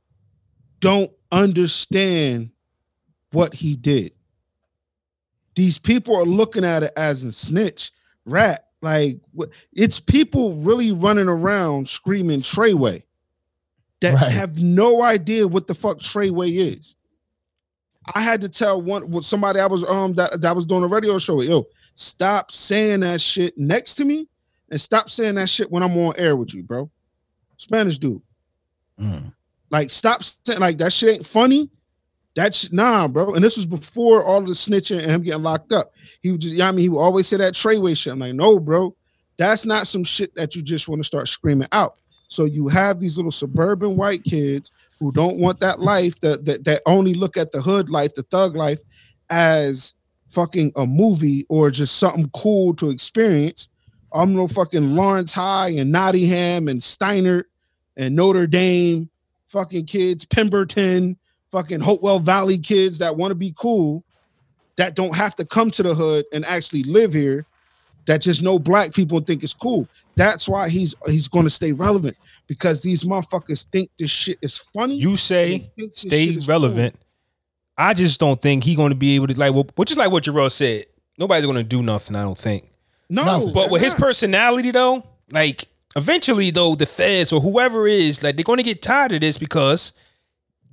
A: don't understand what he did. These people are looking at it as a snitch rat. Like wh- it's people really running around screaming Treyway that
D: Right.
A: have no idea what the fuck Treyway is. I had to tell one with somebody I was um that, that was doing a radio show with, yo, stop saying that shit next to me and stop saying that shit when I'm on air with you, bro. Spanish dude.
D: Mm.
A: Like, stop saying like that shit ain't funny. That's nah, bro. And this was before all the snitching and him getting locked up. He would just, yeah, I mean, he would always say that Treyway shit. I'm like, no, bro, that's not some shit that you just want to start screaming out. So you have these little suburban white kids who don't want that life that that, that only look at the hood life, the thug life, as fucking a movie or just something cool to experience. I'm no fucking Lawrence High and Nottingham and Steiner and Notre Dame fucking kids, Pemberton, fucking Hopewell Valley kids that want to be cool, that don't have to come to the hood and actually live here, that just know black people and think it's cool. That's why he's he's gonna stay relevant because these motherfuckers think this shit is funny.
B: You
A: They
B: say
A: think this
B: stay
A: shit is
B: relevant. I just don't think he's going to be able to like. Well, which is like what Jarrell said. Nobody's going to do nothing. I don't think.
A: cool. No,
D: Nothing.
B: But with his
A: they're not.
B: personality though, like eventually though, the feds or whoever is like they're going to get tired of this because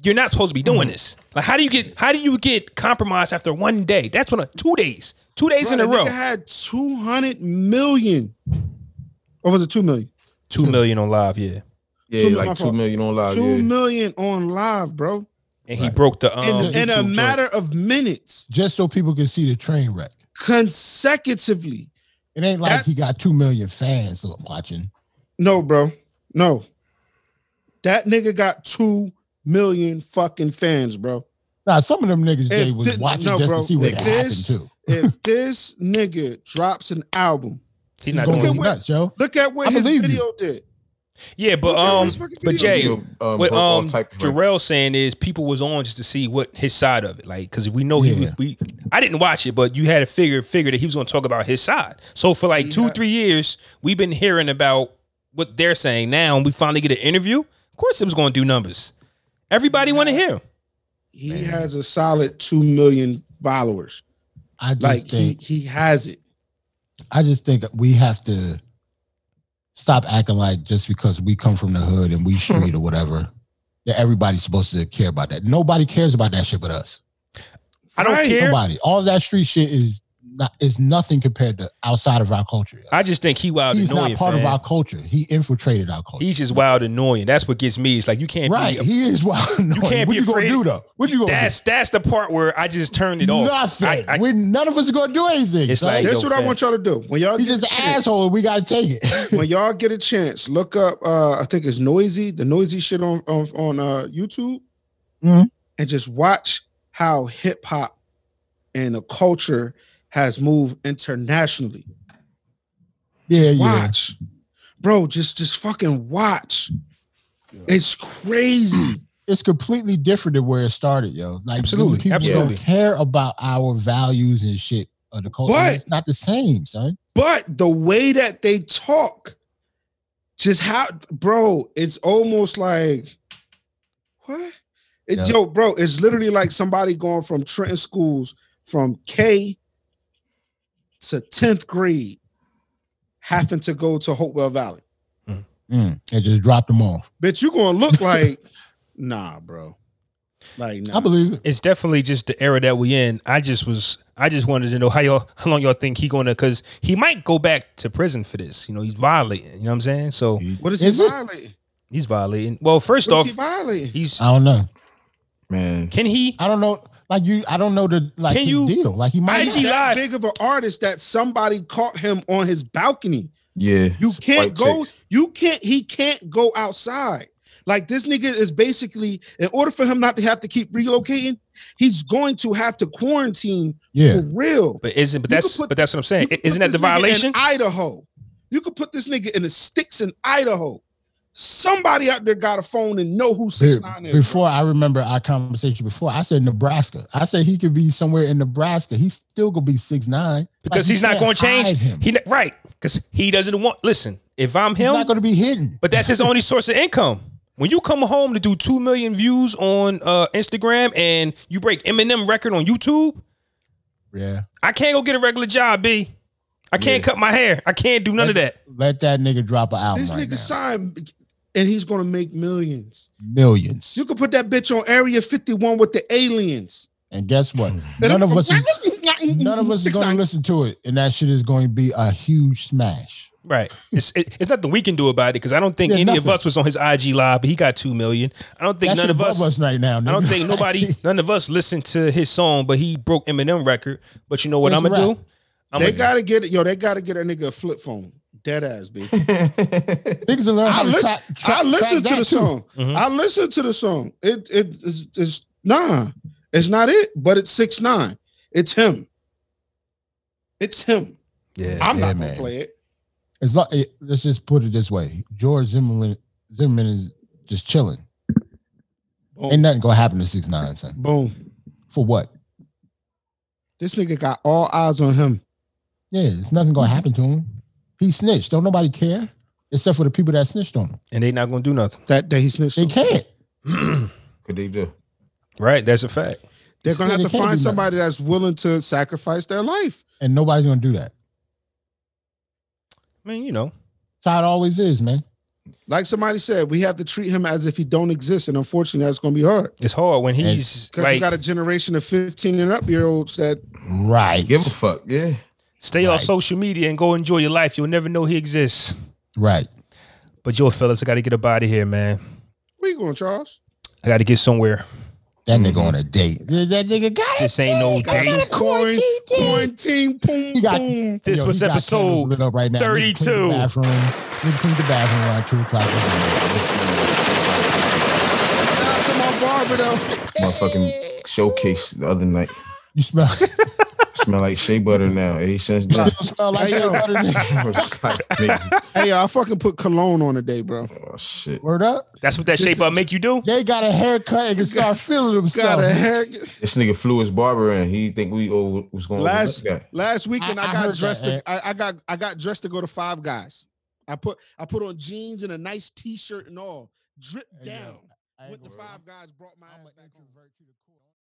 B: you're not supposed to be
A: Mm-hmm.
B: doing this. Like, how do you get how do you get compromised after one day? That's when two days, two days in
A: Bro,
B: a
A: the
B: row,
A: nigga had two hundred million, or was it two million?
B: two million on live, yeah.
C: Yeah,
A: Two- my
C: like
A: fault.
C: two million on
D: Oh,
C: live.
A: Two
C: yeah.
A: million on live, bro.
B: And he broke the um,
A: In, in a
B: YouTube joint.
A: matter of minutes,
D: just so people can see the train wreck.
A: consecutively.
D: It ain't like
A: That-
D: he got two million fans watching.
A: No, bro. No. That nigga got two million fucking fans, bro.
D: Nah, some of them niggas they was
A: thi-
D: watching
A: no,
D: just
A: bro.
D: to see what
A: If
D: happened
A: this-
D: too.
A: If this nigga drops an album,
B: He's
D: He's
B: not
D: gonna
B: doing
D: go
A: it.
D: nuts, yo.
A: look at what
D: I
A: his
D: believe you.
A: video did.
B: Yeah, but
A: Look at what
B: um,
A: his fucking
B: but
A: video
B: Jay,
A: is.
C: um,
B: what
C: broke all
B: um
C: types of
B: Jarrell saying is people was on just to see what his side of it, like because we know he
D: Yeah.
B: was, we I didn't watch it, but you had to figure figure that he was going to talk about his side. So for like two
A: Yeah.
B: three years, we've been hearing about what they're saying now, and we finally get an interview. Of course, it was going to do numbers. Everybody want to hear. him.
A: He
D: Man.
A: has a solid two million followers.
D: I just
A: Like he,
D: think
A: he has it.
D: I just think that we have to stop acting like just because we come from the hood and we street or whatever, that everybody's supposed to care about that. Nobody cares about that shit but us.
B: I don't
A: Right.
B: care.
D: Nobody. All that street shit is not is nothing compared to outside of our culture.
B: I just think he wild
D: He's
B: annoying.
D: not part of
B: fam.
D: our culture. He infiltrated our culture.
B: He's just wild annoying. That's what gets me. It's like you can't
D: right.
B: be.
D: he is wild. You
B: can't
D: what
B: be
D: you
B: afraid-
D: gonna do though? What you gonna
B: that's that's the part where I just turned it
D: do?
B: off.
D: Nothing.
B: I- I-
D: we, none of us are gonna do anything.
B: It's
D: son.
B: like- Hey,
A: That's
B: yo,
A: what I
B: fam.
A: want y'all to do. When y'all
D: he's
A: get
D: just
A: a
D: an
A: chance-
D: asshole. We gotta take it.
A: when y'all get a chance, look up uh I think it's noisy, the noisy shit on on, on uh YouTube
D: Mhm.
A: and just watch how hip hop and the culture has moved internationally.
D: yeah,
A: Just
D: yeah.
A: watch. Bro, just just fucking watch. It's crazy.
D: it's completely different than where it started, yo. Like
B: Absolutely,
D: people
B: absolutely.
D: don't care about our values and shit of the culture.
A: But-
D: it's not the same, son.
A: but the way that they talk, just how bro, it's almost like what? It,
D: Yeah.
A: Yo, bro, it's literally like somebody going from Trenton schools from K to 10th grade, having to go to Hopewell Valley.
B: Mm.
D: It just dropped them off.
A: Bitch, you gonna look like nah, bro. Like nah.
D: I believe it.
B: it's definitely just the era that we in. I just was, I just wanted to know how y'all, how long y'all think he gonna, because he might go back to prison for this. You know, he's violating. You know what I'm saying? So
A: what is, he
D: Is it?
A: violating?
B: he's violating. Well, first
A: What
B: off,
A: is he violating?
B: he's
D: I don't know.
C: man.
B: can he?
D: I don't know. Like you, I don't know the like
B: Can
D: his
B: you-
D: deal. Like he might.
A: He's
B: IG Live.
A: that big of an artist that somebody caught him on his balcony.
C: Yeah,
A: You can't
C: White
A: go.
C: chicks.
A: You can't. He can't go outside. Like this nigga is basically, in order for him not to have to keep relocating, he's going to have to quarantine
D: yeah,
A: for real.
B: But isn't? But
A: You
B: that's.
A: could put-
B: but that's what I'm saying.
A: You could
B: Isn't that
A: put
B: the
A: this nigga in
B: violation?
A: Idaho. You could put this nigga in the sticks in Idaho. Somebody out there got a phone and know who six nine
D: Be-
A: is. bro.
D: before I remember our conversation before, I said Nebraska. I said he could be somewhere in Nebraska. He's still gonna be six nine
B: Because he's not gonna change.
D: Him.
B: He ne- right. because he doesn't want. Listen, if I'm
D: He's
B: him,
D: not going to be hidden.
B: but that's his only source of income. When you come home to do two million views on uh, Instagram and you break Eminem record on YouTube,
D: Yeah.
B: I can't go get a regular job, B. I can't cut my hair. I can't do none of that.
D: Let that nigga drop an album.
A: This
D: right
A: nigga
D: now.
A: signed, and he's gonna make millions.
D: Millions.
A: You could put that bitch on Area 51 with the aliens.
D: And guess what?
A: And
D: None
A: I'm-
D: of us. Is, none of us is
A: Six
D: going
A: nine.
D: to listen to it, and that shit is going to be a huge smash.
B: Right. It's it, it's nothing we can do about it because I don't think
D: Yeah,
B: any of
D: nothing.
B: us was on his IG live, but he got two million. I don't think
D: That
B: none
D: shit
B: of
D: above
B: us.
D: right now.
B: I don't
D: nigga.
B: think nobody, none of us listened to his song, but he broke Eminem record. But you know what
D: It's
B: I'm gonna
D: rap.
B: do? I'm
A: they
B: gonna,
A: gotta get it, yo. They gotta get a nigga a flip phone. Dead ass, bitch.
D: Niggas will learn how
A: I
D: to
A: listen.
D: track- track-
A: I
D: track
A: listen to the
D: that too.
A: song.
B: Mhm.
A: I listen to the song. It it is it's, nah. It's not it, but it's six nine. It's him. It's him.
B: yeah,
A: I'm
D: Yeah,
A: not gonna
D: man.
A: play it.
D: It's like it, let's just put it this way: George Zimmerman, Zimmerman is just chilling.
A: Boom.
D: Ain't nothing gonna happen to six nine son.
A: Boom.
D: For what?
A: This nigga got all eyes on him.
D: Yeah, it's nothing gonna happen to him. He snitched. Don't nobody care except for the people that snitched on him.
B: and they not gonna do nothing.
A: That day he snitched.
D: They
A: on him.
D: can't.
C: Could they do?
B: Right. That's a fact.
A: They're
D: This
A: gonna have
D: nigga
A: to
D: can't
A: find
D: do nothing.
A: somebody that's willing to sacrifice their life.
D: and nobody's gonna do that.
B: I mean, you know,
D: That's how it always is, man.
A: Like somebody said, we have to treat him as if he don't exist, and unfortunately, that's gonna be hard
B: it's hard when he's
A: because
B: like
A: you got a generation of fifteen and up year olds that
D: Right.
C: Give a fuck. Yeah.
B: stay
D: Right.
B: off social media and go enjoy your life. You'll never know he exists.
D: right.
B: But yo, fellas, I got to get up out of here, man.
A: we going Charles.
B: I got to get somewhere.
D: That
C: Mhm.
D: nigga on a date. That that nigga got
B: This
D: it.
B: ain't no date.
A: Coin, quarantine, boom,
D: He got-
A: boom.
B: This was episode
D: now. Nigga cleaned the
B: 32.
D: Bathroom. Nigga cleaned the bathroom around two o'clock. in the morning.
A: Shout out to my barber though.
C: Motherfucking showcase the other night.
D: You smell. still
C: Smell like shea butter now. Hey, since then.
D: smell like
A: Hey, yo.
D: butter, nigga.
C: I was just like, nigga,
A: Hey, I fucking put cologne on today, bro.
C: oh shit.
D: Word up.
B: That's what that
A: Just-
B: shape up make you do.
D: They got a haircut and can start feeling
A: Got
D: themselves.
A: a heck.
C: This nigga flew his barber in. He think we oh was going
A: Last-
C: guy.
A: Last weekend, I,
D: I
A: got
D: heard
A: dressed.
D: that, eh?
A: to, I, I got I got dressed to go to Five Guys. I put I put on jeans and a nice T-shirt and all. Drip
D: Hey, yo.
A: down.
D: I ain't
A: Went to
D: gonna-
A: Five Guys. Brought my
D: I'm
A: ass
D: an
A: back home.
D: introvert to the core.